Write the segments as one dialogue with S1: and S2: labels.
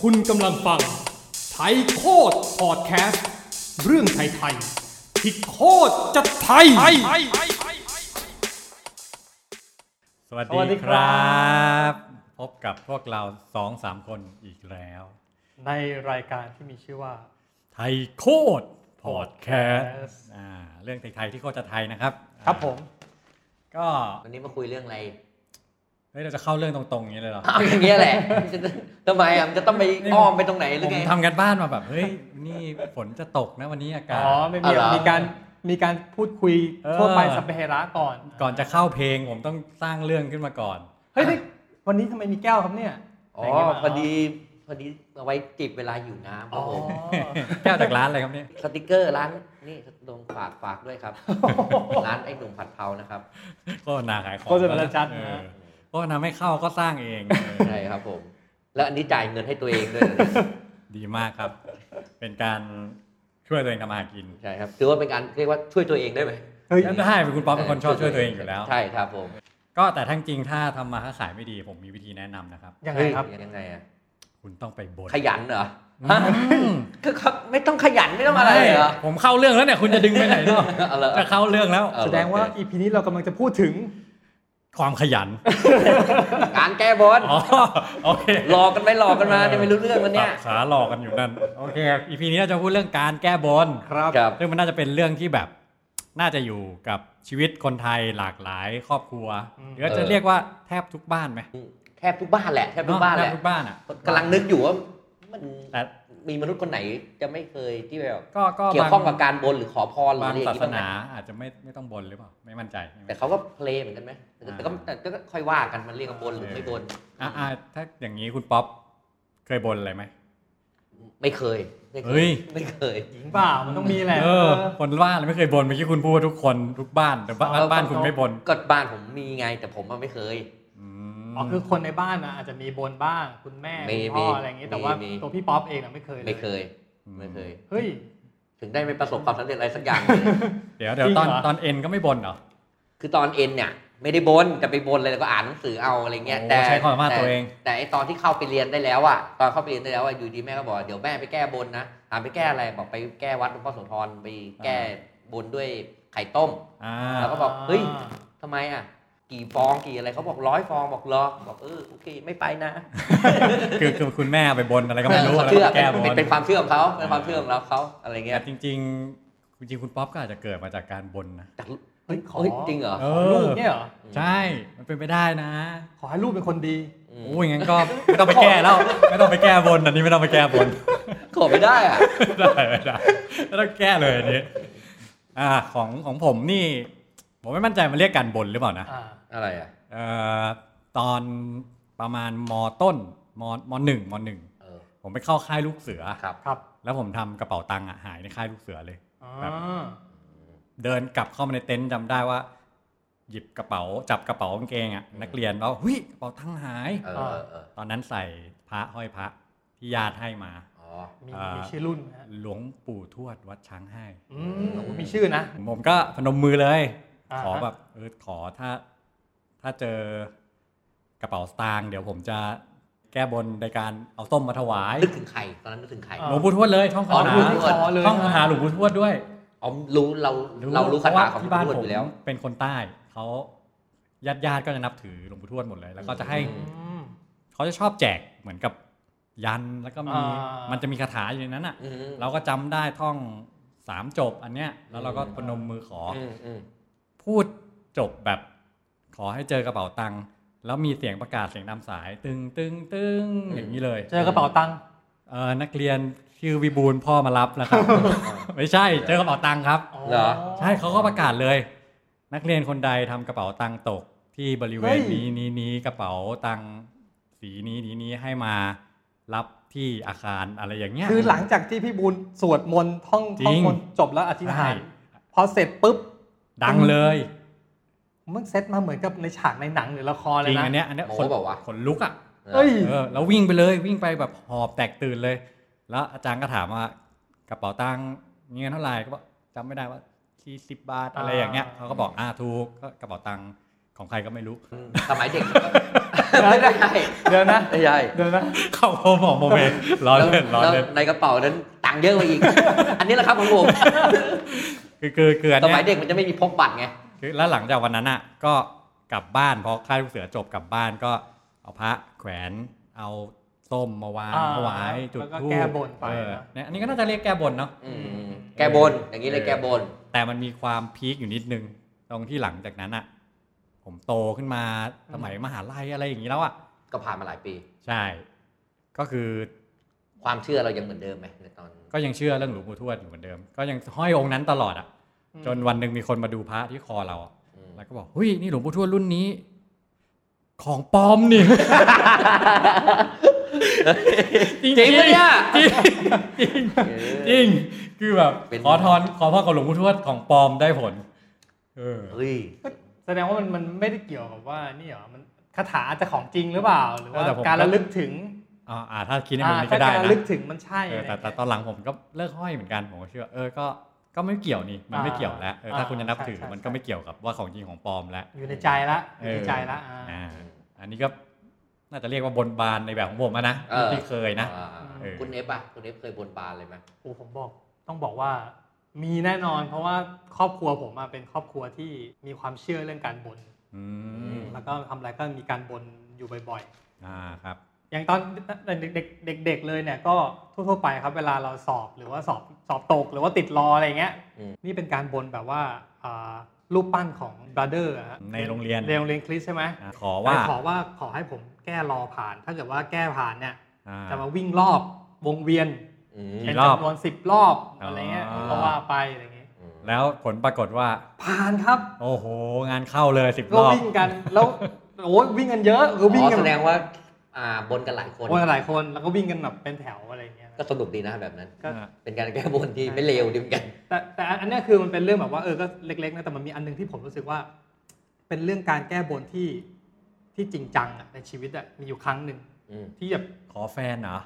S1: คุณกำลังฟังไทยโคตรพอดแคสต์เรื่องไทยไทยๆที่โคตรจะไทย
S2: สวัส
S3: สวัสดี
S2: ดีค
S3: ค
S2: ร
S3: รั
S2: ับ พบกับพวกเราสองสามคนอีกแล้ว
S3: ในรายการที่มีชื่อว่า
S2: ไทยโคตรพอดแคสต์
S3: Podcast
S2: อ่าเรื่องไทยๆที่โคตรจะไทยนะครับ
S3: ครับ
S2: อ่า
S3: ผม
S2: ก็
S4: วันนี้มาคุยเรื่องอะไร
S2: เฮ้ยเราจะเข้าเรื่องตรงๆอย่างนี้เลยเหรอ
S4: เอาอย่างเงี้ยแหละ จะทำไมอ่ะมันจะต้องไปอ้อมไปตรงไหนหรื
S2: ผ
S4: อ
S2: ม
S4: ไง
S2: ทำกันบ้านมาแบบ เฮ้ย นี่ฝนจะตกนะวันนี้อากาศ
S3: อ๋อไม่มี
S4: อ่ะเหรอ
S3: มีการมีการพูดคุย
S2: เออ
S3: ทั่วไปสัพเพเหระก่อน
S2: ก่อนจะเข้าเพลงผมต้องสร้างเรื่องขึ้นมาก่อน
S3: เฮ้ยนี่วันนี้ทำไมมีแก้วครับเนี่ยะ
S4: อ๋อ
S3: ไรย่างเงี้ยมา
S4: พอดี พอดีเอาไว้จิบเวลาอยู่น้ำค
S3: อ๋
S4: รั
S3: อบ
S4: ผม
S2: แก้วจากร้านอะไรครับเนี่ย
S4: สติกเกอร์ร้านนี่ตรงฝากฝากด้วย ครับ ร้านไอ้หนุ่มผัดเผานะครับ
S2: โฆษณาขายของ
S3: โฆษณาจัด
S2: เออ
S3: นะ
S2: โฆษณาไม่เข้าก็สร้างเองเออ
S4: ใช่ครับผม แล้วอันนี้จ่ายเงินให้ตัวเองด้วย นะเนี่ย
S2: ดีมากครับ เป็นการช่วยตัวเองทำมาหากิน
S4: ใช่ครับถือว่าเป็นการเรียกว่าช่วยตัวเองได้ไหม
S3: เฮ้ย
S2: ได้เป็นคุณป๊อปเป็นคนชอบช่วยตัวเองอยู่แล้ว
S4: ใช่ครับผม
S2: ก็แต่ทั้งจริงถ้าทำมาค้าขายไม่ดี ผมมีวิธีแนะนำนะครับ
S3: ยังไงครับ
S4: เฮ้ยยังไงอ่ะ
S2: คุณต้องไปบน
S4: ขยันเหร อ
S2: อื
S4: ฮะ
S2: ม
S4: ก็ครับไม่ต้องขยันไม่ต้องอะไรเหรอ
S2: ม่ผมเข้าเรื่องแล้วเนี่ยคุณจะดึงไปไหนเนาะ
S4: เอาเหรอ
S2: จะเข้าเรื่องแล้ว
S4: เออ
S3: แสดงว่า EP นี้เรากำลังจะพูดถึง
S2: ความขยัน
S4: การแก้บน
S2: อ๋อโอเค
S4: หลอกกันไปหลอกกันมาเนี่ยไม่รู้เรื่องวันเนี้ย
S2: ขาหลอกกันอยู่นั่นโอเคอีพีนี้เราจะพูดเรื่องการแก้บน
S3: ครับ
S4: ครับ
S2: ซึ่งมันน่าจะเป็นเรื่องที่แบบน่าจะอยู่กับชีวิตคนไทยหลากหลายครอบครัวหรือว่าจะเรียกว่าแทบทุกบ้านไหม
S4: แทบทุกบ้านแหละแทบทุกบ้าน
S2: เอะ
S4: แห
S2: แทบ
S4: ละ
S2: ทุกบ้านอ่ะ
S4: กำลังนึกอยู่ว่ามัน
S2: แต่
S4: มีมนุษย์คนไหนจะไม่เคยที่แบบ
S2: ก็ก็
S4: เกี่ยว
S2: บา
S4: ข้องกับการบนหรือขอพรหรืออะ
S2: บาง
S4: ไรอย่า
S2: ศาง ส
S4: นี้บ้างไหม
S2: นาอาจจะไม่ไม่ต้องบนหรือเปล่า ไม่มั่นใจไม่มั่
S4: แต่
S2: นใจ
S4: เขาก็เพลงเหมือนกันไหม
S2: อ่า
S4: แต่ก็แต่ก็ค่อยว่ากันมันเรียกว่าบนหรือไม่บน
S2: อ่ะอ่ะถ้าอย่างนี้คุณป๊อปเคยบนอะไรไหม
S4: ไม่เคยไม่เค
S2: เฮ้ย
S4: ไม่เคย
S3: หญิงเปล่ามันต้องมีแหละ
S2: เออ
S3: เออ
S2: คนว่าเลยไม่เคยบนเมื่อกี้คุณพูดว่าทุกคนทุกบ้านแต่บ้าน
S3: เออ
S2: บ้าน
S3: ต้อง
S2: คุณไม่บน
S4: ก็บ้านผมมีไงแต่ผมอะไม่เคย
S2: ม
S3: อ๋อคือคนในบ้านนะอาจจะมีบนบ้างคุณแม่
S4: มี
S3: คุณพ่อ
S4: มี
S3: อะไรอย่างเงี้ย
S4: มี
S3: แต่ว่า
S4: มี
S3: ตัวพี่ป๊อปเองน่ะไม่เคยล
S4: ไม่เคยไม่เคย
S3: เฮ้ย
S4: ถึงได้ไม่ประสบความสำเร็จอะไรสักอย่างเลย
S2: เดี๋ยวเดี๋ยว
S3: จริง
S2: ตอน
S3: เหรอ
S2: ตอนเอ็นก็ไม่บนเหรอ
S4: คือตอนเอ็นเนี่ย ไม่ได้บนแต่ไปบนเลยแล้วก็อ่านหนังสือเอาอะไรเงี้ย
S2: โอ้
S4: แต่
S2: ใช้ความสามารถตัวเอง
S4: แต่ไอตอนที่เข้าไปเรียนได้แล้วอะตอนเข้าไปเรียนได้แล้วอะอยู่ดีแม่ก็บอกว่าเดี๋ยวแม่ไปแก้บนนะถามไปแก้อะไรบอกไปแก้วัดหลวงพ่อโสธรไปแก้บนด้วยไข่ต้ม
S2: อ่า
S4: แล้วก็บอกเฮ้ยทำไมอะกี่ฟองกี่อะไรเขาบอกร้อยฟองบอกเหรอบอกเออโอเคไม่ไปนะ
S2: คือคือคุณแม่ไปบนอะไรก็ไม่รู้แล้ว
S4: เขาเชื่อ
S2: ก็แก้บ
S4: เป็น นเป็นความเชื่อของเขาเป็นความเชื่อของเราเขาอะไรเงี้ย
S2: แต่จริงๆจริงๆคุณป๊อปก็อาจจะเกิดมาจากการบนนะ
S3: เฮ้ยขอ
S4: เฮ้ยจริงเหรอ
S2: เอ
S3: ขอ
S2: อ
S3: ลูกเนี่ยเหรอ
S2: ใช่ มันเป็นไปได้นะ
S3: ขอให้ลูกเป็นคนดี
S4: อืม
S2: โอ้ยงั้นก็ ไม่ต้องไปแก้แล้ว ไม่ต้องไปแก้บนอันนี้ไม่ต้องไปแก้บน
S4: ขอไม่ได้อะ
S2: ได้ไม่ได้ไม่ต้องแก้เลยอันนี้อ่าของของผมนี่ ผมไม่มั่นใจมันเรียกการบนหรือเปล่านะ
S3: อ่า
S4: อะไรอะ
S2: เอ่อตอนประมาณมต้นมมหนึ่งมหนึ่ง
S4: เออ
S2: ผมไปเข้าค่ายลูกเสือ
S4: ครับ
S3: ครับ
S2: แล้วผมทำกระเป๋าตังค์อะหายในค่ายลูกเสือเลย
S3: อ่
S2: แบบ
S3: า
S2: เดินกลับเข้ามาในเต็นท์จำได้ว่า หยิบกระเป๋าจับกระเป๋ากางเกงอะนักเรียนแล้วหุ้ยกระเป๋าตังค์หาย
S4: เออเออเออ
S2: ตอนนั้นใส่พระห้อยพระที่ญาติให้มา
S4: อ๋อ
S3: มี
S2: อ่ามี
S3: มีชื่อรุ่นนะฮะ
S2: หลวงปู่ทวดวัดช้างให้
S3: อืมมีชื่อนะ
S2: ผมก็พนมมือเลย
S3: อ่าฮะ
S2: ขอแบบเออขอถ้าถ้าเจอกระเป๋าสตางค์เดี๋ยวผมจะแก้บนในการเอาส้มมาถวาย
S4: นึกถึงใครตอนนั้นนึกถึงใคร
S3: อ่า
S2: หลวงปู่ทวดเลยท่อง
S3: อ๋อ
S2: คาถา
S3: คุณที่ขอเลย
S2: ท่องคาถาหลวงปู่ทวดด้วย
S4: อ๋อรู้เราเรารู้คาถาของ
S2: เพะว่
S4: พี่
S2: ที่บ้าน
S4: ทวด
S2: ผ
S4: อ
S2: ม
S4: ยู่แล้ว
S2: เป็นคนใต้เขาญาติญาติๆก็จะนับถือหลวงปู่ทวดหมดเลย แล้วก็จะให้
S4: อื
S3: อืม
S2: เขาจะชอบแจกเหมือนกับยันต์แล้วก็มี
S3: อ่ามั
S2: มันจะมีคาถาอยู่ในนั้นอ่ะ
S4: อืม
S2: เราก็จำได้ท่องสามจบอันเนี้ย แล้วเราก็
S4: อืม
S2: พนมมือขออ
S4: มอืม
S2: พูดจบแบบ ขอให้เจอกระเป๋าตังค์แล้วมีเสียงประกาศเสียงนำสาย ตึงตึงตึงอย่างนี้เลย
S3: เจอกระเป๋าตังค์
S2: เออนักเรียนชื่อวิบูลย์พ่อมารับนะครับ ไม่ใช่เจอกระเป๋าตังค์ครับ
S4: เหรอ
S2: ใช่เขาก็ประกาศเลย นักเรียนคนใดทำกระเป๋าตังค์ตกที่บริเวณนี้นี้นี้กระเป๋าตังค์สีนี้นี้นี้ให้มารับที่อาคารอะไรอย่างเงี้ย
S3: คือหลังจากที่พี่บูลสวดมนต์ท่อง
S2: จริง
S3: ท่องมนต์จบแล้วอธิษฐาน
S2: ใช่
S3: พอเสร็จปุ๊บ
S2: ดังเลย
S3: มึงเซตมาเหมือนกับในฉากในหนังหรือละครเล
S2: จริ
S3: ย
S2: ง
S3: นะ
S2: อันเนี้ยอันเนี้ย
S4: โม้
S2: ขน
S4: เปล่าวะ
S2: ขนลุกอ่ะ
S3: เอ้ย
S2: เออแล้ววิ่งไปเลยวิ่งไปแบบหอบแตกตื่นเลย แล้วอาจารย์ก็ถามว่ากระเป๋าตังค์มีเงินเท่าไหร่ก็บอกจำไม่ได้ว่าสี่สิบบาทอะไรอย่างเงี้ยเขาก็บอกอ่าถูกก็กระเป๋าตังค์ ของใครก็ไม่รู้
S4: อืมสมัยเด็ก ไม่ได้
S3: เดี๋ยวนะ
S4: ไม่ใช่
S3: เดี๋ยวนะ
S2: ของผมของผมเอง ร้อน
S4: แล้ว
S2: เล่นร้อน
S4: แล้ว
S2: เล่น
S4: ในกระเป๋านั้นตังค์เยอะกว่าอี ก อันนี้แหละครับของผม
S2: คือคือคืออัน
S4: ส
S2: เนี้
S4: มัย
S2: ย
S4: เด็กมันจะไม่มีพกบัตรไง
S2: คือแล้วหลังจากวันนั้นอ่ะ ก็กลับบ้านพอค่ายลูกเสือจบกลับบ้านก็เอาพระแขวนเอาส้มมาวาง
S3: อ่า
S2: ถวายจุด
S3: แล้วก็
S2: ธูป
S3: แก้บนไป
S2: เออ
S3: นะ
S2: เนี่ยอันนี้ก็น่าจะเรียกแก้บนเนาะ
S4: อืมแกบนอย่างนี้เลยแกบน
S2: แต่มันมีความพีคอยู่นิดนึง ตรงที่หลังจากนั้นอ่ะ ผมโตขึ้นมาสมัยมหาลัยอะไรอย่างนี้แล้วอ่ะ
S4: ก็ผ่านมาหลายปี
S2: ใช่ ก็คือ
S4: ความเชื่อเรายังเหมือนเดิมไหมในตอน
S2: ก็ยังเชื่อเรื่องหลวงปู่ทวดอยู่เหมือนเดิม ก็ยังห้อยองค์นั้นตลอดอ่ะ
S3: อืม
S2: จนวันหนึ่งมีคนมาดูพระที่คอเราอะ
S4: อืม
S2: แล้วก็บอกเฮ้ยนี่หลวงปู่ทวดรุ่นนี้ ของปลอมนี่ จริง
S4: จริงปะเนี่ย
S2: จริงจริงจริงคือแบบ
S4: เป็น
S2: ขอทอนขอพ่อกับหลวงปู่ทวดของปลอมได้ผล เออ
S4: เฮ้ย
S3: แสดงว่ามันมันไม่ได้เกี่ยวกับว่านี่เหรอมันคาถาอาจจะของจริงหรือเปล่า หรือ
S2: เอ
S3: ว่า
S2: อแต่ผม
S3: การระลึกถึง
S2: อ่าอ่าถ้าคิดในมุม
S3: อ่า
S2: นี้
S3: ถ้า
S2: ก็ได้
S3: การระ
S2: นะ
S3: ลึกถึงมันใช่
S2: เออแต่
S3: อะไร
S2: แต่
S3: เงี้ย
S2: ตอนหลังผมก็เลิกห้อยเหมือนกันผมก็เชื่อเออก็ก็ไม่เกี่ยวนี่มันไม่
S3: อ่า
S2: เกี่ยวแล้วเออถ้า
S3: อ่า
S2: คุณจะนับ
S3: ใช่
S2: ถือ
S3: ใช่
S2: มัน
S3: ใช่
S2: ก็ไม่เกี่ยวกับว่าของจริงของปลอมแล้ว
S3: อยู่ในใจละ
S2: เอออ
S3: ยู่ในใจละอ่า
S2: อ่าอันนี้ก็น่าจะเรียกว่าบนบานในแบบของผมอะนะ
S4: เออ
S2: ที่เคยนะ
S4: อ่า
S2: เออ
S4: คุณเอฟอะคุณเอฟเคยบนบานเลยไหม
S3: โอ้ผมบอกต้องบอกว่ามีแน่นอน เพราะว่าครอบครัวผมอะเป็นครอบครัวที่มีความเชื่อเรื่องการบน
S2: อืม
S3: แล้วก็ทำอะไรก็มีการบนอยู่บ่อย
S2: อ่าครับ
S3: ๆ อย่างตอนเด็กๆเด็กๆเลยเนี่ยก็ทั่วๆไปครับเวลาเราสอบหรือว่าสอบสอบตกหรือว่าติดรออะไรเงี้ยนี่เป็นการบนแบบว่าอ่ารูปปั้นของบราเดอร์
S2: ในโรงเรียน
S3: ในโรงเรียนคริสใช่ไหม
S2: อ่าขอว่า
S3: ขอว่าขอให้ผมแก้รอผ่าน ถ้าเกิดว่าแก้ผ่านเนี่ย
S2: อ่า
S3: จะมาวิ่งรอบวงเวียน
S4: อืม
S2: กี่
S3: เป็น
S2: รอบ
S3: จำนวนสิบรอบอะไรเงี้ย
S2: อ๋อ
S3: ก็ว่าไปอะไรเงี้ย
S4: อืม
S2: แล้วผลปรากฏว่า
S3: ผ่านครับ
S2: โอ้โห งานเข้าเลยสิบร
S3: ก็
S2: อบ
S3: วิ่งกันแล้วโอ้ยวิ่งกันเยอะคือวิ่ง
S4: อ๋อ
S3: กัน
S4: แสดงว่า อ่าบนกันหลายคน
S3: โอ้ยหลายคนแล้วก็วิ่งกันแบบเป็นแถวอะไรเงี้ย
S4: ก็สนุกดีนะแบบนั้น
S3: ก็
S2: อ่า
S4: เป็นการแก้บนที่ ไม่เลวดีเหมือนกัน
S3: แต่แต่อันอันเนี้ยคือมันเป็นเรื่องแบบว่าเออก็เล็กๆนะแต่มันมีอันหนึงที่ผมรู้สึกว่า เป็นเรื่องการแก้บนที่ที่จริงจังอะในชีวิตอะมีอยู่ครั้งหนึ่ง
S4: อืม
S3: ที่แบบ
S2: ขอแฟนเหรอ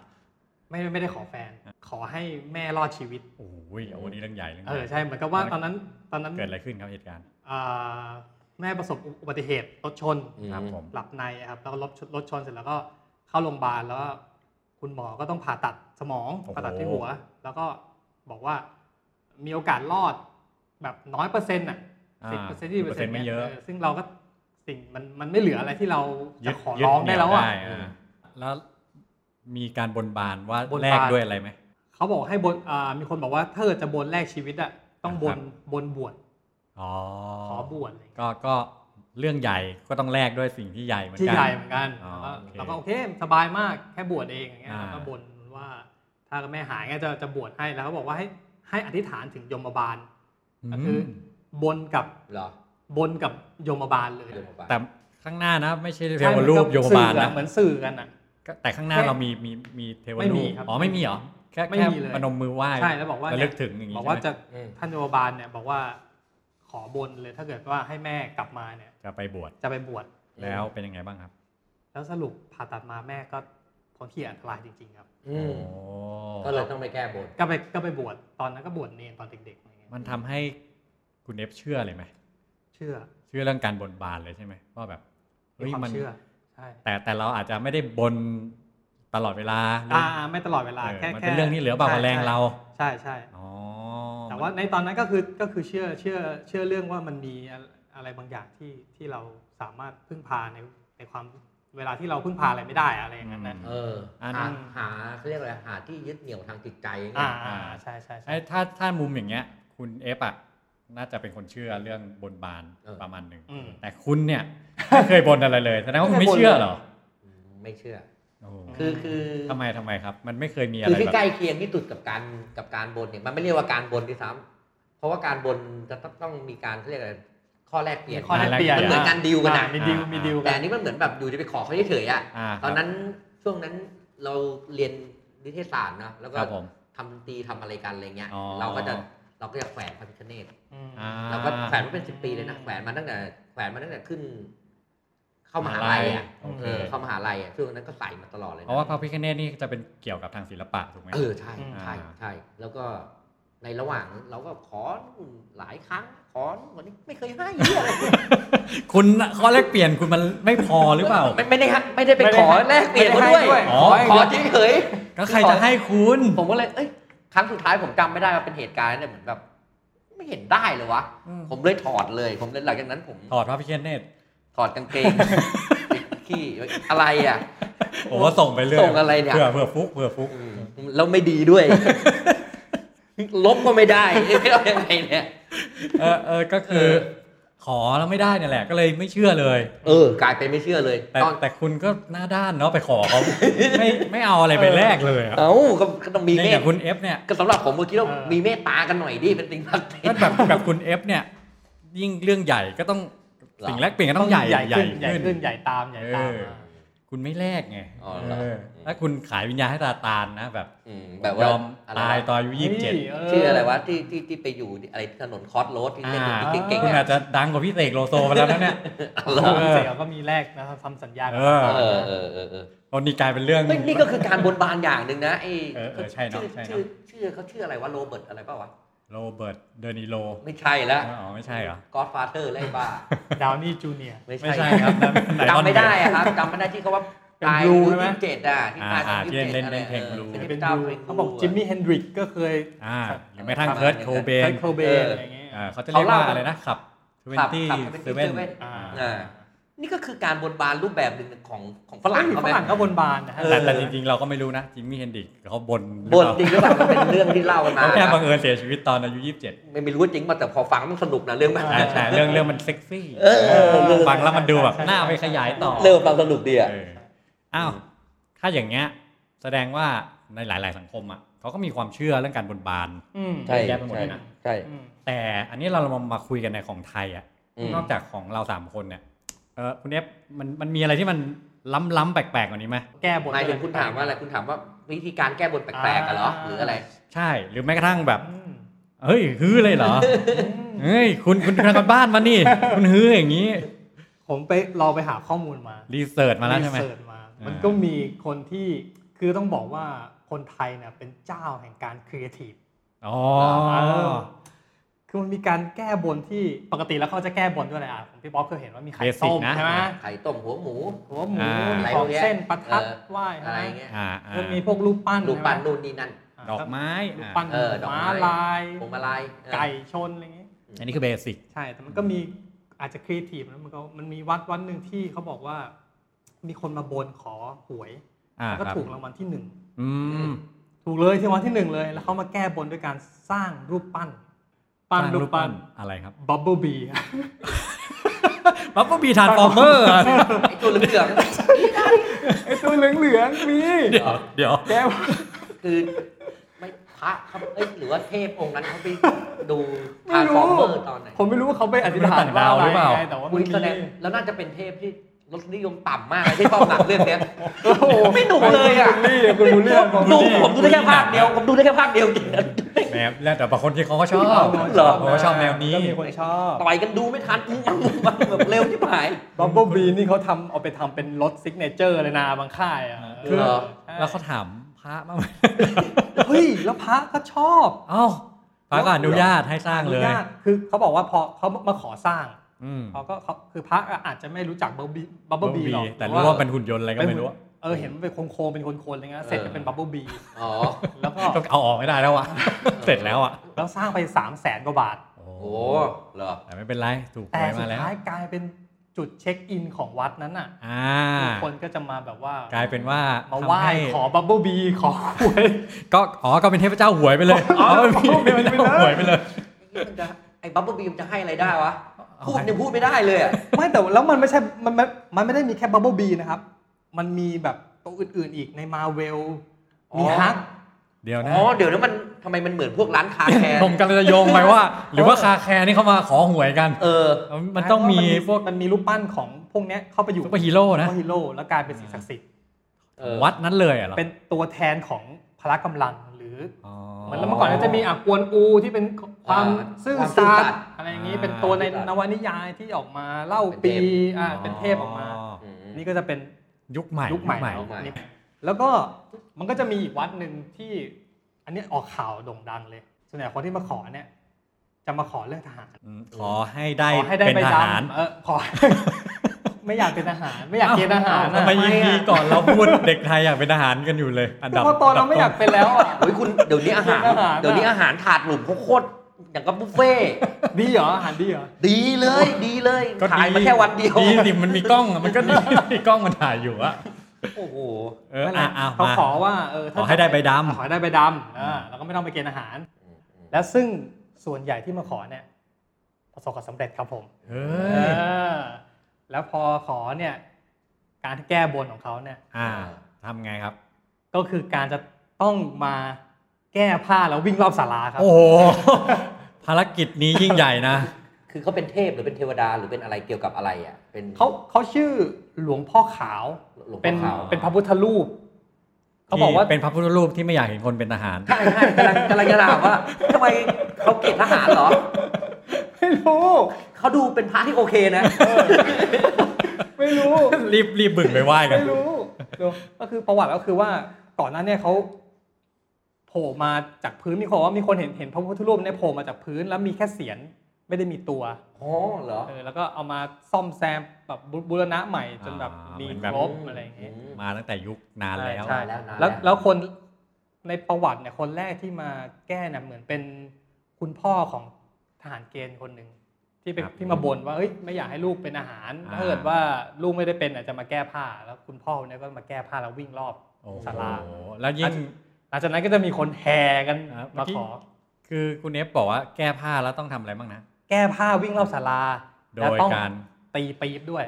S3: ไม่ไม่ได้ขอแฟน ขอให้แม่รอดชีวิต
S2: โอ้ยโอ้นี่เรื่องใหญ่เรื่อง
S3: เอ
S2: ให
S3: อ
S2: ญ่
S3: ใช่เหมือนกับว่าตอนนั้นตอนนั้น
S2: เกิดอะไรขึ้นครับเหตุการณ์
S3: อ่าแม่ประสบอุบัติเหตุรถชน
S2: ครับผม
S3: หลับในอะครับแล้วก็รถชนรถชนเสร็จแล้วก็เข้าโรงพยาบาลแล้วก็คุณหมอก็ต้องผ่าตัดสมองผ่าตัดที่หัว แล้วก็บอกว่ามีโอกาสรอดแบบน้อยเปอร์เซ็นต์อ่ะสิบเปอร์เซ็นต์ยี่
S2: เป
S3: เป
S2: อร์
S3: อร์
S2: เซ็
S3: เซ็
S2: นต์
S3: นต์
S2: ไม่
S3: ไม่
S2: เย
S3: เย
S2: อะ
S3: อะซึ่งเราก็สิ่งมันมันไม่เหลืออะไรที่เราจะขอร้องได้แล้วอ่ะ
S2: ยึดเหนี่ยาแล้วมีการบนบานว่า
S3: บนบาน
S2: แลกด้วยอะไรไหม
S3: เขาบอกให้บนอ่ามีคนบอกว่าถ้าเกิดจะบนแลกชีวิตอ่ะต้องบ
S2: ครั
S3: น
S2: บ
S3: บนบวช
S2: อ๋อ
S3: ขอบวชอะไรอย่างเงี้ย
S2: ก็ก็เรื่องใหญ่ก็ต้องแลกด้วยสิ่งที่ใหญ่เหมือน
S3: ที่
S2: กัน
S3: ใหญ่เหมือนกัน
S2: อ๋อ
S3: แล้วก็
S2: โอเค
S3: เราก็โอเคสบายมากแค่บวชเองอย่างเงี้ย
S2: อ่า
S3: แล้วก็บนว่า ถ้าแม่หายก็จะจะบวชให้แล้วเขาบอกว่าให้ให้อธิษฐานถึงยมบาล ก็คือ
S2: ม
S3: อืบนกับ
S4: เหรอบ
S3: นกับโยมบาลเลย
S4: เดี๋ยวมาบ้าน
S2: แต่ข้างหน้านะ ไม่ใช่เท
S3: ใช่
S2: วรูปโยมบาล
S3: สื่อ
S2: นะ
S3: เหมือนสื่อกันอ่ะ
S2: ก็แต่ข้างหน้าเรามีมีมีเทว
S3: ไม่
S2: รู
S3: มี
S2: ป
S3: ครับ
S2: อ๋อไม่มีเหรอแค่
S3: ไม่
S2: แค่
S3: มีเลย
S2: พนมมือไหว้
S3: ใช่แล้วบอกว่า
S2: ระลึกถึงอย่างนี้
S3: บอกว่า
S2: ใช่
S3: จะ
S2: ไหม
S4: อืม
S3: ท่านโยมบาลเนี่ยบอกว่าขอบนเลยถ้าเกิดว่าให้แม่กลับมาเนี่ย
S2: จะไปบวช
S3: จะไปบวช
S2: แล้วเป็นยังไงบ้างครับ
S3: แล้วสรุปผ่าตัดมาแม่ก็พ้นขีดอันตรายจริงๆครับ
S4: อืม
S2: โอ้
S4: ก็เลยต้องไปแก้บน
S3: ก็ไปก็ไปบวชตอนนั้นก็บวชเนนตอนเด็กๆอะไรเงี้ย
S2: มันทำให้คุณเอฟเชื่อเลยไหม
S3: เชื่อ
S2: เชื่อเรื่องการบนบานเลยใช่ไหมว่าแบบ
S3: มีความ
S2: มั
S3: เชื่อใช่
S2: แต่แต่เราอาจจะไม่ได้บนตลอดเวลา
S3: อ่าไม่ตลอดเวลา
S2: เออ
S3: แค่
S2: มัน
S3: แค่
S2: เป็นเรื่องที่เหลือบ่า
S3: ใช่
S2: วแรงเรา
S3: ใช่ใช่
S2: อ๋อ
S3: แต่ว่าในตอนนั้นก็คือก็คือเชื่อเชื่อเชื่อเรื่องว่ามันมีอะอะไรบางอย่างที่ที่เราสามารถพึ่งพาในในความเวลาที่เราพึ่งพาอะไรไม่ได้อะไรอย่างนั้นนะ
S4: เออ
S2: อัน
S4: หา
S3: อืม
S4: หาเขาเรียกอะไรหาที่ยึดเหนี่ยวทางจิตใจอย่างเงี้
S3: อ่าย อ่าใช่ใช่
S2: ไอ้
S3: ใช่
S2: ถ้าถ้ามุมอย่างเงี้ย คุณเอฟอ่ะน่าจะเป็นคนเชื่อเรื่องบนบานประมาณหนึ่ง
S3: อืม
S2: แต่คุณเนี่ยไม่เคยบนอะไรเลยแสดงว่าคุณไม่เชื่อเหรอ
S4: อืมไม่เชื่อ
S2: โอ้โห
S4: คือคือ
S2: ทำไมทำไมครับ มันไม่เคยมีอะ
S4: คือ
S2: ไร
S4: ที่
S2: แบ
S4: ใก
S2: บ
S4: ล้เคียงที่สุดกับการกับการบนเนี่ยมันไม่เรียกว่าการบนด้วยซ้ำเพราะว่าการบนจะต้องต้องมีการเขาเรียกอะไรข้อแลกเปลี่ยน
S3: มีข้อแลกเปลี่ยน
S4: มันเหมือนการดีลกัน
S3: อ่า
S4: นะ
S3: มีดิวมีดิว
S4: แต่
S3: กั
S4: อั
S3: น
S4: นนี้มันเหมือนแบบอยู่จะไปขอเขาเฉยๆอ่ะ
S2: อ่าค
S4: ต
S2: รั
S4: อบ นนั้นช่วงนั้นเราเรียนนิเทศศาสตร์เนอะแล้วก็
S2: ครับผม
S4: ทำดนตรีทำอะไรกันอะไรเงี้ย
S2: อ๋อ
S4: เราก็จะเราก็จะแขวนพระพิฆเนศ
S2: อ่า
S4: เราก็แขวนมาเป็นสิบปีเลยนะแขวนมาตั้งแต่แขวนมาตั้งแต่ขึ้น เข้ามหาลัยอ่ะ
S2: โอเค
S4: เออเข้ามหาลัยอ่ะช่วงนั้นก็ใส่มาตลอดเลยน
S2: เพราะว่าพระพิฆเนศนี่จะเป็นเกี่ยวกับทางศิลปะถูกไหม
S4: เออใช่
S3: อืม
S4: ใช่
S2: อ่า
S4: ใช่แล้วก็ ในระหว่างเราก็ขอนู่นหลายครั้ง ขอนู่นคนนี้ไม่เคยให้เหี้ยอะไร
S2: คุณข้อแรกเปลี่ยนคุณมันไม่พอหรือเปล่า
S4: ไม่ไม่ได้ฮะไม่ได้ไป
S3: ไม่ได้
S4: ขอ
S3: ให้
S4: แลกเปลี่ยนเขาด้
S3: ไม่ได้ให้ด้
S4: ว
S3: วย ย
S2: อ๋อ
S4: ขอเฉยเฉย
S2: ก็ใครจะให้คุณ
S4: ๆผมก็เลยเอ้ยครั้งสุดท้ายผมจำไม่ได้ว่าเป็นเหตุการณ์เนี่ยเหมือนแบบไม่เห็นได้เลยวะ
S2: อืม
S4: ผมเลยถอดเลย ผมเลยหลังจากนั้นผม
S2: ถอดพระพิฆเนศ
S4: ถอดกางเกง ขี้อะไรอ่ะ
S2: ผมว่าส่งไปเรื่อย
S4: ส่งอะไรเนี่ย
S2: เผื่อเผื่อฟุกเผื่อฟุก
S4: แล้วไม่ดีด้วย ลบก็ไม่ได้ ไม่เอายังไงเนี่ย
S2: เออเออก็คือ
S4: เออ
S2: ขอแล้วไม่ได้เนี่ยแหละ ก็เลยไม่เชื่อเลย
S4: เออ กลายเป็นไม่เชื่อเลย
S2: แต่
S4: ตอน
S2: แต่คุณก็หน้าด้านเนาะไปขอเขา ไม่ไม่เอาอะไรไปแลกเลยอะ
S4: เอ้าก็ก็ต้องมี
S2: ใน
S4: เม
S2: อย่า
S4: ต
S2: งคุณเอฟเนี่ย
S4: ก็สำหรับผมผมคิดว่า
S3: เออ
S4: มีเมตตากันหน่อยดิเป็นสิ่งสักดิ์สิท
S2: ก็
S4: ธิ์
S2: แบบแบบคุณเอฟเนี่ย ยิ่งเรื่องใหญ่ก็ต้อง
S4: หรอ
S2: สิ่งแรกเปลี่ยนก็ต้องใหญ่
S3: ใหญ่
S2: ใหญ่
S3: ขึ้นใหญ่
S2: ขึ้น
S3: ขึ้นใหญ่ตามใหญ่ตาม
S2: เออ
S3: มา
S2: คุณไม่แลกไง
S4: อ๋อเหรอ
S2: เออถ้าคุณขายวิญญาณให้ตาตานนะแบบ
S4: อืมแบบ
S2: ย
S4: ว่า
S2: อม
S4: อะไร
S2: ตายว
S4: ะ
S2: ตอนอายุยี่สิบเจ็ด
S4: ชื่ออะไรวะที่ที่ที่ไปอยู่อะไรถนนคอสโรดที่เล่นอยู่ที่เก่ง
S2: คุณอา
S4: ๆอะ
S2: จจะดังกว่าพี่เสกโลโซไปแล้วนะเนี่ย
S3: เ
S2: เออ
S3: เสียก็มีแลกนะครับทำสัญญากั
S2: เอบ อ
S4: เออเออเออเออ
S2: ตอนนี้กลายเป็นเรื่อง
S4: เฮ้ยนี่ก็คือการบนบานอย่างหนึ่งนะไอ้
S2: เออเออใช่เนอะ
S4: ชื่อ
S2: ใช่เนอะ
S4: ชื่อชื่อเขาชื่ออะไรวะโรเบิร์ตอะไรเปล่าวะ
S2: โรเบิร์ตเดนิโล
S4: ไม่ใช่ละ
S2: อ๋อไม่ใช่เหรอ
S4: ก็อดฟาเธอร์ไรบ้า
S3: ดาวนี่จูเนียร์
S4: ไม่
S2: ไม่ใช่
S4: ใช่
S2: ค
S4: ค
S2: รั
S4: รั
S2: บบ ไหน
S4: จำไม่ได้อะครับจำไม่ได้ที่เขาว่า
S3: เป็น
S4: ตาย
S3: blue
S4: อายุ
S3: ใช่ไหม
S4: ยี่สิบเจ็ดอ่ะที่ตายตอน
S2: อ่า
S4: อายุ
S2: ที่
S4: ยี่สิบ
S2: เล่
S4: เจ็ด
S2: น
S4: อะไร
S2: เล่นเพลง
S4: ออ
S2: blue
S4: เป็น
S3: เป็น
S4: เจ้า
S3: ดู
S4: เพลง
S3: เขาบอกจิมมี่เฮนดริกก็เคย
S2: อ่าหรือไม่ทั้งเคิร์ตโคเบน
S3: เคิร์ตโคเบ
S4: เอน ออ
S3: อะไรเงี้ย
S2: อ่าเขาจะเรียกว่าอะไรนะขับทเวน
S4: ขับ
S2: ตี้
S4: ขับเป็น
S2: เซ
S4: เซ
S2: เว่
S4: เว่
S2: น
S4: น
S3: อ่า
S4: อ่า นี่ก็คือการบนบานรูปแบบหนึ่งของของฝ
S3: ฝ
S4: รั่
S3: รั่
S4: ง
S3: งฝ
S4: เขาไหม
S3: รั่งก็บนบานนะฮะ
S2: แต่แต่จริงๆเราก็ไม่รู้นะจิมมี่เฮนดริกเขาบนหรื
S4: บ
S2: อน เปล่า
S4: จริงหรือเปล่ามันเป็นเรื่องที่เล่ากันมา
S2: เขาแค่บังเอิญเสียชีวิตตอนอายุ 27
S4: ไม่รู้ว่าจริงมาแต่พอฟังมันสนุกนะเรื่องแบบ
S2: แต่แต่เรื่องเรื่องมันเซ็กซี่
S4: เออเออเรื่อง
S2: ฟังแล้วมันดูแบบหน้าไปขยายต่อ
S4: เรื่องเราสนุกดีอ่ะ
S2: เอออ้าวถ้าอย่างเงี้ยแสดงว่าในหลาย ๆ สังคมอ่ะเขาก็มีความเชื่อเรื่องการบนบาน
S3: อืม
S4: ใช่
S2: แยกไปหมดเลยนะ
S4: ใช่
S3: อืม
S2: แต่อันนี้เรามามาคุยกันในของไทยอ่ะ
S4: อืม
S2: นอกจากของเราสามคนเนี่ยเออคุณเอฟมันมันมีอะไรที่มันล้ำล้ำๆแปลกๆกว่านี้ไหม
S3: แก้บน
S4: หมายถึงคุณถามว่าอะไรคุณถามว่าวิธีการแก้บนแปลกๆกันเหรอ
S3: อ่า
S4: หรืออะไร
S2: ใช่หรือแม้กระทั่งแบบ
S3: อืม
S2: เฮ้ยฮื้อเลยเหรอ เฮ้ยคุณคุณทำกันบ้านมานี่ คุณฮื้ออย่างนี้
S3: ผมไปเราไปหาข้อมูลมา
S2: รีเสิร์ชมาแล้วใช่ไหม
S3: รีเสิร์ชา
S2: อ่ามั
S3: มันก็มีคนที่คือต้องบอกว่าคนไทยเนี่ยเป็นเจ้าแห่งการครีเอทีฟ
S2: อ๋อ
S3: คือมันมีการแก้บนที่ปกติแล้วเขาจะแก้บนด้วยอะไรอ่ะของพี่บ๊อบเคยเห็นว่ามีไข่
S2: เบสิก
S3: ต้ม
S2: นะ
S3: ใช่ไหม
S4: ไข่ต้มหัวหมู
S3: หัวหมู
S2: อ่า
S3: มีของเส้นประทัดไหว้
S4: อะไรเงี้ย
S2: อ่าอ่า
S3: แล้วมีพวกรูปปั้น
S4: รูปปั้น
S3: ใช่ไหม
S4: นู่นนี่นั่น
S3: อ่า
S2: ดอกไม้
S3: รูป
S2: อ่า
S3: ปั้น
S4: เออดอกไม้
S3: ม้าลาย
S4: พวงมาลัยเออ
S3: ไก่ชนอะไรเงี้ย
S2: อันนี้คือเบสิก
S3: ใช่แต่มันก็มีอาจจะครีเอทีฟนะมันก็มันมีวัดวัดหนึ่งที่เขาบอกว่า มีคนมาบนขอหวย
S2: อ่า
S3: แล้วก็
S2: ครับ
S3: ถูกรางวัลที่หนึ่ง
S2: อืม
S3: ถูกเลยที่รางวัลที่หนึ่งเลย แล้วเขามาแก้บนด้วยการสร้างรูปปั้น ปั้น
S2: สร้าง
S3: รูปปั้น
S2: อะไรครับ
S3: บับเบิลบี
S2: บัฟเฟอร์บีทานฟอร์เมอร์
S4: ไอ้ตัวเหลือง
S3: ไอตัวเหลืองๆมี
S2: เดี๋ยวเดี๋ยว
S3: แก้ว
S4: ๆคือไม่พระเขาเอ้ยหรือว่าเทพองค์นั้นเขาไปดู
S3: ไม่
S4: ทานฟ
S3: รู้
S4: อร์เมอร์ตอนไหน
S3: ผมไม่รู้ว่าเขาไปอธิษฐานว่าอะไรไงแต่ว่ามั
S4: คุ
S3: น
S4: ย
S3: มี
S4: แสดงแล้วน่าจะเป็นเทพที่รสนิยมต่ำมากเลยที่เป้าหนักเรื่องเนี้ย
S3: โอ้โห
S4: ไม่หนุกเลยอะ
S3: คุณบูลลี่คุณบูลลี่
S4: ผม
S2: บูลลี่
S4: ดูผมดูได้แค่ภาคเดียวผมดูได้แค่ภาคเดียวจริงนะ
S2: แหมแล้วแต่บางคนที่เขาก็ชอบ
S3: เอา
S4: เหรอ
S2: เขาก็ชอบแนวนี้
S3: ก็มีคนชอบ
S4: ต่อยกันดูไม่ทัน มึงมึงมึงแบบเร็วที่หาย
S3: บับเบิลบีนี่เขาทำเอาไปทำเป็นรถซิกเนเจอร์เลยนะบางค่ายอ่ะ
S2: คื
S4: อ
S2: แล้วเขาถามพระมากไหม
S3: เฮ้ย แล้วพระก็ชอบ
S2: เอ้าพระก็อนุญาตให้สร้างเล
S3: อนุ
S2: ย
S3: ญตคือเขาบอกว่าพอเขามาขอสร้าง
S2: อืม
S3: เขาก็เขาคือพระอาจจะไม่รู้จักบับเบิลบีบับเบิลบีหรอก
S2: แต่รู้ว่าเป็นหุ่นยนต์อะไรก็ไม่รู้
S3: เออเห็นมันเป็นโค้งๆเป็นคนๆอะไรเงี้ยเสร็จมันเป็นบับเบิลบี
S4: อ๋อ
S3: แล้วก็
S2: ต้องเอาออกไม่ได้แล้วอ่ะ เสร็จแล้วอ่ะ
S3: แล้วสร้างไป3 0 0แสนกว่าบาท
S2: โอ้
S4: โอ้โหเหรอ
S2: แต่ไม่เป็นไร ถูก
S3: แต่
S2: ไว้
S3: สุ
S2: มา
S3: ด
S2: แล้ว
S3: ท้ายกลายเป็นจุดเช็คอินของวัดนั้นน่ะ
S2: อ่า
S3: คือคนก็จะมาแบบว่าก
S2: ลายเป็นว่า
S3: มาไหว้
S2: ทำให้
S3: ขอบับเบิลบีขอหวย
S2: ก็อ๋อก็เป็นเทพเจ้าหวยไปเลย
S3: อ๋อ
S2: เป็นเทพ
S3: เป็นเทพ
S2: เจ้า
S3: เจ้า
S2: ห
S3: ห
S2: ว
S3: วย ย
S2: ไป
S3: ไป
S2: เล
S3: เลย ย
S4: มันจะไอ้บับเบิลบีมจะให้อะไรได้วะ
S2: เอา
S4: พูด
S2: ให้
S4: ยังพูดไม่ได้เลยอะ
S3: ไม่แต่แล้วมันไม่ใช่มันมันมันไม่ได้มีแค่บับเบิลบีนะครับ มันมีแบบตัวอื่นๆอีกในมาเวลมีฮัก
S2: เดี๋ยวนะ
S4: อ๋อเดี๋ยวนี้มันทำไมมันเหมือนพวกร้านคาแคร์
S2: ผมกำลังจะโยงไปว่า หรือว่าคาแคร์นี่เขามาขอหวยกัน
S4: เออ
S2: มันต้องมีพวก
S3: มันมีรูปปั้นของพวกเนี้ยเข้าไปอยู่
S2: ซุปเปอร์ฮีโร่
S3: นะ
S2: นะ
S3: ฮีโร่แล้วกลายเป็นสิ่งศักดิ์สิทธิ์
S4: เออ
S2: วัดนั้นเลยอะเหรอ
S3: เป็นตัวแทนของพละกำลังหรือ
S2: อ๋อ
S3: เหมือนแล้วเมื่อก่อนก็จะมีอ่ะกวนอูที่เป็นความ
S4: อ่า
S3: ซื่อ
S4: ความซื่
S3: สั
S4: อสั
S3: ต
S4: ตย์
S3: ย์อะไรอย่างนี้
S2: อ่า
S3: เป็นตัวในนวนิยายที่ออกมาเล่าปีอ่าเป็นเทพออกมา
S4: อืม
S3: นี่ก็จะเป็น
S2: ยุคใหม่
S3: ยุคใหม่
S4: ยุคใหม่
S3: นี่แล้วก็มันก็จะมีอีกวัดหนึ่งที่ อันเนี้ยออกข่าวโด่งดังเลย ส่วนใหญ่คนที่มาขอเนี่ย จะมาขอเรื่องทหาร
S2: อืมขอให้ได้
S3: ขอให้ได้
S2: เป็น
S3: ใบ
S2: ท
S3: ด
S2: หาร
S3: ำเออขอ ไม่อยาก เป็นทหาร ไม่อยากเกณฑ์ทหาร
S2: ทำไมอีพีก่อนเราพูด เด็กไทยอยากเป็นทหารกันอยู่เลย อันดับ
S3: เพราะตอนเราไม่อยากเป็นแล้วอ่ะ
S4: เฮ้ยคุณเดี๋ยวนี้อาหาร
S3: เป็นอาหารอะ
S4: เดี๋ยวนี้อาหารถาดหลุมเขาโคตรอย่างกับบุฟเฟ่ต์
S3: ดีเหรออาหารดีเหรอ
S4: ดี เลยดีเลย
S2: ก็
S4: ถ่ายมาแค่วันเดียว
S2: ดีสิมันมีกล้องอะมันก็ดีมี กล้องมันถ่ายอยู่อะ
S4: โอ้โห
S2: เออ
S3: นั่นแห
S2: อ่ะ
S3: ละ
S2: เอา
S3: เขา
S2: มา
S3: ขอว่าเออ
S2: ขอให้ได้ใบดำ
S3: ขอให้ได้ใบดำอ่าแล้วก็ไม่ต้องไปเกณฑ์ทหาร และซึ่งส่วนใหญ่ที่มาขอเนี่ยประสบความสำเร็จครับผม
S2: เฮ้ย
S3: เออแล้วพอขอเนี่ยการแก้บนของเขาเนี่ย
S2: อ่าทำไงครับ
S3: ก็คือการจะต้องมาแก้ผ้าแล้ววิ่งรอบศาลาครับ
S2: โอ้โห ภารกิจนี้ยิ่งใหญ่นะ
S4: คือเขาเป็นเทพหรือเป็นเทวดาหรือเป็นอะไรเกี่ยวกับอะไรอ่ะ เป็น
S3: เขาเขาชื่อหลวงพ่อขาว
S4: หลวง
S3: เป็
S4: พ่อนขาว
S3: เป็นพระพุทธรูป เขาบอกว่า
S2: ที่เป็นพระพุทธรูปที่ไม่อยากเห็นคนเป็นทหาร
S4: ใช่ใช่กำลังกำลังจะถามว่าทำไมเขาเกลียดทหารเหรอ
S3: ไม่รู้
S4: เขาดูเป็นพระที่โอเค นะ
S3: ไม่รู้
S2: รีบรีบบึ่งไปไหว้กัน
S3: ไม่ รู้เดี๋ยวก็คือประวัติก็คือว่าก่อนหน้าเนี่ยเขาโผล่มาจากพื้นมีคนบอกว่ามีคนเห็นเห็นพระพุทธรูปเนี่ยโผล่มาจากพื้นแล้วมีแค่เสียนไม่ได้มีตัว
S4: อ๋อเหรอ
S3: เออแล้วก็เอามาซ่อมแซมแบบบูบูรณะใหม่จนแบบ
S2: อ่า
S3: ดี
S2: เหมือน
S3: ค
S2: แบบ
S3: รบอะไรอย่างเงี้ย
S4: ม
S2: มาตั้งแต่ยุคนานแล้ว
S3: ใช่
S4: นานแล้วนาน
S3: แล้ว
S4: แล้
S3: แล้ว วคนในประวัติเนี่ยคนแรกที่มาแก้เนี่ยเหมือนเป็นคุณพ่อของทหารเกณฑ์คนหนึ่งที่ไป
S2: ครับ
S3: ที่มาบ่นว่าเอ้ยไม่อยากให้ลูกเป็นอาหาร
S2: อ่า
S3: ถ้าเกิดว่าลูกไม่ได้เป็นอาจจะมาแก้ผ้า แล้วคุณพ่อเนี่ยก็มาแก้ผ้าแล้ววิ่งรอบ
S2: โอ้โห
S3: ศาลา
S2: แล้วยิ่ง
S3: หลังจากนั้นก็จะมีคนแห่กัน
S2: อ่าม
S3: มา
S2: เมื่อกี้
S3: ขอ
S2: คือคุณเนฟบอกว่าแก้ผ้าแล้วต้องทำอะไรบ้างนะ
S3: แก้ผ้าวิ่งรอบศาลา
S2: โด
S3: และ
S2: ย
S3: ต้อง
S2: การ
S3: ตีปี๊บด้วย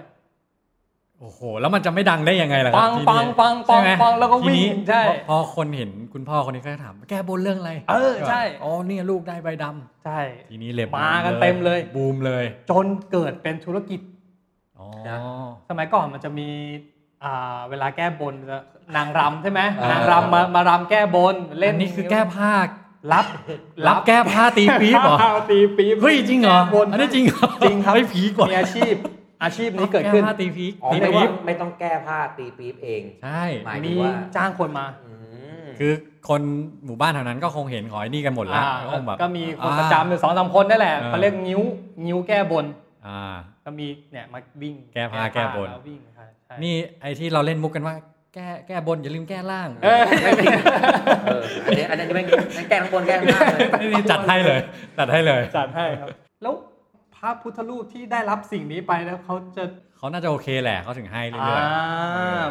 S2: โอ้โห แล้วมันจะไม่ดังได้ยังไงล่ะครั
S3: ปั
S2: บ
S3: ง
S2: ที
S3: ปั
S2: นี้
S3: งปังปั
S2: ใช่
S3: ง
S2: ไหม
S3: ปังแล้วก็
S2: ที
S3: วิ่ง
S2: นี้
S3: ใช่
S2: พอพอคนเห็นคุณพ่อคนนี้ก็จะถาม แก้บนเรื่องอะไร
S3: เออใช่
S2: อ๋อเนี่ยลูกได้ใบดำ
S3: ใช่
S2: ทีนี้เล็บ
S3: มากันเต็มเลย
S2: บูมเลย
S3: จนเกิดเป็นธุรกิจ
S2: อ๋อ
S4: นะ
S3: สมัยก่อนมันจะมีอ่าเวลาแก้บนจะนางรำใช่ไหม
S4: เออ
S3: นางรำมามารำแก้บนเล่
S2: เล่น
S3: น
S2: นี่คือแก้ผ้า
S3: รับ
S2: รับแก้ผ้าตีปี๊บเหรอ
S3: แก้ผ้าตีปี๊บ
S2: เฮ้ยจริงเหรอ
S3: แก้บน
S2: อันนี้จริงเหอ
S3: จริงครับ
S2: ไม่ผีกว่า
S3: มีอาชีพอาชีพนี้เกิดขึ้น
S2: แผ้าตีผี
S4: อ๋อ
S2: ตี
S4: ไม่ว่า
S2: ปี๊บ
S4: ไม่ต้องแก้ผ้าตีปี๊บเอง
S2: ใช่
S4: หมายถึ
S3: มี
S4: งว่า
S3: จ้างคนมา
S4: อืม
S2: คือคนหมู่บ้านแถวนั้นก็คงเห็นหอยนี่กันหมดแล้ว
S3: อ่า
S2: ก็คงแบบ
S3: ก็มีคนประจำอยู่สองสามคนนั่นแหละ
S2: เออ
S3: เขาเรียกนิ้วนิ้วแก้บน
S2: อ่า
S3: ก็มีเนี่ยมาวิ่ง
S2: แก้ผ้าแก้บน
S3: ล้ววิ่งใช่ใช่
S2: นี่ไอ้ที่เราเล่นมุกกันว่า แก้แก้บนอย่าลืมแก้ล่าง
S4: เออไม่ผิดเอออันนี้อันนี้ไม่แกล้งข้างบนแกล้งข้างล่างเลย
S2: นี่นี่จัดให้เลยจัดให้เลย
S3: จัดให้ครับ แล้วพระพุทธรูปที่ได้รับสิ่งนี้ไปแล้วเขาจะ
S2: เขาน่าจะโอเคแหละเขาถึงให้
S3: อ่า
S2: เรื่อย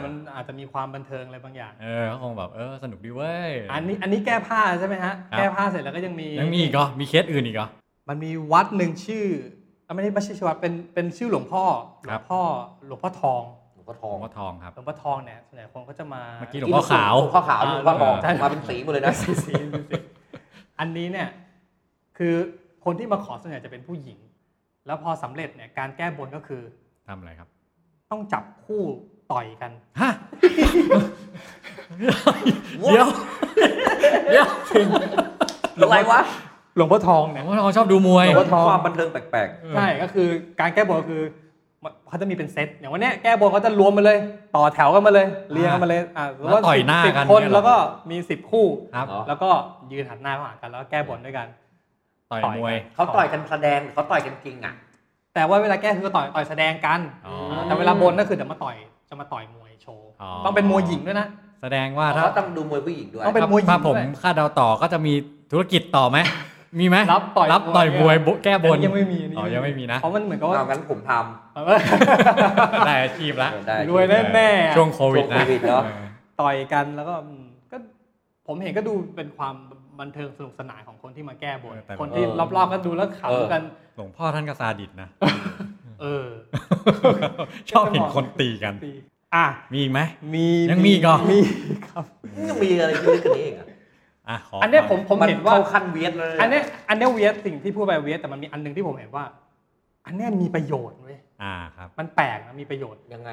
S3: มันอาจจะมีความบันเทิงอะไรบางอย่าง
S2: ๆเออเขาคงแบบเออสนุกดีเว้ย
S3: อันนี้อันนี้แก้ผ้าใช่ไหมฮะ
S2: ครับ
S3: แก้ผ้าเสร็จแล้วก็ยังมี
S2: ยังมีอีกเหรอมีเคสอื่นอีกเหรอ
S3: มันมีวัดหนึ่งชื่ออ่ะไม่ใช่ไม่ใช่ชื่อวัดเป็นเป็นชื่อหลวงพ่อหล
S2: ครั
S3: ว
S2: บ
S3: งพ่อหลวงพ่อทอง
S4: หลวงพ่อท
S2: ห
S4: อ
S2: ล
S4: ง
S2: วงพ่อทองครับ
S3: หลวงพ่อทองเนี่ยส่วนใหญ่คนก็จะมา
S2: เมื่อกี้หลวงพ่อขาว
S4: หลวงพ่อขาวหลวงพ่อทอง
S3: ใช่
S4: มาเป็นสีหมดเลยนะ
S3: สีสีสีอันนี้เนี่ยคือคนที่มาขอส่วนใหญ่จะเป็นผู้หญิง แล้วพอสำเร็จเนี่ยการแก้บนก็คือ
S2: ทำอะไรครับ
S3: ต้องจับคู่ต่อยกัน
S2: ฮะ เดี๋ยวเดี๋ยว
S4: อะไรวะ
S3: หลวงพ่อทอง
S2: หล
S3: เนี่
S2: วย งพ่อทองชอบดูมว
S4: ห
S2: ย
S4: ลวงพ่อทองความบันเทิงแปลก
S3: ใช่ก็คือการแก้บนก็คือมันเขาจะมีเป็นเซตอย่างวันเนี้ยแก้บนเขาจะรวมมาเลย ต่อแถวกันมาเลย เรียงกันมาเลยอ่ะ
S2: แล้วต่อยหน้า
S3: สิบ
S2: กัน
S3: คน
S2: เนี่ยเหรอ
S3: แล้วก็มีสิบคู่
S2: ครับ
S4: ๆ
S3: แล้วก็ยืนหันหน้าเข้าหากันแล้วก็แก้บนด้วยกัน
S2: ต่อยมวย
S3: น
S4: เขาต่อยกันแสดงเขาต่อยกันจริงอ่ะ
S3: แต่ว่าเวลาแก้คือต่อยต่อยแสดงกัน
S2: อ๋อ
S3: แต่เวลาบนก็คือเดี๋ยวมาต่อยจะมาต่อยมวยโชว์
S2: อ๋อ
S3: ต้องเป็นมวยหญิงด้วยนะ
S2: แสดงว่าถ้า
S4: เขาต้องดูมวยผู้หญิงด้วย
S3: ต้องเป็นมวยหญิง
S2: ถ้าผม
S3: ด้วย
S2: คาดเดาต่อก็จะมีธุรกิจต่อไหมมีไหม
S3: รับต่อย
S2: รับต่อย
S3: ม
S2: ม
S3: ว
S2: วย ยแก้บน
S3: อัยังไม่มี
S2: อ๋อยังไม่มีนะ
S3: เพราะมันเหมือนกับว่า
S4: เอางั้นผมท
S3: เออ
S2: ได้อาชีพละ
S4: ำได้
S3: รวยแน่ๆอะ
S2: ช่วงโควิด
S4: ช่วง
S2: นะ
S4: โควิดเนอะ
S2: ออ
S3: ต่อยกันแล้วก็อืมก็ผมเห็นก็ดูเป็นความบันเทิงสนุกสนานของคนที่มาแก้บนคนที่รอบๆก็ดูแล้วขำกัน
S2: หลวงพ่อท่านก็ซาดิสนะ
S3: เออ
S2: ชอบเห็นคนตีกัน
S3: อ่ะ
S2: มีอีกไหม
S3: มี
S2: ยังมีอีกเหรอ
S3: มีครับ
S4: ยังมีอะไรที่ลึกกันนี้อีกอ่ะ
S2: อ่ะขอ
S3: อั
S2: อั
S3: นเนี้ยผมผม
S4: มัน
S3: เห็นว่า
S4: เข้าขั้นเวียดเลย
S3: อันเนี้ยอันเนี้ยเวียดสิ่งที่พูดไปเวียดแต่มันมีอันหนึงที่ผมเห็นว่า อันเนี้ยมีประโยชน์เว้ย
S2: อ่าครับ
S3: มันแปลกนะมีประโยชน์
S4: ยังไง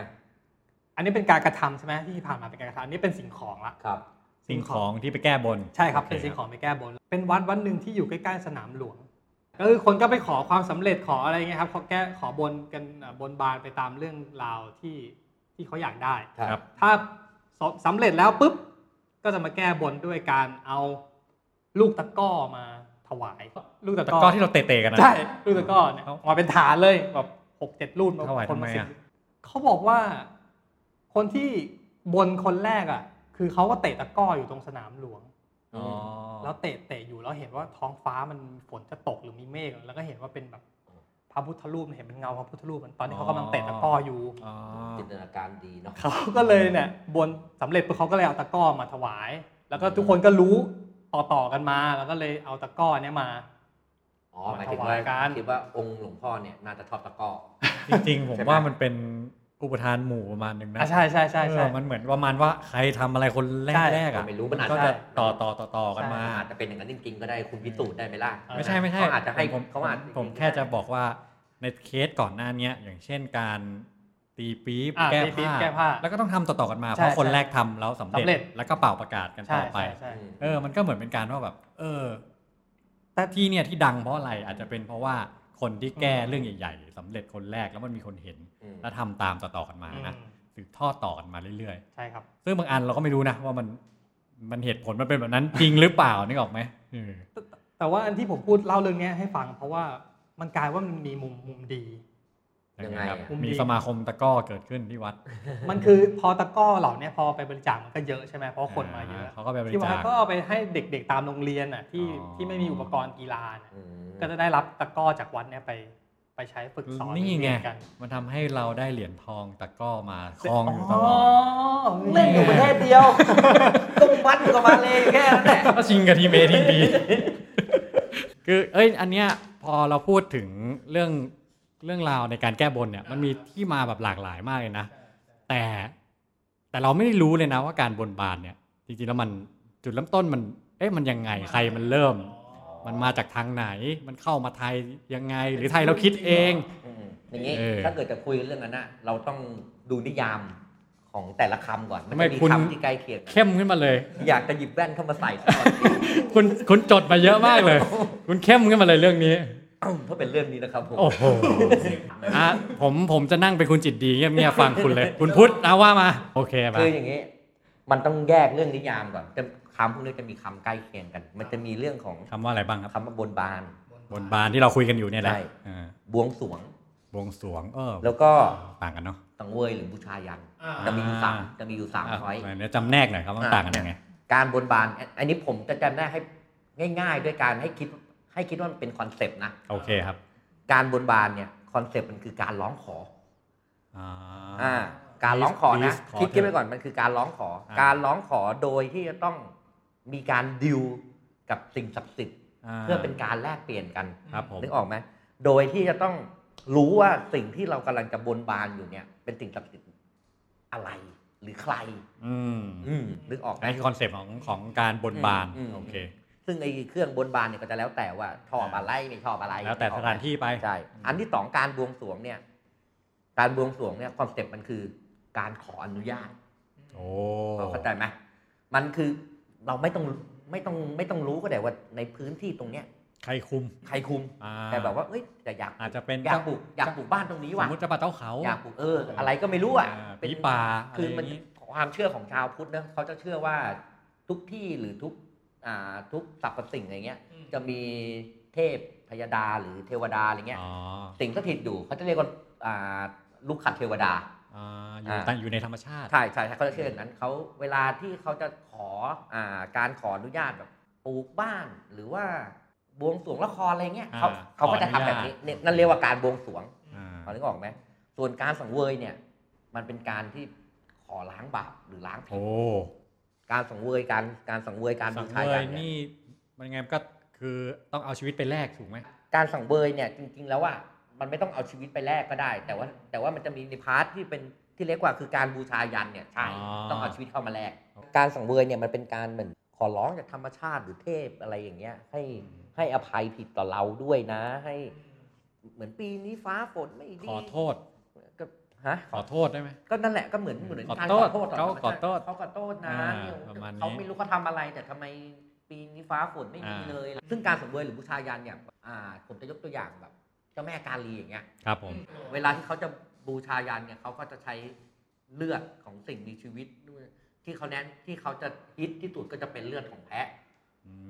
S3: อันนี้เป็นการกระทำใช่ไหมที่ผ่านมาเป็นการกระทำอันนี้เป็นสิ่งของละ
S4: ครับ
S2: สิ่งของที่ไปแก้บน
S3: ใช่ครับ
S2: โอ
S3: เป็นสิ่งของไปแก้บน เป็นวัดวัดหนึ่งที่อยู่ใกล้ๆสนามหลวง ก็คือคนก็ไปขอความสำเร็จขออะไรเงี้ยครับขอแก้ขอบนกันอ่ะบนบานไปตามเรื่องราวที่ที่เขาอยากได้
S4: ครับ
S3: ถ้าสสำเร็จแล้วปุ๊บ ก็จะมาแก้บนด้วยการเอาลูกตะกร้อมา ถวาย ลูกตะ
S2: ตะ
S3: กร้
S2: กร้อ
S3: อ
S2: ที่เราเตะๆกันนะ
S3: ใช่ลูกตะกร้อเนี่ย
S2: เอ้า
S3: มาเป็นฐานเลยแบบหกเจ็ดรุ่นมา
S2: ถวาย
S3: คน
S2: ทำไม
S3: สิบ
S2: อะ
S3: เขาบอกว่า คนที่บนคนแรกอ่ะ คือเขาก็เตะตะกร้ออยู่ตรงสนามหลวง
S2: อ๋อ
S3: แล้วเตะเตะอยู่แล้วเห็นว่าท้องฟ้ามันฝนจะตกหรือมีเมฆแล้วก็เห็นว่าเป็นแบบพระพุทธรูปเห็นเป็นเงาพระพุทธรูปมันตอนนี้เขากำลังเตะตะกร้ออยู่
S2: อ๋อ
S4: จินตนาการดีเนาะ
S3: เขาก็เลยเนี่ยบนสำเร็จปุ๊บเขาก็เลยเอาตะกร้อมาถวาย แล้วก็ทุกคนก็รู้ต่อๆกันมา แล้วก็เลยเอาตะกร้อเนี้ยมา
S4: อ๋อหมายถึงว่า
S3: ถวายกัน
S4: คิดว่าองค์หลวงพ่อเนี่ยน่าจะชอบตะกร้อ
S2: จริงๆ ผม
S4: ใช่ไหม
S2: ว่ามันเป็นอุปทานหมู่ประมาณหนึ่งนะ
S3: อ่ะใช่ใช่ใช่
S2: เอ
S3: ใช่
S2: อมันเหมือนประมาณว่าใครทำอะไรคนแรก
S3: ใช่
S2: แรกๆอ่ะ
S4: ไม่รู้มันอาจ
S2: ก็
S4: จะ
S2: จะต่อต่อต่อต่อกันมา
S4: อาจจะเป็นอย่างนั้นจริงๆก็ได้คุณพิสูจน์ได้ไหมล่ะ
S2: ไม่ใช่ไม่ใช่
S4: เขาอาจจะให้
S2: ผม
S4: เขาอาจจะ
S2: ผมแค่จะบอกว่าในเคสก่อนหน้าเนี้ยอย่างเช่นการตีปี๊บ
S3: อ่ะ
S2: แก้
S3: ตีปี๊บ
S2: ผ้า
S3: แก้ผ้า
S2: แล้วก็ต้องทำต่อๆกันมา
S3: ใช่
S2: เพราะคน
S3: ใช่
S2: แรกทำแล้วสำ
S3: สำ
S2: เร็
S3: เร็
S2: จ
S3: จ
S2: แล้วก็เป่าประกาศกัน
S3: ใช่
S2: ต่อไป
S3: ใช่ใช่
S2: เออ มันก็เหมือนเป็นการว่าแบบ เออ
S3: แต่
S2: แต่ที่เนี่ยที่ดังเพราะอะไรอาจจะเป็นเพราะว่าคนที่แก้เรื่องใหญ่ๆสำเร็จคนแรกแล้วมันมีคนเห็น
S4: อืม
S2: แล้วทำตามต่อๆกันมานะ
S3: อืม
S2: สืบทอดต่อกันมาเรื่อย
S3: ใช่ครับ
S2: ๆ ซึ่งบางอันเราก็ไม่รู้นะว่ามันมันเหตุผลมันเป็นแบบนั้นจริงหรือเปล่านึกออกไหมเออ
S3: แต่ว่าอันที่ผมพูดเล่าเรื่องเนี้ยให้ฟัง เพราะว่ามันกลายว่ามันมีมุมมุม ดี
S4: ยัง
S2: ค
S4: ไงอะ
S2: รับ
S3: มุมดี
S2: มีสมาคมตะกร้อเกิดขึ้นที่วัด
S3: มันคือพอตะกร้อเหล่าเนี้ยพอไปบริจาคมันก็เยอะใช่ไหมเพราะคนมาเยอะ
S2: เขาก็ไปบริ
S3: ที่วั
S2: จา
S3: ด
S2: ค
S3: ก็เอาไปให้เด็กๆตามโรงเรียนน่ะที่
S2: อ๋อ
S3: ที่ไม่มีอุปกรณ์กีฬาน่ะ
S4: อืม
S3: ก็จะได้รับตะกร้อจากวัดเนี้ยไปไปใช้ฝึกสอน
S2: นี่ไง
S3: เรียกัน
S2: มันทำให้เราได้เหรียญทองตะกร้อมาคลองอยู่ตลอด
S4: เล่นอยู่ประเทศเดียวต้องวัดอยู่กับมาเลยแค่นั้นแหละ
S2: ก็ชิงกับทีมเอทีมบี คือเอ้ยอันเนี้ยพอเราพูดถึงเรื่องเรื่องราวในการแก้บนเนี่ย มันมีที่มาแบบหลากหลายมากเลยนะ แต่แต่เราไม่ได้รู้เลยนะว่าการบนบานเนี่ย จริงๆแล้วมันจุดเริ่มต้นมัน เอ๊ะมันยังไงใครมันเริ่ม มันมาจากทางไหน มันเข้ามาไทยยังไง หรือไทยเราคิดเอง
S4: อืมอย่างงี้
S2: เออ
S4: ถ้าเกิดจะคุยเรื่องนั้นน่ะเราต้องดูนิยามของแต่ละคำก่อนมัน
S2: ไม่
S4: จะมี
S2: คุณ
S4: คำที่ใกล้เคียง
S2: เข้มขึ้นมาเลย
S4: อยากจะหยิบแว่นเข้ามาใส่ซะหน่อย
S2: คุณคุณจดมาเยอะมากเลย คุณเข้มขึ้นมาเลยเรื่องนี้
S4: เอ้าถ้าเป็นเรื่องนี้นะครับผม
S2: โอ้โหอ่ะผมผมจะนั่งเป็นคุณจิตดีเงียบๆฟังคุณเลย คุณพุทธเอาว่ามา โอเคป่ะ
S4: คืออย่างนี้ มันต้องแยกเรื่องนิยามก่อนจะคำพวกนี้จะมีคำใกล้เคียงกัน มันจะมีเรื่องของ
S2: คำว่าอะไรบ้างครับ
S4: คำว่าบนบาน
S2: บนบานที่เราคุยกันอยู่เนี่ยแหละ
S4: ใช่
S2: อ่า
S4: บวงสรวง
S2: บวงสรวงเออ
S4: แล้วก็
S2: ต่างกันเนาะ
S4: สังเวยหรือบูชายัน
S3: อ่า
S4: จะมีอยู่สาม
S2: อ่า
S4: จะมีอยู่สาม
S2: อ่ะ
S4: ช้อย
S2: เดี๋ยวจำแนกหน่อยครับว่า
S4: อ่ะ
S2: ต่างกันยังไง
S4: การบนบานอันอันนี้ผมจะจำแนกให้ง่าย ๆ ด้วยการให้คิดให้คิดว่ามันเป็นคอนเซปต์นะ
S2: โอเคครับ
S4: การบนบานเนี่ยคอนเซปต์มันคือการร้องขอ
S2: อ่
S4: อา อ่าการร้องขอนะ
S2: Please ขอ
S4: คิดคิดไว้ก่อนมันคือการร้องขอ
S2: อ่า
S4: การร้องขอโดยที่จะต้องมีการดิวกับสิ่งศักดิ์สิทธิ์ เพื่อเป็นการแลกเปลี่ยนกัน
S2: ครับผม
S4: นึกออกไหม โดยที่จะต้องรู้ว่าสิ่งที่เรากำลังจะบนบานอยู่เนี่ย เป็นสิ่งศักดิ์สิทธิ์อะไร หรือใคร
S2: อืม
S4: อืมนึกออกไหม
S2: นั่นคือคอนเซปต์ของของการบนบาน
S4: อืมอืม
S2: โอเค
S4: ซึ่งไอ้เครื่องบนบานเนี่ยก็จะแล้วแต่ว่าชอบอะไรไม่ชอบอะไร
S2: แล้วแต่
S4: กอ
S2: ส
S4: อกไหม
S2: ถานที่ไป
S4: ใช่ อันที่สองการบวงสรวงเนี่ย การบวงสรวงเนี่ยคอนเซ็ปต์มันคือ การขออนุญาต
S2: โอ้
S4: เข้าใจไหมมันคือเราไม่ต้องไม่ต้องไม่ต้องรู้ก็ได้ว่าในพื้นที่ตรงเนี้ย
S2: ใครคุม
S4: ใครคุม
S2: อ่า
S4: แต่แบบว่าเอ้ยแต่อยาก
S2: อาจจะเป็น
S4: อยากปลูกอยากปลูกบ้านตรงนี้
S2: ส
S4: ว่ะ
S2: มมติจะปาเต้าเขา
S4: อยากปลูกเอออะไรก็ไม่รู้อ่ะ
S2: อ่า
S4: เป็น
S2: ผีป่าะไร
S4: คือมัน
S2: ย่างงี้
S4: ความเชื่อของชาวพุทธนะเขาจะเชื่อว่าทุกที่หรือทุกอ่าทุกสรรพสิ่งอะไรเงี้ย จะมีเทพพยดาหรือเทวดาอะไรเงี้ย
S2: อ๋อ
S4: สิ่งสถิตอยู่เขาจะเรียกว่าอ่าลูกขัดเทวดา
S2: อ่าอยู่
S4: อ่า
S2: ตั้งอยู่ในธรรมชาติ
S4: ใช่ใช่ใช่เขาจะเชื่ออย่างนั้นเขาเวลาที่เขาจะขออ่าการขออนุญาตแบบปลูกบ้านหรือว่าบวงสรวงละครอะไรเงี้ยเขา
S2: อ่า
S4: เขาก็
S2: ขออนุ
S4: จะ
S2: ญาต
S4: ทำแบบนี้เนี่ยนั่นเรียกว่าการบวงสรวง
S2: อ่า
S4: พอนึกออกไหมส่วนการสังเวยเนี่ย มันเป็นการที่ขอล้างบาปหรือล้างผิด
S2: โอ้
S4: การสังเวยการการสังเวยการ
S2: สั
S4: บู
S2: ง
S4: ชา
S2: เว
S4: ยั
S2: ย
S4: นเนี่ย
S2: นี่มันยังไงมันก็คือต้องเอาชีวิตไปแลกถูกไหม
S4: การสังเวยเนี่ยจริง ๆ แล้วว่ามันไม่ต้องเอาชีวิตไปแลกก็ได้ แต่ว่าแต่ว่ามันจะมีในพาร์ทที่เป็นที่เล็กกว่าคือการบูชายันเนี่ยใช่ต้องเอาชีวิตเข้ามาแลกการสังเวยเนี่ยมันเป็นการเหมือนขอร้องจากธรรมชาติหรือเทพอะไรอย่างเงี้ย ให้ให้อภัยผิดต่อเราด้วยนะ ให้ เหมือนปีนี้ฟ้าฝนไม่ดี
S2: ขอโทษ
S4: ก็ฮะ
S2: ขอโทษได้ไหม
S4: ก็นั่นแหละก็เหมือนเหมือน
S2: ขอ
S4: การ
S2: โทษ
S4: ขอโทษต่
S2: เขา
S4: ธรรมชาติ
S2: ขอโทษ
S4: เขาขอโทษนะ
S2: อ่า
S4: เนี่ย
S2: ประมาณนี้
S4: เขาไม่รู้เขาทำอะไรแต่ทำไมปีนี้ฟ้าฝนไม่มี
S2: อ่า
S4: เลย ซึ่งการสมเวยหรือบูชายันเนี่ยอ่าผมจะยกตัวอย่างแบบเจ้าแม่กาลีอย่างเงี้ย
S2: ครับผม
S4: เวลาที่เขาจะบูชายันเนี่ยเขาก็จะใช้เลือดของสิ่งมีชีวิตด้วยที่เขาแนะนที่เขาจะฮิตที่สุดก็จะเป็นเลือดของแพะ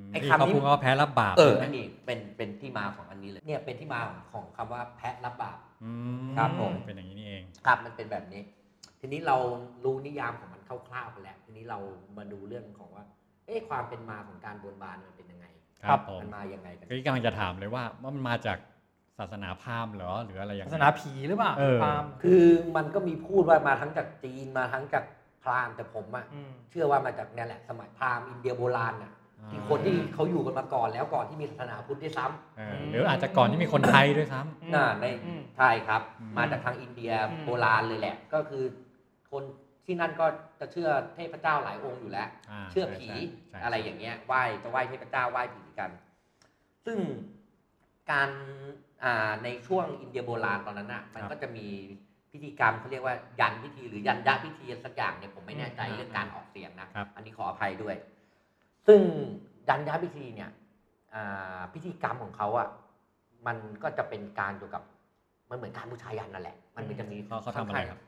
S4: ไอ้
S2: ที่
S4: คำนี้
S2: เขาพูดว่าแพ้รับบาป
S4: เออนั่นเองเป็นเป็นที่มาของอันนี้เลยเนี่ยเป็นที่มาของของคำว่าแพะรับบาป
S2: ม
S4: ครับผม
S2: เป็นอย่างนี้นี่เอง
S4: ครับมันเป็นแบบนี้ ทีนี้เรารู้นิยามของมันคร่าวๆไปแล้ว ทีนี้เรามาดูเรื่องของว่า เอ๊ะความเป็นมาของการบนบานมันเป็นยังไง
S2: ครับผม
S4: มันมายังไงกัน
S2: ก็กำลังจะถามเลยว่าว่ามันมาจากศาสนาพราหมณ์เหรอหรืออะไรอย่าง
S3: ศา
S2: ไง
S3: สนาผีหรือเปล่า
S2: เออ
S3: พราหมณ์
S4: คือมันก็มีพูดว่ามาทั้งจากจีนมาทั้งจากพราหมณ์แต่ผมอะ
S3: ม
S4: เชื่อว่ามาจากเนี่ยแหละสมัยพราหมณ์อินเดียโบราณน่ะ
S2: อ่า
S4: ที่คนที่เขาอยู่กันมาก่อนแล้วก่อนที่มีศาสนาพุทธด้วยซ้
S2: เออหรืออาจจะก่อนที่มีคนไทยด้วยซ้
S4: ำน่าใน
S3: อืม
S4: ใช่ครับ
S2: อืม
S4: มาจากทางอินเดีย
S3: อืม
S4: โบราณเลยแหละ ก็คือคนที่นั่นก็จะเชื่อเทพเจ้าหลายองค์อยู่แล้ว
S2: ำา
S4: เชื่อผี
S2: ใช่ใช่
S4: อะไรอย่างเงี้ยไหว้จะไหว้เทพเจ้าไหว้ผีกัน ซึ่งการอ่าในช่วงอินเดียโบราณตอนนั้นน่ะมันก็จะมีพิธีกรรมเขาเรียกว่ายันพิธีหรือยันยะพิธีสักอย่างเนี่ยผมไม่แน่ใจเรื่องการออกเสียงนะ
S2: ครับ
S4: อันนี้ขออภัยด้วย ซึ่งยันยะพิธีเนี่ยอ่าพิธีกรรมของเขาอ่ะมันก็จะเป็นการเกี่ยวกับมันเหมือนการบูชายันนั่นแหละ มันมันจะมี
S2: เขาเขาทำอะไรครับ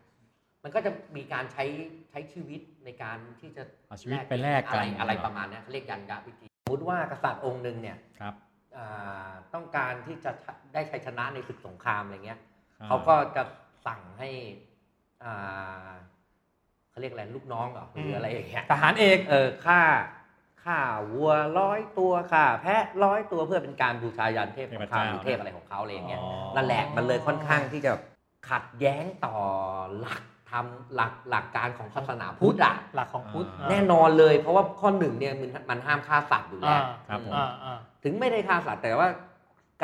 S4: มันก็จะมีการใช้ใช้ชีวิตในการที่จะ
S2: เอาชีวิตไปแลก
S4: อะ
S2: กั
S4: ไร
S2: น
S4: อะไรประมาณเนี้ยเขาเรียกยันยะวิธีสมมติว่ากษัตริย์องค์หนึ่งเนี่ย
S2: ครับ
S4: อ่าต้องการที่จะได้ชัยชนะในศึกสงครามอะไรเงี้ยเขาก็จะสั่งให้อ่าเขาเรียกอะไรลูกน้องเหรอหรืออะไรอย่างเงี้ย
S3: ทหารเอก
S4: เออฆ่าฆ่าวัวร้อยตัวค่ะ แพะร้อยตัวเพื่อเป็นการบูชายันเทพสงครามหรือเทพอะไรของเขาอะไรอย่างเงี้ย
S2: อ๋อ
S4: นั่นแหละมันเลยค่อนข้างที่จะขัดแย้งต่อหลักธรรมหลักหลักการของศาสนาพุทธอ่ะ
S3: หลักของพุทธ
S4: แน่นอนเลยเพราะว่าข้อหนึ่งเนี่ยมันมันห้ามฆ่าสัตว์อยู่แล้
S3: อ่าว
S2: ครับผม
S3: อ่าอ่า
S4: ถึงไม่ได้ฆ่าสัตว์แต่ว่า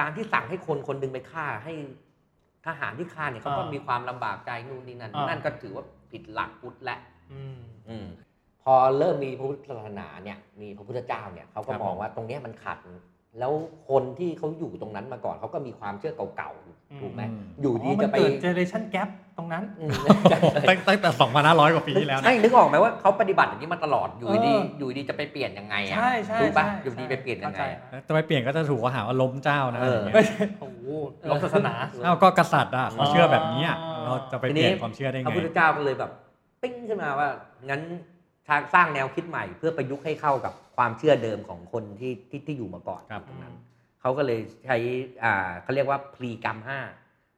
S4: การที่สั่งให้คนคนหนึงไปฆ่าให้ทหารที่ฆ่าเนี่ยเขาก็
S3: อ่ามี
S4: มีความลำบากใจนู่นนี่นั่น
S3: อ่านั่
S4: นั่นก็ถือว่าผิดหลักพุทธแหละ
S3: อืม
S4: พอเริ่มมีพระพุทธศาสนาเนี่ย มีพระพุทธเจ้าเนี่ยเขาก็
S2: ครับ
S4: มองว่าตรงเนี้ยมันขัด แล้วคนที่เขาอยู่ตรงนั้นมาก่อนเขาก็มีความเชื่อเก่าๆอยู่
S3: อืม
S4: ถูกไหม
S2: อืม
S4: อยู่
S3: อ๋
S4: ดี
S3: อมั
S4: จะ
S3: น
S4: ไป
S3: เกิดเจเนอเรชันแกปตรงนั้น
S4: อืม
S2: ตั้งตั้งแต่สองพันห้าร้อยกว่าปีที่แล้วนะ
S4: ใช่นึกออกไหมว่าเขาปฏิบัติอย่างนี้มาตลอดอยู่ดี
S3: เออ
S4: อยู่ดีจะไปเปลี่ยนยังไงอ่ะ
S3: ใช่ใช่
S4: ถูกปะ
S3: ใช่
S4: อยู่ดี
S3: ใช่
S4: ไปเปลี่ยนยัง
S3: เข้า
S4: ไง
S3: ใจ
S4: อะ
S2: จะไปเปลี่ยนก็จะถูกว่าหาว่าล้มเจ้านะ
S4: เออ
S2: ะไร
S3: ไม่
S2: เงี้ย
S3: ใช่โอ้โหลบศาสนา
S2: เอาก็กษัตริย์อ่ะเขาเชื่อแบบนี้อะ
S3: อ๋อ
S2: เราจะไปเปลี่ยน
S4: ทีนี้
S2: ความเชื่อได้
S4: พระ
S2: ไง
S4: พุทธเจ้าก็เลยแบบ ปิ้งขึ้นมาว่างั้นทางสร้างแนวคิดใหม่ เพื่อประยุกต์ให้เข้ากับความเชื่อเดิมของคนที่ที่ที่อยู่มาก่อน
S2: ครับ
S4: ตรงนั้นเขาก็เลยใช้อ่าเขาเรียกว่าพรีกรรมห้า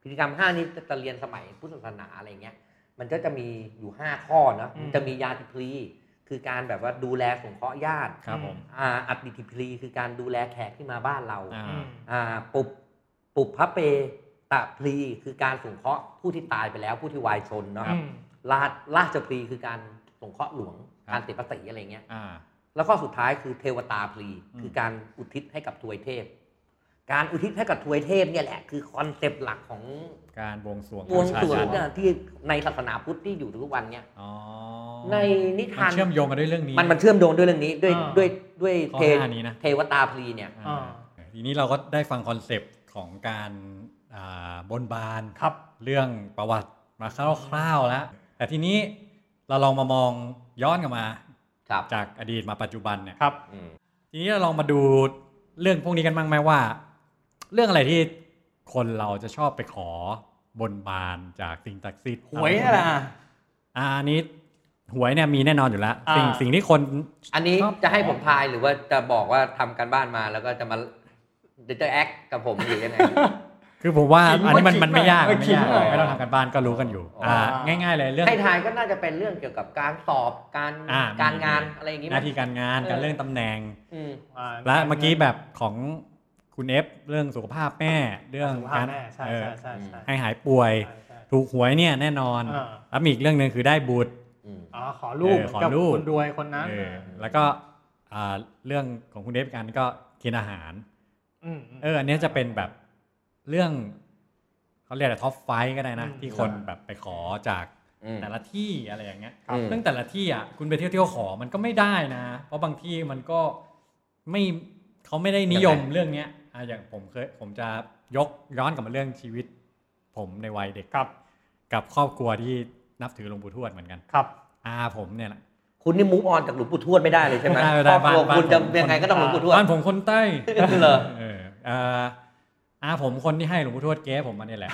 S4: พรีกรรมห้านี่จะจะเรียนสมัยพุทธศาสนาอะไรเงี้ย มันก็จะมีอยู่ห้าข้อเนอะ
S3: อืม
S4: จะมียาติพรีคือการแบบว่าดูแลสงเคราะห์ญาติ
S2: ครับผม
S4: อ่าอัดดิทิพลีคือการดูแลแขกที่มาบ้านเรา
S2: อ่า
S3: อืม
S4: อ่าปุบปุบพระเปตะพลีคือการสงเคราะห์ผู้ที่ตายไปแล้วผู้ที่วายชนเนาะ
S3: อืม
S4: ราชราชพลีคือการสงเคราะห์หลวง การเสียภาษีอะไรเงี้ย
S2: อ่า
S4: แล้วข้อสุดท้ายคือเทวตาพลี
S2: อืม
S4: คือการอุทิศให้กับทวยเทพ การอุทิศให้กับทวยเทพเนี่ยแหละคือคอนเซปต์หลักของ
S2: การบวงสรวง
S4: บวงสรว
S2: ป
S4: ง
S2: ระชาชน
S4: เนี่ยที่ในศาสนาพุทธที่อยู่ทุกวันเนี่ย
S2: อ๋อ
S4: ในนิ
S2: มั
S4: ทาน น
S2: เชื่อมโยงกันด้วยเรื่องนี้
S4: มันมันเชื่อมโยงด้วยเรื่องนี้ด้วย
S3: อ่า
S4: ด้วยด้วย
S2: ข้อ
S4: เท
S2: ห้านี้นะ
S4: เทวตาพลีเนี่ย
S2: อ่าทีนี้เราก็ได้ฟังคอนเซปต์ของการอ่าบนบาน
S3: ครับ
S2: เรื่องประวัติมาคร่าวๆแล้ว แต่ทีนี้เราลองมามองย้อนกลับมา
S4: ครับ
S2: จากอดีตมาปัจจุบันเนี่ย
S3: ครับ
S4: อืม
S2: ทีนี้เราลองมาดูเรื่องพวกนี้กันบ้างไหมว่า เรื่องอะไรที่คนเราจะชอบไปขอบนบานจากสิ่งศักดิ์สิทธิ์
S3: หวยนั่นแหละอ่ะ
S2: อาอันนี้หวยเนี่ยมีแน่นอนอยู่แล้ว
S3: อ่า
S2: สิ่งสิ่งที่คน
S4: อันนี้
S2: ชบ
S4: จะให้ผมทายหรือว่าจะบอกว่าทำการบ้านมาแล้วก็จะมาเดี๋ยวจะแอคกับผม หรือยังไง
S2: คือผมว่าอันนี้มันมันไม่ยาก
S3: เออ
S2: ไม่
S3: ขิง
S2: ยาก
S3: หน่อย
S2: ไม่ต้องทำกันบ้านก็รู้กันอยู่
S4: อ๋ออ่
S2: าง่ายๆเลยเรื่อง
S4: ให้ทายก็น่าจะเป็นเรื่องเกี่ยวกับการสอบการ
S2: อ่า
S4: การงาน
S2: มี
S4: อะไรอย่างนี้
S2: ห
S4: ไหม
S2: น้าที่การงาน
S4: เออ
S2: การเรื่องตำแหน่ง
S4: อืม
S3: อ่า
S2: และเมื่อกี้แบบของคุณเอฟเรื่องสุขภาพแม่เรื่อง
S3: สุขภาพ
S2: การ
S3: แม่ใช่
S2: เออ
S3: ใช่ใช่ใช่
S2: ให้หายป่วย
S3: ใช่ใช่
S2: ถูกหวยเนี่ยแน่นอน
S3: เออ
S2: แล้วมีอีกเรื่องหนึ่งคือได้บุตร
S4: อืม
S3: อ๋อขอรูป
S2: เออขอ
S3: กับ
S2: รูป
S3: คนรวยคนนั้น
S2: เออแล้วก็อ่าเรื่องของคุณเอฟกันก็กินอาหาร
S3: มม
S2: เอออันเนี้ยจะเป็นแบบเรื่องเขาเรียกอะไรท็อปไฟก็ได้นะ
S3: อืม
S2: ที่คนแบบไปขอจาก
S4: อืม
S2: แต่ละที่อะไรอย่างเงี้ย
S4: ครับ
S2: ซึ่งแต่ละที่อ่ะคุณไปเที่ยวเที่ยวขอมันก็ไม่ได้นะ เพราะบางที่มันก็ไม่เขาไม่ได้นิยมเรื่องเนี้ยอ่ะอย่างผมเคยผมจะยกย้อนกลับมาเรื่องชีวิต ผมในวัยเด็ก
S3: ครับ
S2: กับครอบครัวที่นับถือหลวงปู่ทวดเหมือนกัน
S3: ครับ
S2: อาผมเนี่ยแหละ
S4: คุณนี่มุกออนจากหลวงปู่ทวดไม่ได้เลยใช่ไหม
S2: ไม่ได้ไม่ได้
S4: ครอบครัว
S2: บ้าน
S4: คุณจะ
S2: บ้านผม
S4: ยังไงก็ต้องหลวงปู่ทวด
S2: บ้านผมคนใต้
S4: เหรอ
S2: เอออ่าอาผมคนที่ให้หลวงปู่ทวดแก้ผมมาเนี่ยแหละ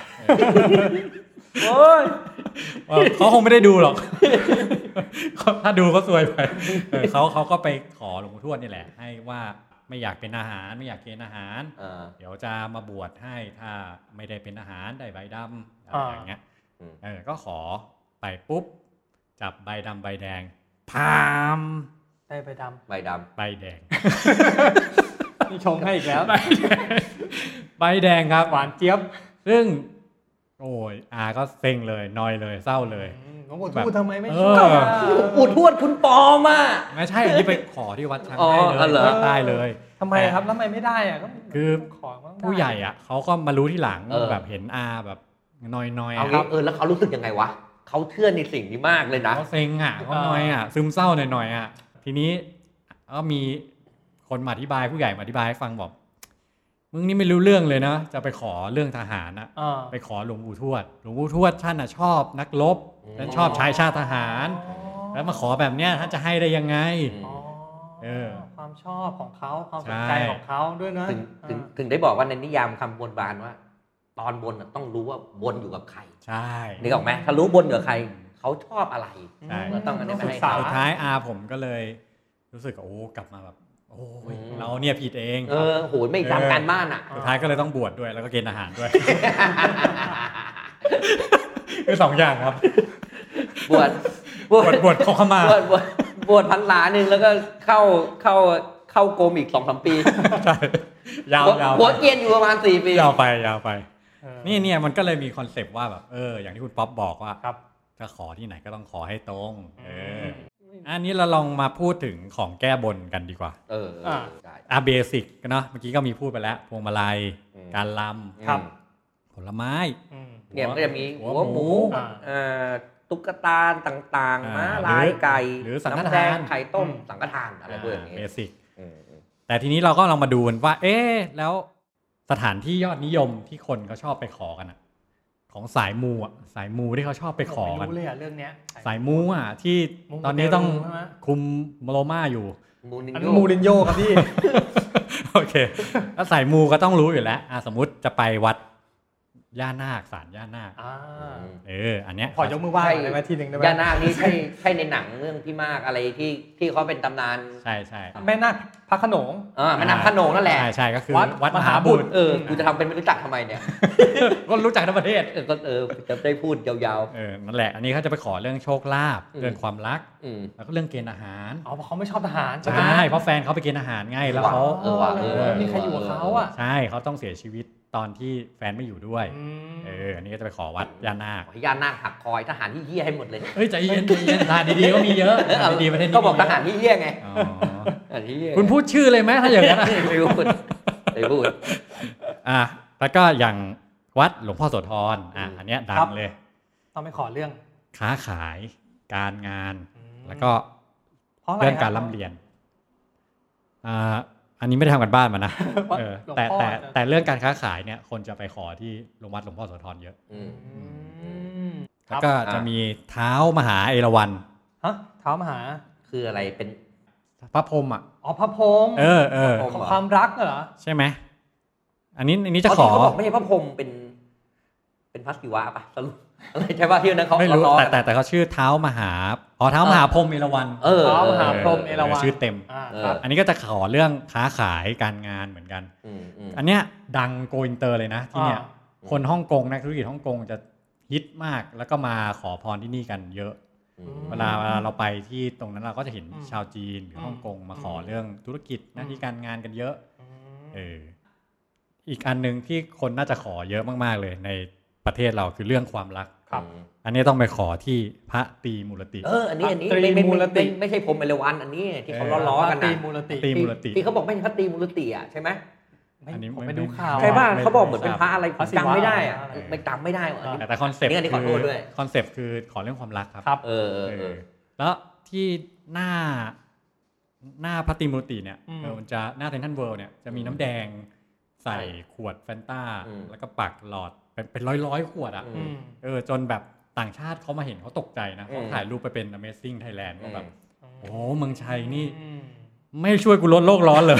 S4: โอ้ย
S2: เออเขาคงไม่ได้ดูหรอก ถ้าดูก็ซวยไปเออเขาเขาก็ไปขอหลวงปู่ทวดนี่แหละ ให้ว่าไม่อยากเป็นอาหารไม่อยากเกณฑ์อาหาร
S4: อ่า
S2: เดี๋ยวจะมาบวชให้ถ้าไม่ได้เป็นอาหารได้ใบดำอะไร
S3: อ่า
S2: อย่างเงี้ย
S4: อืม
S2: เออก็ขอไปปุ๊บ จับใบดำใบแดง พาม
S3: ได้ไปด
S4: ใบด
S2: ใบแดง
S3: ำนี่ชงให้อีกแล้ว
S2: ใบแดงครับ
S3: หวานเจี๊ยบ
S2: ซึ่ง โอ้ยอาก็เซ็งเลยนอยเลยเศร้าเลย
S3: น้องกูทูดทำไมไม่
S2: เอ
S3: ช่ว
S2: อ
S3: ยอ่ะ
S4: ำปู่ทวดคุณปอมอ่ะ
S2: ไม่ใช่อันนี้ไปขอที่วัดช้าง
S4: อ๋อ
S2: ให้
S4: อ๋อเห
S2: เล
S4: รอ
S2: ยใต้เลย
S3: ทำไมครับแล้วทำไมไม่ได้อ่ะก็
S2: คือ
S3: ของมันต้องได้
S2: ผู้ใหญ่อ่ะเขาก็มารู้ที่หลัง
S4: เออ
S2: แบบเห็นอาแบบนอยนอย
S4: เอางี้เออแล้วเขารู้สึกยังไงวะเขาเชื่อในสิ่งนี้มากเลยนะ
S2: เขาเซ็งอ่ะเขานอยอ่ะ ซึมเศร้าหน่อยหน่อยๆอ่ะ ทีนี้ก็มีคนมาอธิบายผู้ใหญ่มาอธิบายให้ฟังบอกมึงนี่ไม่รู้เรื่องเลยนะจะไปขอเรื่องทหารอะ
S3: อ่า
S2: ไปขอหลวงปู่ทวดหลวงปู่ทวดท่านอ่ะชอบนักรบ
S4: อืม
S2: ท่านชอบชายชาติทหาร
S3: อ๋อ
S2: แล้วมาขอแบบเนี้ยท่านจะให้ได้ยังไง
S3: อ๋อ
S2: เออ
S3: ความชอบของเขาความสนใจ
S2: ใช่
S3: ของเขาด้วยนะ
S4: ถึงถึง
S3: อ่า
S4: ถึงได้บอกว่าในนิยามคำบนบานว่า ตอนบนอะต้องรู้ว่าบนอยู่กับใคร
S2: ใช่
S4: นึกออกไหมถ้ารู้บนอยู่กับใครเขาชอบอะไร
S2: ใช่
S4: เต้องอันนี้ไป
S3: ศึ
S4: ให้
S3: ก
S4: เข
S3: ษา
S2: สุดท้ายอาผมก็เลย รู้สึกว่าโอ้กลับมาแบบ โอ้ย
S4: อืม
S2: เราเนี่ยผิดเอง
S4: เออโหไม่ทำการบ้านอ่ะ
S2: สุดท้ายก็เลยต้องบวชด้วยแล้วก็เกณฑ์อาหาร ด้วย คือสองอย่างครับ
S4: บวชบบ ว
S2: ว
S4: ช
S2: ชบวชขอขมา
S4: บวชบวชบวชพันหลาหนึ่งแล้วก็เข้าเข้าเข้าโกรมอีกสองสามปี
S2: ใช่ ยาว
S4: บวช
S2: ยาว
S4: บวชเกรียนอยู่ประมาณสี่ปี
S2: ยาวไปยาวไป
S3: เออ
S2: นี่เนี่ยมันก็เลยมีคอนเซปต์ว่าแบบเอออย่างที่คุณป๊อปบอกว่า
S3: ครับ
S2: จะขอที่ไหนก็ต้องขอให้ตรง เออ
S3: ม
S2: อันนี้เราลองมาพูดถึงของแก้บนกันดีกว่า
S4: เออเออ
S3: อ่า
S4: ใช่
S2: อาเบสิกเนาะเมื่อกี้ก็มีพูดไปแล้ว พวงมาลัย
S4: อืม
S2: การล
S3: ครับ
S2: ำผลไม้
S3: อืม
S4: เนี่ยมันก็จะมี
S2: หั
S4: หั
S2: ว
S4: วหมู
S2: หมู
S3: อ่า
S4: เอ่อตุ๊กตาต่าง
S2: อ่า
S4: ๆม้า
S2: หรือ
S4: ลายไก่
S2: หรือสังฆ
S4: น้ำ
S2: ทาน
S4: แดงไข่ต้มสังฆทานอะไรพวกอย่าง
S2: เบ
S4: เงี้ย
S2: สิก
S4: อืมอืม
S2: แต่ทีนี้เราก็ลองมาดูกันว่า เอ๊ะแล้วสถานที่ยอดนิยมที่คนเขาชอบไปขอกันอะของสายมูอะสายมูที่เขาชอบไปขอ
S3: ผม
S2: กั
S3: ไม่
S2: น
S3: รู้เลยอ่ะเรื่องเนี้ย
S2: สายมูอะที่
S3: มู
S2: ตอนนี้ต้อง
S3: ใช่ไหม
S2: คุมโมโลมาอยู่
S4: มูนิน
S3: อัน
S4: โย
S3: นั้นมูรินโญ่ครับพี่
S2: โอเค แล้วสายมูก็ต้องรู้อยู่แล้วอ่ะสมมติจะไปวัดย่านาคศาลย่านาค
S3: อ่า
S4: อืม
S2: เออ อันเนี้ย
S3: ขอยกมือไหว้ได้ไหมทีหนึ่งได้ไหม
S4: ย่านาคนี่ใช่ใช่ในหนังเรื่องพี่มากอะไรที่ที่เขาเป็นตำนาน
S2: ใช่ใช่
S3: แม่นาคพระโขนง
S4: เออมันนักขนงนั่นแหละ
S2: ใช่ใช่ก็คือ
S3: วัด
S2: วัด
S3: ม
S2: ม
S3: หา
S2: หา
S3: บุ
S2: บุ
S3: ต
S2: ต
S3: ร
S2: ร
S4: เออกูจะทำเป็นไม่รู้จักทำไมเนี่ย
S2: ก็รู้จักทั้งประเทศ
S4: เออก็เออจะได้พูดยาว
S2: เออนั่นแหละอันนี้เขาจะไปขอเรื่องโชคลาภเรื่องความรัก
S4: ๆอืม
S2: แล้วก็เรื่องเกณฑ์อาหาร
S3: อ๋อเพราะเขาไม่ชอบทหารใช่
S2: ใช
S3: ไหม่
S2: เพราะแฟนเขาไปกินอาหารไงแล้วเขา
S4: เออว่ะเออว่ะ
S3: มีใครอยู่กับเขาอ่ะ
S2: ใช่เขาต้องเสียชีวิตตอนที่แฟนไม่อยู่ด้วย
S3: อืม
S2: เอออันนี้ก็จะไปขอวัดยานาค
S4: ขอให้ย่านาคหักคอยทหารที่เหี้ยให้หมดเลย
S2: เฮ้ยใจเย็นใจเย็นทานดีๆก็มีเยอะทานดีๆประเทศนี้
S4: ก็บอกทหารที่เหี้ยไง
S2: อ๋อ
S4: ทหารที่เหี้ย
S2: คุณพูดชื่อเลยไหมถ้าอย่างนั้นอะ
S4: ไม่พูดไม่พูด
S2: อ่ะแล้วก็อย่างวัดหลวงพ่อโสธรอ่ะอันเนี้ยดังเลย
S3: ต้องไปขอเรื่อง
S2: ค้าขายการงาน
S3: อืม
S2: แล้วก็
S3: เพราะอะไร
S2: เรื่อง
S3: คบ
S2: การร่ำเรียนอ่าอันนี้ไม่ได้ทำกันบ้านมานะเออแต่
S3: หลวงพ่อ
S2: แต่
S3: จะ
S2: แต่เรื่องการค้าขายเนี่ยคนจะไปขอที่โรงวัดหลวงพ่อโสธรเยอะ
S4: อืม
S3: อืมค
S2: แล้
S3: รั
S2: ว
S3: บ
S2: ก็
S4: อ่า
S2: จะมีเท้ามหาเอราวัณ
S3: ฮะเท้ามหา
S4: คืออะไรเป็น
S2: พระพรหมอ่ะ
S3: อ๋อพระพรหม
S2: เออเออ
S4: พรหม
S3: ของ
S4: เหรอ
S3: ความรักเหรอ
S2: ใช่ไหมอันนี้อันนี้จะขอ
S4: เขาบอกไม่ใช่พระพรหมเป็น เป็นพระศิวะปะสรุปอะไรใช่ป่ะที่วันนั้นเขา
S2: ไม่รู้
S4: ล้อๆ
S2: แต่
S4: กัน
S2: แต่แต่เขาชื่อเท้ามหาอ๋อเท้ามหาพรหมเอราวัณ
S4: เออ
S3: เท้ามหาพรหมเอราวัณ
S2: ชื่อเต็ม
S3: อ่า
S4: เอ
S3: ครับ
S4: อ
S2: อันนี้ก็จะขอเรื่องค้าขายการงานเหมือนกัน
S4: อืมอืม
S2: อันเนี้ยดังโกอินเตอร์เลยนะที่เนี่ย
S3: อ่า
S4: อ่า
S2: คนฮ่องกงนักธุรกิจฮ่องกงจะฮิตมากแล้วก็มาขอพรที่นี่กันเยอะ
S4: อืม
S2: เวลาเวลาเราไปที่ตรงนั้นเราก็จะเห็น
S3: อืม
S2: ชาวจีนหรือฮ่องกงมาขออ
S3: ม
S2: เรื่องธุรกิจหน้าที่การงานกันเยอะ
S3: อืม
S2: เอออีกอันหนึ่งที่คนน่าจะขอเยอะมาก ๆ เลยในประเทศเราคือเรื่องความรัก
S3: ครับ
S2: อันนี้ต้องไปขอที่พระตรีมูลติ
S4: เออ อันนี้ อันนี้
S3: พระตรี
S4: ไม่ไม่
S3: มูล
S4: ไม่
S3: ติ
S4: ไม่ไม่ใช่พรหมเอราวัณอันนี้ที่เขาล้อๆกัน
S3: ตี
S4: นะ
S3: มูลติ
S2: ตี มูลติ
S4: ที่เขาบอกไม่ใช่พระตรีมูลติอ่ะใช่ไหม
S3: ไม่
S2: อันนี้
S3: ผม
S2: ไม่
S3: ไม่ดู
S2: ไม่
S3: ข่าว
S4: ใช่ป่ะ
S3: อะ
S2: ไม่
S4: เขาบอกเหมือน
S2: ไม่
S4: เป็น
S2: ทราบ
S4: พระอะไร
S3: พระศิวะ
S4: จำไม่ได้อ่ะ
S3: อะไร
S4: ไม่จำไม่ได้ว่ะอันนี้
S2: แต่คอนเซปต์
S4: นี่อันนี้ขอโทษด้วย
S2: คอนเซปต์คือขอเรื่องความรักครับ
S3: ครับ
S4: เออเออเออ
S2: แล้วที่หน้าหน้าพระตรีมูลติเนี่ย
S3: อืม
S2: เออมันจะหน้าเทนทันเวิลด์เนี่ยจะมีน้ำแดงใส่ขวดแฟนต้า
S4: อืม
S2: แล้วก็ปักหลอดเป็นเป็นร้อยร้อยๆขวดอ่ะ
S4: อื
S3: อืม
S2: เออจนแบบต่างชาติเขามาเห็นเขาตกใจนะเขา
S4: อืม
S2: ถ่ายรูปไปเป็น Amazing Thailand ว่าแบบ โอ้โหเมืองไทยนี่
S3: อืม
S2: ไม่ช่วยกูลดโลกร้อนเลย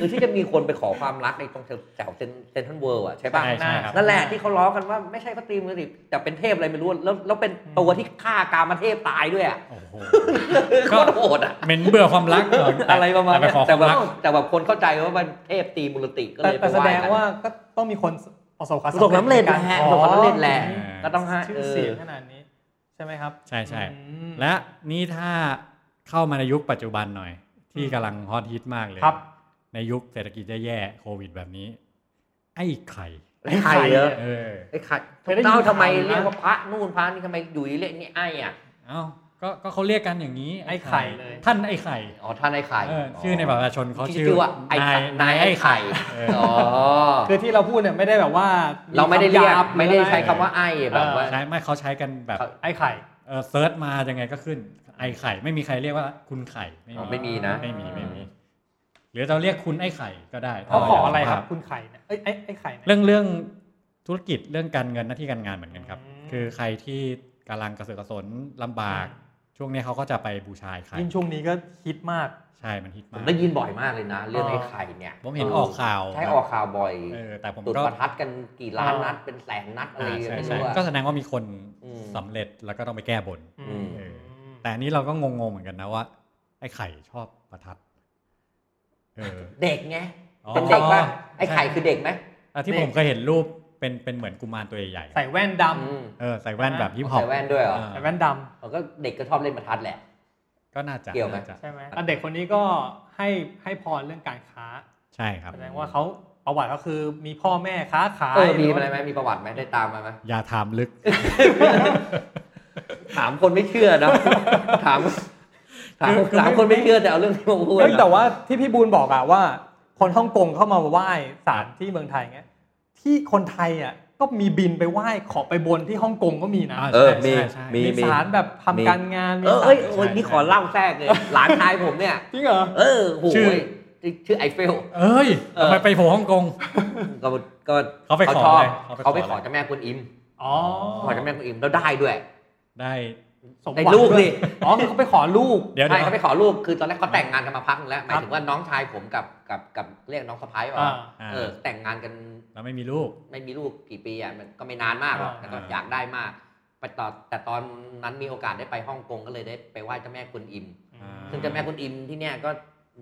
S4: คือที่จะมีคนไปขอความรักในตรงแถวแถวเซนเซนทรัลเวิลด์อะใช่ปะ
S2: ใช่ใช่ครับ
S4: นั่นแหละที่เขาล้อกันว่าไม่ใช่พระตรีมฤดิแต่เป็นเทพอะไรไม่รู้แล้วแล้วเป็นตัวที่ฆ่ากามเทพตายด้วยอะ
S2: โอ้โห
S4: โค
S2: ก็
S4: ตรโหดอะ
S2: เหม็นเบื่อความรักเหแต่
S4: อะไรประมาณ
S2: แต่ไป
S4: เนี้ย
S2: ขอค
S4: แต่
S2: วาม
S4: ว่า
S2: รัก
S4: แต่แบบคนเข้าใจว่ามันเทพตีมูลติก็
S3: แต่
S4: เลยไป
S3: แต่แส
S4: ไห
S3: ด
S4: ว้
S3: ง
S4: กัน
S3: ว่าก็ต้องมีคนประสบความ
S4: ประสบความสำเร็จแหละประสบความสำเร็จแหละก็ต้องให้
S3: ชื่
S4: เอ
S3: อ
S4: อ
S3: เสียงขนาดนี้ ใช่ไหมครับ
S2: ใช่ใช่
S3: อืม
S2: และนี่ถ้าเข้ามาในยุคปัจจุบันหน่อย ที่กำลังฮอตฮิตมากเลย
S3: ครับ
S2: ในยุคเศรษฐกิจแย่ๆโควิดแบบนี้ ไอ้ไข่
S4: ไอ้ไข่เยอะ
S2: เออ
S4: ไอ้ไข่
S3: เคยได้ยิน
S4: เจ้าทำไม
S3: ข่าวนะ
S4: เรียกว่าพระนู่นพระนี่ทำไมอยู่ดีเรียกนี่ไอ้อะ
S2: เอ้าก็ก็เขาเรียกกันอย่างนี้
S3: ไอ้ไข่เลย
S2: ท่านไอ้ไข่
S4: อ๋อท่านไอ้ไข่
S2: เออชื่อในบัตรประชาชนเขา
S4: ชื่อว่าไอ้ไข่นายไอ้ไข่
S2: เออ
S4: อ๋อ
S3: คือที่เราพูดเนี่ยไม่ได้แบบว่า
S4: เราไม่ได้เรียก
S3: คำหาบ
S4: ไม่ได้ใช้
S3: ห
S4: คำ
S3: รืออะ
S4: ว่าไอ้แบบว่า
S2: ใช้ไม่เขาใช้กันแบบ
S4: ครับ
S3: ไอ้ไข่
S2: เออเซิร์ชมายังไงก็ขึ้น ไอไข่ไม่มีใครเรียกว่าคุณไข่ไม่
S4: อ๋อ
S2: มี
S4: ไม่มีนะ
S2: ไม่มีไม่มีหรือเราเรียกคุณไอไข่ก็ได้
S3: เขาขออะไรครับ
S2: เา
S3: คุณไข่เนี่ยเอ้ยไอ้ไอ้ไข่เนี่ย
S2: เรื่องเรื่องธุรกิจเรื่องการเงินหน้าที่การงานเหมือนกันครับ
S3: อืม
S2: คือใครที่กำลังกระเสือกกระสนลำบาก ช่วงนี้เขาก็จะไปบูชาไอ้ไข่
S3: ยิ่งช่วงนี้ก็ฮิตมาก
S2: ใช่มันฮิ
S4: ผม
S2: ตามก
S4: ได้ยินบ่อยมากเลยนะ เรื่องไอ้ไข่เนี่ย
S2: ผมเห็นออกข่าว
S4: ใช้ออกข่าวบ่อย
S2: เออแต่ผม
S4: ตุด
S2: ก็
S4: ประทัดกันกี่ล้าน
S3: อ่านั
S4: นัดเป็นแสนนัดอะไร
S2: อ่า
S4: อย่างเงี้ย
S2: ใช่
S4: ไม่
S2: ใช่
S4: รู้อะ
S2: ก็แสดงว่ามีคน
S4: อืม
S2: สำเร็จแล้วก็ต้องไปแก้บน
S4: อืม
S2: เออ แต่อันนี้เราก็งงๆเหมือนกันนะว่า ไอ้ไข่ชอบประทัดเออ
S4: เด็กไง
S2: อ๋อ
S4: เป็นเด็กป่ะ
S2: ใช่
S4: ไอ้ไข่คือเด็กไหม
S2: อ่ะที่ผมเคยเห็นรูปเป็นเป็นเหมือนกุมารตัวใหญ่ๆ
S3: ใส่แว่นด
S2: เออใส่แว่นแบบยิปฮอป
S4: ใส่แว่นด้วยเหรอ
S3: ำใส่แว่นด
S4: เออก็เด็กก็ชอบเล่นประทัดแหละ
S2: ก็น่าจะ
S4: เกี่ยวไหม
S2: น่าจะ
S3: ำใช่ไหมอ่ะเด็กคนนี้ก็ให้ให้พรเรื่องการค้า
S2: ใช่ครับ
S3: แสดงว่าเขาประวัติเขาคือมีพ่อแม่ค้าขาย
S4: เออมีอะไรไหมมีประวัติไหมได้ตามมาไหม
S2: อย่าถามลึก
S4: ถามคนไม่เชื่อเนอะถามถาม
S2: คือคือ
S4: ถามคนไม่เชื่อแต่เอาเรื่องที่มาพูด
S3: เฮ้ย
S4: เน
S3: แต่
S4: อะ
S3: ว่าที่พี่บูลบอกอะว่า คนฮ่องกงเข้ามาไหว้ศาลที่เมืองไทยเงี้ยที่คนไทยอะก็มีบินไปไหว้ขอไปบนที่ฮ่องกงก็มีนะ
S2: อ่า
S4: เออมี
S2: ใช่ใช่
S4: มี
S3: มี
S4: มี
S3: ศาลแบบทำการงานมี
S4: เออ
S3: ศาล
S4: เอ้ยวันนี้ขอเล่าแทรกเลยหลานชายผมเนี่ย
S3: จริงเหรอ
S4: เออโอ้
S2: ชื่อ
S4: ยชื่อไอเฟล
S2: เอ้ย
S4: เออ
S2: ทำไมไปโผล่ฮ่องกง
S4: ก็ก็
S2: เขาไปขอ
S4: ชอบ
S2: เลย
S4: เขา
S2: เขา
S4: ไป
S2: ไป
S4: ข
S2: ขอ
S4: อเจ้าแม่กวนอิม
S3: อ๋อ
S4: ขอเจ้าแม่กวนอิมแล้วได้ด้วย
S2: ได้
S3: สมห
S4: ได้
S3: วัง
S4: ลูก
S3: ด้วย
S4: ดิ
S3: อ๋อคือเขาไปขอลูก
S2: เดี๋ยวเดี๋
S4: ใช่
S2: ยว
S4: เขาไปขอลูกคือตอนแรกเขาแต่งงานกันมาพักหนึงแล้วหมายถึงว่าน้องชายผมกับกับกับเรียกน้องสะพ้ายว่า
S3: อ่า
S2: อ่า
S4: เออแต่งงานกัน
S2: แล้วไม่มีลูก
S4: ไม่มีลูกกี่ปีอ่ะมันก็ไม่นานมากหรอก
S3: อ่า
S4: แต่ก็อยากได้มากไปต่อแต่ตอนนั้นมีโอกาสได้ไปฮ่องกงก็เลยได้ไปไหว้เจ้าแม่กุนอิม
S2: อ่า
S4: ซึ่งเจ้าแม่กุนอิมที่เนี่ยก็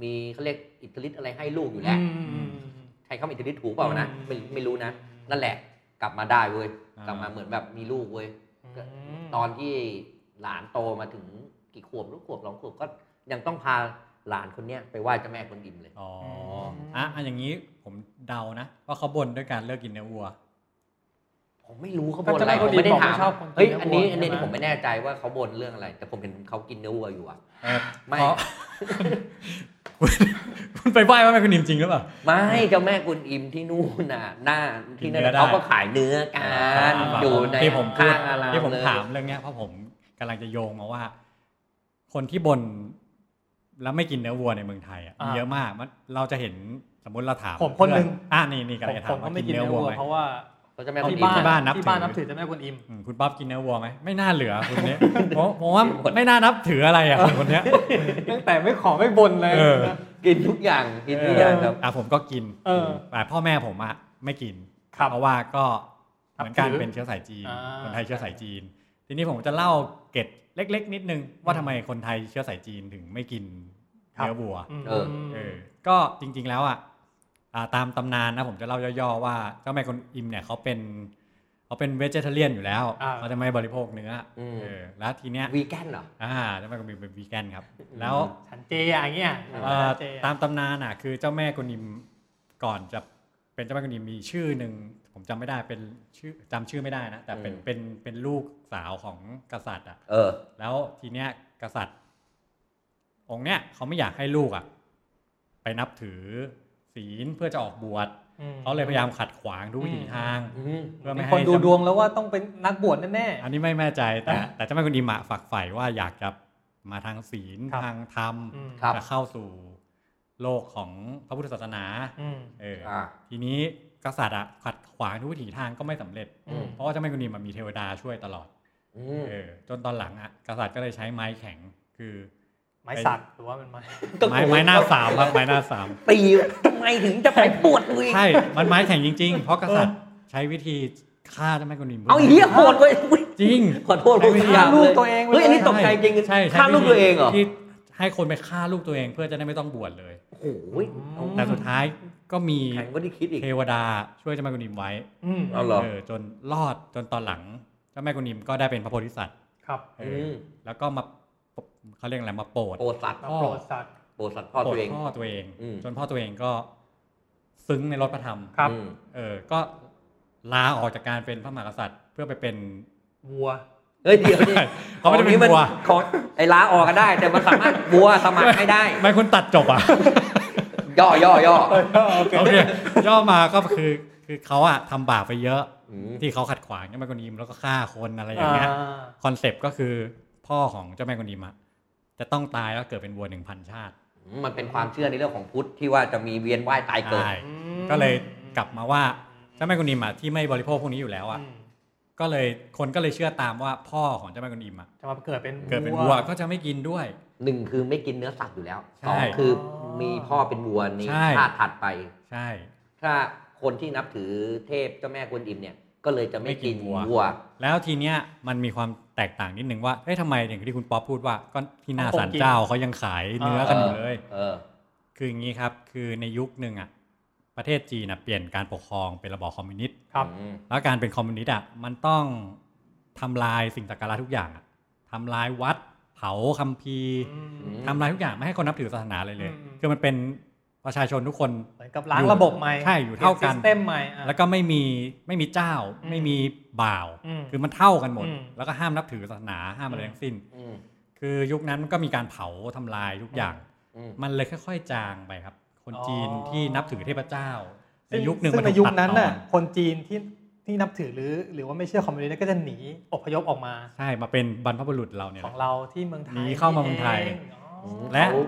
S4: มีเขาเรียกอิทธิฤทธิ์อะไรให้ลูกอยู่แล้ว
S3: อืมอืมอืม
S4: ใครเข้าอิทธิฤทธิ์ถูกเปล่านะ
S3: อืม
S4: ไม่ไม่รู้นะ นั่นแหละกลับมาได้เว้ย
S2: อ่าก ก
S4: ลับมาเหมือนแบบมีลูกเว้ย ก็
S3: ม
S4: ตอนที่หลานโตมาถึงกี่ขวบลูกขวบสองขวบก็ยังต้องพาหลานคนเนี้ยไปไหว้เจ้าแม่กุนอิมเลย
S2: อ๋อ
S3: ม
S2: อ่ะอันอย่างนี้ผมเดานะว่าเขาบนด้วยการเลิกกินเนื้อวัว
S4: ผมไม่รู้เขาบนอะไร
S3: ก็จะ
S4: ผม
S3: ไม่
S4: ไม่ได้
S3: บอก
S4: ถาม
S3: ว่าชอบคนกิน
S4: เฮ้ย
S3: เนื้อวัว
S4: อันนี้
S3: ใช่ไหม
S4: อันนี้ผมไม่แน่ใจว่าเขาบนเรื่องอะไร แต่ผมเห็นเขากินเนื้อวัวอยู่อะ
S2: เออ
S4: ไม่
S2: เพราะคุณ คุณไปไหว้ว่าแม่คุณนิมจริงหรือเปล่า
S4: ไม่เจ้าแม่กุนอิมที่นู่นน่ะหน้าที่นั่น
S2: กินเนื้อได้
S4: น่ะเขาก็ขายเนื้อกันอยู่ใน
S2: ที่ผมพูด
S4: ข้งอาราม
S2: ที่ผม
S4: เลย
S2: ถามเรื่องเนี้ยเพราะผมกำลังจะโยงมาว่า คนที่บนแล้วไม่กินเนื้อวัวในเมืองไทยอ่ะ
S3: อ่ามี
S2: เยอะมากมันเราจะเห็นสมมติเราถาม
S3: ผมคนหนึ่ง
S2: เพื่ออ่านี่นี่กำลังจะ
S3: ผ
S2: ถาม
S3: มก็
S2: ว่า
S3: ไม่
S2: กิน
S3: กิน
S2: เนื้
S3: เนื้
S2: อวั
S3: อ
S2: ว
S3: วัว
S2: ไหม
S3: เพราะว่า
S4: เขาเจ้าแม่กุน
S3: ที่
S4: อิม
S3: บ้าน
S2: ที่บ้านนับถือ
S3: ที่บ้านนับถือเจ้าแม่กวนอิม
S2: อืมคุณป๊อบกินเนื้อวัวไหมไม่น่าเหลือคุณ เนี้ยผมผมว่าไม่น่านับถืออะไรอ่ะคนคนเนี้ย
S3: ตั้งแต่ไม่ขอไม่บนเลย
S2: เออ
S4: กินทุกอย่างกินทุกอย่างครับ
S2: อ่ะผมก็กิน
S3: เออ
S2: แต่พ่อแม่ผมอ่ะไม่กิน
S3: ครับ
S2: เพราะว่าก็เหมือนกัน
S3: นับถือ
S2: เป็นเชื้อสายจีน
S3: อ่า
S2: คนไทยเชื้อสายจีน ทีนี้ผมจะเล่าเกร็ดเล็ก ๆ นิดนึงว่าทำไมคนไทยเชื้อสายจีนถึงไม่กินเนื้อวัว
S3: ม
S4: เออ
S2: เออก็จริงๆแล้วอ่ะอ่าตามตำนานนะผมจะเล่าย่อๆว่าเจ้าแม่กวนอิมเนี่ยเขาเป็นเขาเป็นเวจเทเรียนอยู่แล้ว
S3: อ่า
S2: เขาจะไม่บริโภคเนื้ออ
S4: ม
S2: เออแล้วทีเนี้ย
S4: วีแกนเหรอ
S2: อ่าเจ้าแม่กวนอิมเป็นวีแกนครับ แล้ว
S3: ฉันเจอะอย่างเงี้ย
S2: เอ่อ
S3: เจ
S2: ตามตำนานอ่ะคือเจ้าแม่กุนิมก่อนจะเป็นเจ้าแม่กุนิมมีชื่อหนึ่งผมจำไม่ได้เป็นชื่อจำชื่อไม่ได้นะแต่เป็น
S4: อืม
S2: เป็นเป็นลูกสาวของกษัตริย์อ่ะ
S4: เออ
S2: แล้วทีเนี้ยกษัตริย์ องค์เนี้ยเขาไม่อยากให้ลูกอ่ะไปนับถือศีลเพื่อจะออกบวช
S3: อืม
S2: เขาเลยพยายามขัดขวางทุกวิถีทาง
S4: อืม
S2: เพื่อไม่
S3: มี
S2: ให้
S3: คนดูด
S2: เจ้า
S3: วงแล้วว่าต้องเป็นนักบวชแน่
S2: อันนี้ไม่แน่ใจแต่ แต่เจ้าแม่กุนิมอะฝักใฝ่ว่าอยากจะมาทางศีล
S3: ครับ
S2: ทางธรรม
S3: อืม
S4: ครับ
S2: จะเข้าสู่โลกของพระพุทธศาสนา
S3: ๆอืม
S2: เออ
S4: อ่า
S2: ทีนี้กษัตริย์อะขัดขวางทุกวิถีทางก็ไม่สำเร็จ
S3: อืม
S2: เพราะว่าเจ้าแม่กุนิมอะมีเทวดาช่วยตลอด
S4: อืม
S2: เออจนตอนหลังอะกษัตริย์ก็เลยใช้ไม้แข็งคือ
S3: ไม้สักหรือว่าเป็นไม้
S2: ไม้ไม้หน้าสามครับไม้หน้าสาม
S4: ตีทำไมถึงจะไปปวดมือ
S2: ใช่มันไม้แข็งจริงๆ เพราะกษัตริย์ใช้วิธีฆ่าเจ้าแม่กวนอิม
S4: เอาเหี้ยโหดเว้ย
S2: จริง
S4: ขอโทษผู้ชาย
S3: ลูกตัวเอง
S4: เฮ้ยอันนี้ตกใจจริง
S2: ใช่ใช่
S4: ฆ่าลูกตัวเองเหรอ
S2: ที่ให้คนไปฆ่าลูกตัวเองเพื่อจะได้ไม่ต้องบวชเลย
S4: โอ้โหย
S2: แต่สุดท้ายก็มี
S4: แข็งกว่าที่คิดอีก
S2: เทวดาช่วยเจ้าแม่กุนิมไว้
S3: อืม
S4: เอาเหรอ
S2: เออจนรอดจนตอนหลังเจ้าแม่กุนิมก็ได้เป็นพระโพธิสัตว์
S3: ครับ
S2: เอออ
S4: ม
S2: แล้วก็มาเขาเรียกอะไรมาโปรด
S4: โปรดสัตว์
S3: มาโปรดสัตว์
S4: โปรดสัตว์พ่อตัวเอง
S2: พ่อตัวเอง
S4: อืม
S2: จนพ่อตัวเองก็ซึ้งในรถพระธรรม
S3: ครับ
S4: อืม
S2: เออก็ลาออกจากการเป็นพระมหากษัตริย์ เพื่อไปเป็น
S3: วัว
S4: เฮ้ยเดี๋ยวดิ
S2: เขาไม่ได้เป็นวัว
S4: ของไอ้ล้าออกก็ได้ แต่มันสามารถ วัวสมัครไม่ได้
S2: ไม่คุณตัดจบ อ่ะ
S4: ย่อย่อย่อ
S2: โอเคย่อมาก็คือคือเขาอะทำบาปไปเยอะ
S4: อืม
S2: ที่เขาขัดขวางเจ้าแม่กวนอิมแล้วก็ฆ่าคนอะไรอย่างเงี้ยคอนเซปต์ก็คือพ่อของเจ้าแม่กวนอิมอะจะต้องตายแล้วเกิดเป็นวัวหนึ่งพันชาติ
S4: มันเป็นความเชื่อในเรื่องของพุทธที่ว่าจะมีเวียนว่ายตายเกิด
S2: ใช่ก็เลยกลับมาว่าเจ้าแม่กวนอิมอะที่ไม่บริโภคพวกนี้อยู่แล้วอะ
S3: อืม
S2: ก็เลยคนก็เลยเชื่อตามว่าพ่อของเจ้าแม่กวนอิมอะ
S3: จะมาเกิดเป็น
S2: เกิดเป็นวัวก็จะไม่กินด้วย
S4: หนึ่งคือไม่กินเนื้อสัตว์อยู่แล้ว
S2: ใช่
S4: สองคือมีพ่อเป็นวัวใน
S2: ใช่
S4: ชาติถัดไป
S2: ใช่
S4: ถ้าคนที่นับถือเทพเจ้าแม่กวนอิมเนี่ย ก็เลยจะไม่
S2: ไม่กิ
S4: กิ
S2: น
S4: น
S2: วัว
S4: วัว
S2: แล้วทีเนี้ยมันมีความแตกต่างนิดนึงว่าเฮ้ยทำไมอย่างที่คุณป๊อปพูดว่าก็ที่หน้าศาลเจ้าเขายังขายเนื้อกันอยู่เลย
S4: เออ
S2: คืออย่างนี้ครับ คือในยุคหนึ่งอ่ะ ประเทศจีนอ่ะเปลี่ยนการปกครองเป็นระบอบคอมมิวนิสต์
S3: ครับ
S4: อืม
S2: แล้วการเป็นคอมมิวนิสต์อ่ะ มันต้องทำลายสิ่งสักการะทุกอย่างอ่ะทำลายวัด เผาคัมภีร์ทำลายทุกอย่างไม่ให้คนนับถือศาสนาเลยเลย
S3: อืมอืม
S2: คือมันเป็นประชาชนทุกคน
S3: เหมือนกับล้างระบบใหม่
S2: ใช่อยู่เท่ากัน
S3: ซิสเต็มใหม่อ่ะ
S2: แล้วก็ไม่มีไม่มีเจ้า
S3: อืม
S2: ไม่มีบ่าว
S3: อืม
S2: คือมันเท่ากันหมด
S3: อืม
S2: แล้วก็ห้ามนับถือศาสนาห้ามอะไรทั้งสิ้น
S4: อืม
S2: คือยุคนั้นมันก็มีการเผาทำลายทุกอย่าง
S4: อืม
S2: มันเลยค่อยๆ จางไปครับ คน
S3: อ๋อ
S2: จีนที่นับถือเทพเจ้าใน
S3: ซึ่ง
S2: ยุคหนึ่ง
S3: ซึ่
S2: มั
S3: ง
S2: ถู
S3: ใน
S2: ก
S3: ยุค
S2: ตัด
S3: นั้น
S2: ตอ
S3: น่ะคนจีนที่ที่นับถือหรือ หรือว่าไม่เชื่อคอมมิวนิสต์ก็จะหนีอพยพออกมา
S2: ใช่มาเป็นบรรพบุรุษเราเนี่ย
S3: ข
S2: แห
S3: อง
S2: ละ
S3: เราที่เมืองไทย
S2: หนีเข้ามาเมืองไทย
S3: นี่เองอ๋อ
S4: อืม
S2: และ
S4: เขา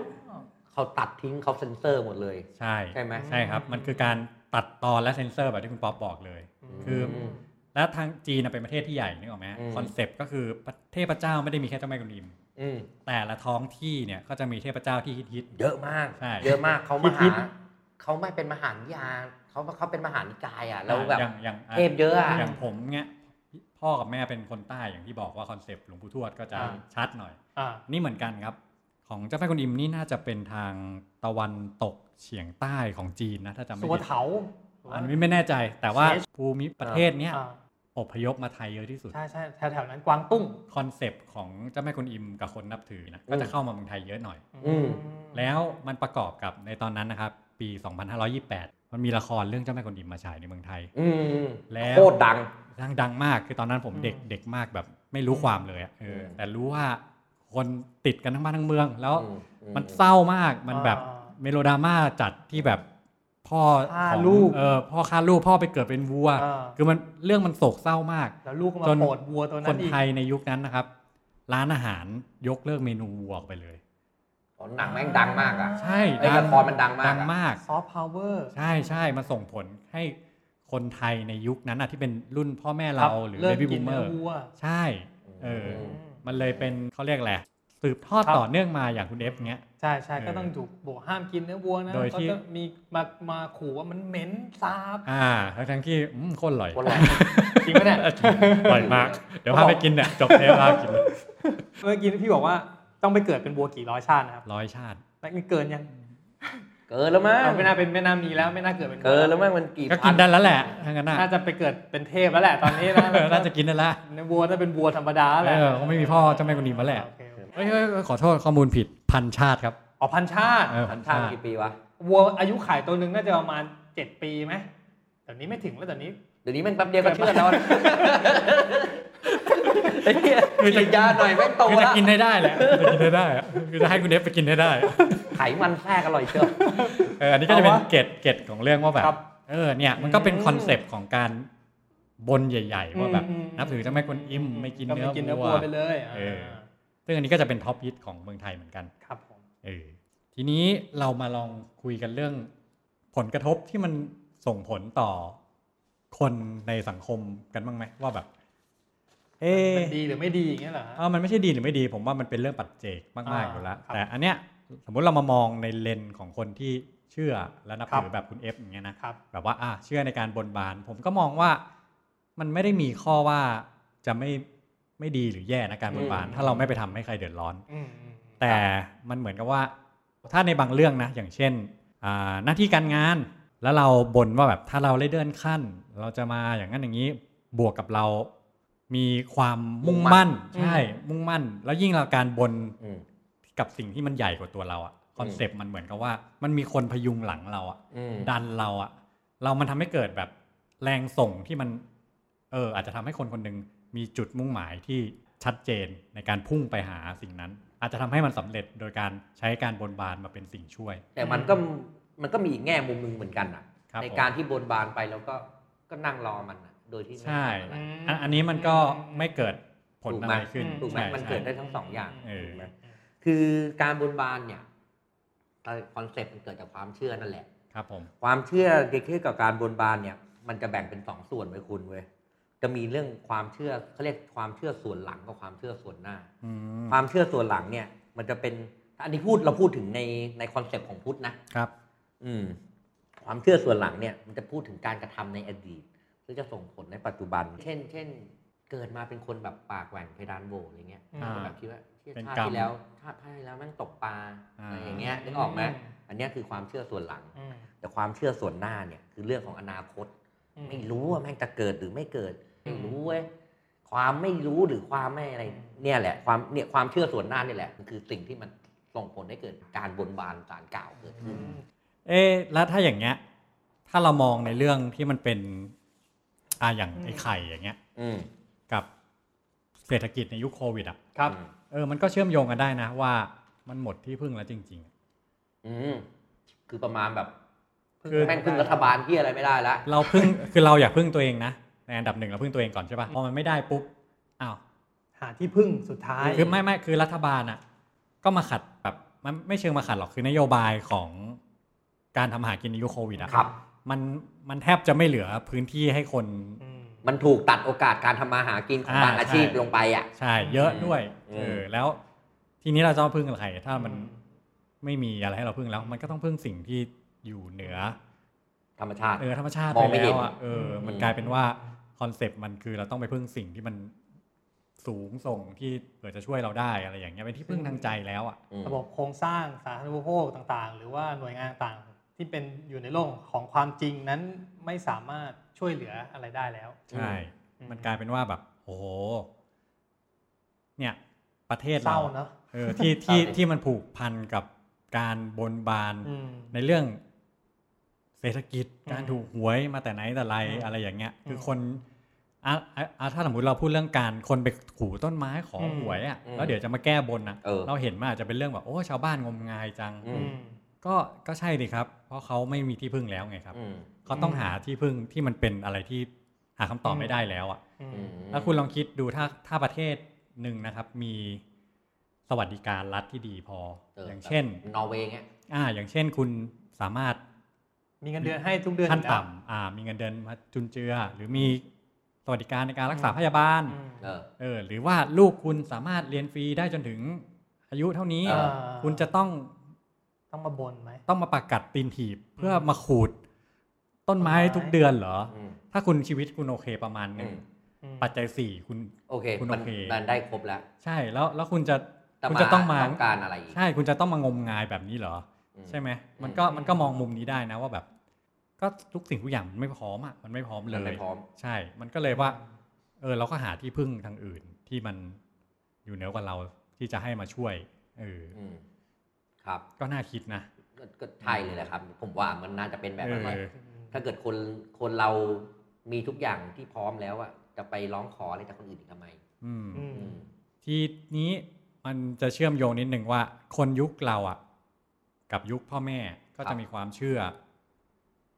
S4: เขาตัดทิ้งเขาเซ็นเซอร์หมดเลย
S2: ใช่
S4: ใช่ไหม
S2: ใช่ครับ มันคือการตัดตอนและเซ็นเซอร์แบบที่คุณป๊อปบอกเลย คือ
S4: ม
S2: และทางจีนน่ะเป็นประเทศที่ใหญ่นึกออกไหม
S4: อืม
S2: คอนเซปต์ก็คือเทพเจ้าไม่ได้มีแค่เจ้าแม่กุนอิม
S4: อืม
S2: แต่ละท้องที่เนี่ยก็จะมีเทพเจ้าที่ฮิต
S4: เยอะมาก
S2: ใช่
S4: เยอะมากเขามา
S3: ฮิ
S4: หา
S3: ต
S4: เขาไม่เป็นมหานิยานเขาเขาเป็นมหานิกายอ่ะ
S2: ๆ
S4: แล้วแบบ
S2: อย่างอย่าง
S4: เทพเยอะอะ
S2: อย่างผมเนี่ยพ่อกับแม่เป็นคนใต้อย่างที่บอกว่าคอนเซปต์หลวงปู่ทวดก็จะ
S3: อ่า
S2: ชัดหน่อย
S3: อ่า
S2: นี่เหมือนกันครับ ของเจ้าแม่กวนอิมนี่น่าจะเป็นทางตะวันตกเฉียงใต้ของจีนนะถ้าจำไม่
S3: สัว
S2: ผิด
S3: เถา
S2: อันนี้ไม่แน่ใจ แต่ว่า
S3: เชส
S2: ภูมิประเทศเนี้ย
S3: อ่า
S2: อพยพมาไทยเยอะที่สุด
S3: ใช่ใช่แถวแถวๆนั้นกวางตุ้ง
S2: คอนเซปต์ของเจ้าแม่กวนอิมกับคนนับถือนะ
S4: อืม
S2: ก็จะเข้ามาเมืองไทยเยอะหน่อย
S4: อืม
S2: แล้วมันประกอบกับในตอนนั้นนะครับ ปี 2528 มันมีละครเรื่องเจ้าแม่กวนอิมมาฉายในเมืองไทย
S4: อืม
S2: แล้ว
S4: โคตรดัง
S2: ดังดังมากคือตอนนั้นผม
S3: อืม
S2: เด็กเด็กมากแบบไม่รู้ความเลยอะเออ
S4: อืม
S2: แต่รู้ว่าคนติดกันทั้งบ้านทั้งเมืองแล้ว
S4: อือื
S2: มันเศร้ามาก มันแบบ
S3: อ่า
S2: เมโลดราม่าจัดที่แบบพ่อ
S3: ฆ่า
S2: ของ
S3: ลูก
S2: เออพ่อฆ่าลูกพ่อไปเกิดเป็นวัว
S3: อ่า
S2: คือมันเรื่องมันโศกเศร้ามาก
S3: แล้วลูกก็มา
S2: จน
S3: โปรดวัวตั
S2: ค
S3: วนั้น
S2: น
S3: อีก
S2: ไทยในยุคนั้นนะครับ ร้านอาหารยกเลิกเมนูวัวออกไปเลย
S4: อ๋อหนังแม่งดังมากอ่ะ
S2: ใช่
S4: ไอ้ละครมันดังมากอะ
S2: ดังมาก
S3: ซอฟต์พาวเวอร์
S2: ใช่ใช่มันส่งผลให้คนไทยในยุคนั้นอะที่เป็นรุ่นพ่อแม่
S3: ค
S2: เรา
S3: บ
S2: หรือ
S3: ริ่
S2: เบบี้
S3: กิ
S2: บู
S3: น
S2: มเมอ
S3: นื้
S2: ร์
S3: วัว
S2: ใช่ เออ
S4: ม
S3: อืม
S2: มันเลยเป็นเขาเรียกแหละไรสืบทอด
S3: ครับ
S2: ต่อเนื่องมาอย่างคุณเอฟเงี้ย
S3: ใช่ใช่
S2: เออ
S3: ก็ต้องถูกบอกห้ามกินเนื้อวัวนะ
S2: โดยที่
S3: เขาจะมีมามาขู่ว่ามันเหม็นสาบ
S2: อ่าทั้งๆที่อืมโคนอร่อย
S4: โคตรแรง
S3: จริงปะเนี่ย
S2: อร่อยมาก เดี๋ยวพาไปกินเนี่ยจบเทปพากิน
S3: เมื่อกี้พี่บอกว่าต้องไปเกิดเป็นวัวกี่ร้อยชาตินะครับ
S2: ร้อยชาติ
S3: แล้วนี่เกินยัง
S4: เกินแล้วมั้ง
S3: เอาไม่น่าเป็นไม่น่ามีแล้วไม่น่าเกิดเป็นวั
S4: เกินแล้วมั้งมันกี่
S2: ก็
S4: พั
S2: กินได้แล้วแหละทั้งนั้นน่ะ
S3: น่าจะไปเกิดเป็นเทพแล้วแหละตอนนี้นะ
S2: เออน่าจะกินได้ละ
S3: เนื้อวัวน่าเป็นวัวธรรมดาแหละ
S2: เออเขาไม่มีพ่อเจ้าแม่กุนีมาแหละ
S3: โอเคโอเค
S2: เฮ้ยเฮ้ยเฮ้ยขอโทษข้อมูลผิดพันชาติครับ
S3: อ๋อพันชาติ
S2: เออ
S4: พั
S2: พั
S4: น
S2: น
S4: ชา
S2: ชา
S4: ติ
S2: ติ
S4: กี่ปีวะ
S3: วัวอายุขายตัวหนึ่งน่าจะประมาณเจ็ดปีไหมเดี๋ยวนี้ไม่ถึงแล้วเดี๋ยวนี้
S4: เดี๋ยวนี้แม่งแป๊บเดียวก็เชื่อแล้วอะไอ้เหี้ยฉีดยาหน่อยแม่งโต
S2: คือจะ
S4: แล้ว
S2: กินให้ได้แหละจะกินให้ได้อะคือจะให้คุณเดฟไปกินให้ได้
S4: ไขมันแทรกอร่อยเชียว
S2: เอออันนี้ก็จะเป็น
S3: เอาวะ
S2: เกตเกตของเรื่องว่าแบบ
S3: ครับ
S2: เออเนี่ยมันก็เป็น
S3: อืม
S2: คอนเซปต์ของการบนใหญ่ ๆ ว่าแบบ
S3: อืมอืม
S2: นับถือเจ้าแม่กวนอิมไม่กิน
S3: ไม่กิน
S2: เนื้
S3: เนื้
S2: อ
S3: อ
S2: วั
S3: วั
S2: ว
S3: วไปเลยา
S2: เออ ซึ่งอันนี้ก็จะเป็นท็อปฮิตของเมืองไทยเหมือนกัน
S3: ครับผม
S2: เออทีนี้เรามาลองคุยกันเรื่อง ผลกระทบที่มันส่งผลต่อคนในสังคมกันบ้างไหมว่าแบบ เอ๊ะ
S3: มันดีหรือไม่ดีอย่างเงี้ยเหรอฮะ
S2: เออมันไม่ใช่ดีหรือไม่ดี ผมว่ามันเป็นเรื่องปัจเจกมากๆอยู่แล้ว
S3: อ่าครับ
S2: แต่อันเนี้ยสมมุติเรามามองในเลนส์ของคนที่เชื่อและนับ
S3: ครับ
S2: ถือแบบคุณเอฟอย่างเงี้ยนะ
S3: ครับ
S2: แบบว่าอ่ะเชื่อในการบนบาน ผมก็มองว่ามันไม่ได้มีข้อว่าจะไม่ไม่ดีหรือแย่นะการบนบาน
S3: อืม
S2: ถ้าเราไม่ไปทำให้ใครเดือดร้อน
S3: อืมอืมอืม
S2: แต่มันเหมือนกับว่า ถ้าในบางเรื่องนะ อย่างเช่นอ่าหน้าที่การงาน แล้วเราบนว่าแบบถ้าเราได้เลื่อนขั้น เราจะมาอย่างนั้นอย่างนี้บวกกับเรา มีความมุ่งมั่น ใช่ มุ่งมั่น แล้วยิ่งเราการบน
S4: อืม
S2: กับสิ่งที่มันใหญ่กว่าตัวเราอะคอนเซปต์มันเหมือนกับว่า มันมีคนพยุงหลังเราอะ
S4: อืม
S2: ดันเราอะเรามันทำให้เกิดแบบแรงส่งที่มัน เออ อาจจะทำให้คนคนหนึ่งมีจุดมุ่งหมายที่ชัดเจนในการพุ่งไปหาสิ่งนั้น อาจจะทำให้มันสำเร็จโดยการใช้การบนบานมาเป็นสิ่งช่วย
S4: แต่มันก็มันก็มีอีกแง่มุมหนึงเหมือนกันนะครับ ในการที่บนบานไปแล้วก็ก็นั่งรอมันน่ะโดยที่ไม่
S2: ใช่
S4: ทำอะไร
S2: อันอันนี้มันก็ไม่เกิดผล
S4: ถูก
S2: อะ
S4: ไหม
S2: ไรขึ้น
S4: ถูกไหม
S2: ใช่
S4: มันเกิด
S2: ใช่
S4: ได้ทั้งสองอย่าง
S2: เออ
S4: ถูกไหมคือการบนบานเนี่ยคอนเซ็ปต์มันเกิดจากความเชื่อนั่นแหละ
S2: ครับผม
S4: ความเชื่อเด็กเกี่ยวกับการบนบานเนี่ย มันจะแบ่งเป็นสองส่วนไว้คุณเว้ยจะมีเรื่องความเชื่อเขาเรียกความเชื่อส่วนหลังกับความเชื่อส่วนหน้า
S2: อืม
S4: ความเชื่อส่วนหลังเนี่ย มันจะเป็นอันนี้พูดเราพูดถึงในในคอนเซ็ปต์ของพุทธนะ
S2: ครับ
S4: อืมความเชื่อส่วนหลังเนี่ยมันจะพูดถึงการกระทำในอดีตซึ่งจะส่งผลในปัจจุบัน เช่น เช่น เกิดมาเป็นคนแบบปากแหว่งเพดานโหวอะไรเงี้ย
S3: อ่า
S4: คนแบบคิดว่าเชี่ย
S2: เป็น
S4: ชาติ
S2: กรรม
S4: ที่แล้วชาติที่แล้วแม่งตกปลา
S2: อ่า
S4: อะไรอย่างเงี้ยนึกออกไหมอันเนี้ยคือความเชื่อส่วนหลัง
S3: อืม
S4: แต่ความเชื่อส่วนหน้าเนี่ยคือเรื่องของอนาคต
S3: อื
S4: ไม่รู้ว่าแม่งจะเกิดหรือไม่เกิด
S3: อืม
S4: ไม่รู้เว้ยความไม่รู้หรือความไม่อะไร เนี่ยแหละความเนี่ยความเชื่อส่วนหน้าเนี่ยแหละมันคือสิ่งที่มันส่งผลให้เกิดการบนบานสารกล่าวเกิดขึ้น
S3: อืม
S2: เอ๊ะแล้วถ้าอย่างเงี้ย ถ้าเรามองในเรื่องที่มันเป็นอ่าอย่างไอ้ไข่อย่างเงี้ย
S4: อืม
S2: กับเศรษฐกิจในยุคโควิดอ่ะ
S3: ครับ
S2: เออ มันก็เชื่อมโยงกันได้นะว่ามันหมดที่พึ่งแล้วจริง
S4: อืมคือประมาณแบบ
S2: คือ
S4: แม่งพึ่งรัฐบาลที่อะไรไม่ได้ละ
S2: ๆ เราพึ่ง คือเราอยากพึ่งตัวเองนะ ในอันดับหนึ่งเราพึ่งตัวเองก่อนใช่ป่ะ พอมันไม่ได้ปุ๊บ อ้าว
S3: หาที่พึ่งสุดท้าย
S2: คือไม่ไม่คือรัฐบาลอ่ะ ก็มาขัดแบบมันไม่เชิงมาขัดหรอก คือนโยบายของการทำหากินในยุคโควิดอ่ะ
S3: ครับ
S2: มันมันแทบจะไม่เหลือพื้นที่ให้คน
S3: อืม
S4: มันถูกตัดโอกาสการทำมาหากินของ
S2: อ่า
S4: บางอาชีพ
S2: ใช่
S4: ลงไปอ่ะ
S2: ใช่ เยอะด้วย
S4: อืม
S2: เออ แล้วทีนี้เราจะพึ่งอะไร ถ้ามัน
S3: อืม
S2: ไม่มีอะไรให้เราพึ่งแล้ว มันก็ต้องพึ่งสิ่งที่อยู่เหนือ
S4: ธรรมชาติ
S2: เออธรรมชาติ
S4: ม
S2: ไป
S4: องไม่
S2: แล้
S4: เห็
S2: วน อ่ะเอออ
S3: ม
S2: มันกลายเป็นว่าคอนเซปต์มันคือเราต้องไปพึ่งสิ่งที่มันสูงส่งที่เผื่อจะช่วยเราได้อะไรอย่างเงี้ยเป็นที่พึ่งทางใจแล้วอ่ะ
S3: ระบบโครงสร้างสาธารณูปโภคต่างๆ หรือว่าหน่วยงานต่างๆที่เป็นอยู่ในโลกของความจริงนั้นไม่สามารถช่วยเหลืออะไรได้แล้ว
S2: ใช่
S3: อืม
S2: มันกลายเป็นว่าแบบ โอ้โหเนี่ย ประเทศ
S3: เศ
S2: เรา
S3: ร้าเนอะ
S2: เออที่ที่
S4: เศร้าดิ
S2: ที่มันผูกพันกับการบนบาน
S3: อืม
S2: ในเรื่อง เศรษฐกิจ
S3: อืม
S2: การถูกหวยมาแต่ไหนแต่ไร
S3: อืม
S2: อะไรอย่างเงี้ย คืออ
S3: ม
S2: คนอ่ะอ่ะอ่ะถ้าสมมติเราพูดเรื่องการคนไปขู่ต้นไม้ขออ
S3: ม
S2: หวยอ่ะ
S4: อืม
S2: แล้วเดี๋ยวจะมาแก้บนอ่ะ
S4: เออ
S2: เห็นมาอาจจะเป็นเรื่องแบบโอ้ชาวบ้านงมงายจัง
S4: อืม
S3: อืม
S2: ก็ก็ใช่ดิครับ เพราะเขาไม่มีที่พึ่งแล้วไงครับ
S4: อืม
S2: เขาต้อง
S3: อืม
S2: หาที่พึ่งที่มันเป็นอะไรที่หาคำตอบไม่ได้แล้วอ่ะ
S3: อื
S4: อื
S3: ม
S4: ม
S2: แล้วคุณลองคิดดูถ้าถ้าประเทศหนึ่งนะครับ มีสวัสดิการรัฐที่ดีพอ อย่างเช่น
S4: นอร์เวย์เงี้ย
S2: อ่า อย่างเช่นคุณสามารถ
S3: มีเงินเดือนให้ทุกเดือน
S2: ขั้น
S3: อยู่
S2: ต่ำอ่า มีเงินเดือนมาจุนเจือ หรือมีสวัสดิการในการรักษาพยาบาล
S3: แล้วอืม
S4: เออ
S2: เออ หรือว่าลูกคุณสามารถเรียนฟรีได้จนถึงอายุเท่านี้
S4: เออ
S2: คุณจะต้อง
S3: ต้องมาบนไหม
S2: ต้องมาปากกัดตีนถีบ เพื่อมาขูด ต้นไม้ทุกเดือนเหรอ
S4: อืม
S2: ถ้าคุณชีวิตคุณโอเคประมาณหนึ่ง
S4: อืม
S3: อืม
S2: ปัจจัยสี่คุณ
S4: โอเค
S2: คุณ
S4: มัน
S2: โอเค
S4: มันได้ครบแล้ว
S2: ใช่แล้วแล้วคุณจะ
S4: แต่
S2: คุณจะต้องมา
S4: ต้องการอะไรอีก
S2: ใช่คุณจะต้องมางมงายแบบนี้เหรอ
S4: อืม
S2: ใช่ไหม
S4: ม
S2: มันก็มันก็มองมุมนี้ได้นะว่าแบบ ก็ทุกสิ่งทุกอย่างมันไม่พร้อมอ่ะมันไม่พร้อมเล
S4: มัน
S2: ย
S4: ไม่พร้อม
S2: ใช่ มันก็เลยว่า เออ เราก็หาที่พึ่งทางอื่นที่มันอยู่เหนือกว่าเราที่จะให้มาช่วย เออ
S4: อืมครับ
S2: ก็น่าคิดนะ
S4: ก็ก็ใช่เลยแหละครับ ผมว่ามันน่าจะเป็นแบบ
S2: เอ
S4: นั้นแหละ
S2: อ
S4: ถ้าเกิดคนคนเรามีทุกอย่างที่พร้อมแล้วอะจะไปร้องขออะไรจากคนอื่นอีกทำไม
S2: อืม
S3: อืม
S4: อืม
S2: ทีนี้มันจะเชื่อมโยงนิดหนึ่งว่า คนยุคเราอ่ะ กับยุคพ่อแม่ก็
S4: ครั
S2: จะ
S4: บ
S2: มีความเชื่อ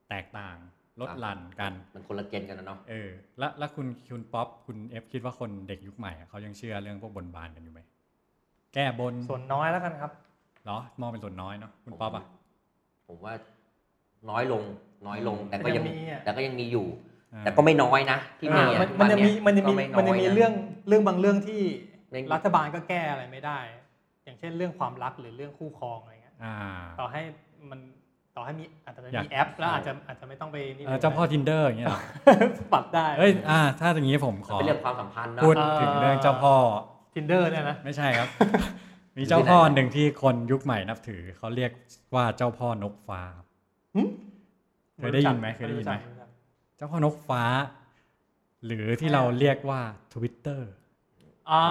S2: แตกต่างลด
S4: ครับ
S2: หลั่นกัน
S4: มันคนละเจนกันนะเนาะ
S2: เออ แล้วแล้วคุณคุณป๊อปคุณเอฟคิดว่าคนเด็กยุคใหม่อะเขายังเชื่อเรื่องพวกบนบานกันอยู่ไหมแก้บน
S3: ส่วนน้อยแล้วกันครับ
S2: เหรอมองเป็นส่วนน้อยเนาะคุณป๊อปอ่ะ
S4: ผมว่าน้อยลงน้อยลงแต่ก็
S3: ยั
S4: ยัง
S3: งมีอะ
S4: แต่ก็ยังมีอยู่ แต่ก็ไม่น้อยนะที่มี
S3: อ่า
S4: อ่ะ
S3: มันมันจะมีมันจะมี
S4: ก็ไอย
S3: มันจะมี
S4: ะ
S3: เรื่องเรื่องบางเรื่องที่
S4: ไม่
S3: รัฐบาลก็แก้อะไรไม่ได้ อย่างเช่นเรื่องความรักหรือเรื่องคู่ครองอะไรเงี้ย
S2: อ่า
S3: ต่อให้มันต่อให้มีอาจจะ
S2: อยาก
S3: มีแอป แล้วอาจจะอาจจะไม่ต้องไปนี่
S2: เออเจ้าพ่อ tinder อย่างเงี้ยเหรอ
S3: ปรับได้
S2: เอ้ยอ่า ถ้าอย่างนี้ผมขอ
S4: เป็นเรื่องความสัมพันธ์เนอะ
S2: พูดถึงเรื่องเจ้าพ่อ
S3: Tinder เนี่ยนะ
S2: ไม่ใช่ครับ มีเจ้าพ่อหนึ่งที่คนยุคใหม่นับถือ เขาเรียกว่าเจ้าพ่อนกฟ้าครับเคยได้ยินไหมเคยได้ยินไหม
S3: รู้จัก
S2: เจ้าพ่อนกฟ้า หรือที่เราเรียกว่า Twitter
S3: อ่า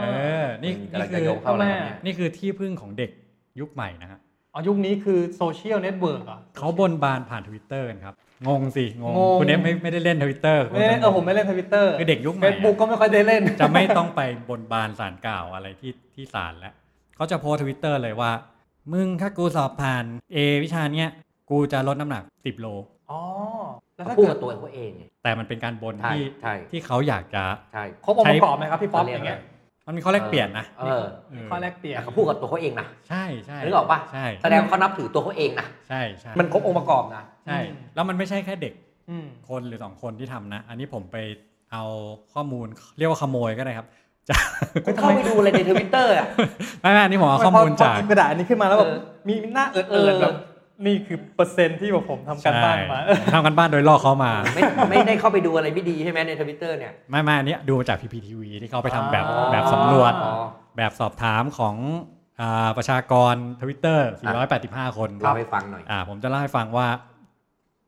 S2: เออ นี่
S4: อืม
S2: นี่
S4: กำลัง
S2: คื
S4: จะ
S2: อย
S4: กเข้าแล้วนะ
S3: แม่
S2: นี่คือที่พึ่งของเด็กยุคใหม่นะฮะ
S3: อ๋อยุคนี้คือโซเชียลเน็ตเวิร์กอ่ะ
S2: เขาบนบานผ่าน Twitter กันครับ งงสิ งง
S3: งง
S2: คุณเอ็มไม่ไม่ได้เล่น Twitter คุณ
S3: ไม่ได้เล่นเออผมไม่เล่นทวิตเตอร์
S2: คือเด็กยุคให
S3: เฟ
S2: ม่
S3: ซบุ๊ก
S2: อะ
S3: ก็ไม่ค่อยได้เล่น
S2: จะไม่ต้องไปบนบานสารกล่าวอะไรที่ที่ศาลแล้วเขาจะโพสทวิตเตอร์ Twitter เลยว่า มึงถ้ากูสอบผ่านเอวิชาเนี้ย กูจะลดน้ำหนัก 10 โล
S3: อ๋อ แล้ว
S4: เขา
S3: ถ้า
S4: พูด
S3: เกิ
S4: กั
S3: ด
S4: บตัวเขาเองไง
S2: แต่มันเป็นการบน
S4: ใช่
S2: ที่
S4: ใช่
S2: ที่เขาอยากจะ
S4: ใช่
S3: ครบองค์ประกอบไหมครับพี่ป๊อปอย่างเงี้ย
S2: มันมีข้อแลกเปลี่ยนนะ
S4: เออ
S2: เออ
S3: ข้อแรกเปลี่ยน
S4: แต่เขาพูดกับตัวเขาเองนะ
S2: ใช่ใช่
S4: นึกออกปะ
S2: ใช่
S4: แสดงว่าเขานับถือตัวเขาเองนะ
S2: ใช่ใช่
S4: มันครบองค์ประกอบนะ
S2: ใช่
S3: อืม
S2: แล้วมันไม่ใช่แค่เด็ก
S3: อืม
S2: คนหรือสองคนที่ทำนะ อันนี้ผมไปเอาข้อมูลเรียกว่าขโมยก็ได้ครับจาก
S4: คุณเข้าไปดูอะไรในทวิตเตอร์อ่ะ
S2: ไม่ไม่อันนี้ผมเอาข้อมูลจาก
S3: พหยิบกระดาษอันนี้ขึ้นมาแล้วแบบ
S4: เออ
S3: มีหน้าเอิด
S4: เอ
S3: เอิด
S4: อ
S3: แบบนี่คือเปอร์เซ็นต์ที่แบบผมทำการ
S2: ใช่
S3: บ้านมาเออ
S2: ทำกันบ้านโดยลอกเขามา
S4: ไม่ไม่ได้เข้าไปดูอะไรไม่ดีใช่ไหมในทวิตเตอร์เนี่ย
S2: ไม่ไม่อันเนี้ยดูมาจาก PPTV ที่เขาไปทำแบบแบบสำรวจ
S4: อ๋อ
S2: แบบสอบถามของอ่าประชากรทวิตเตอร์ 485 คน
S4: เราไปฟังหน่อย
S2: อ่าผมจะเล่าให้ฟังว่า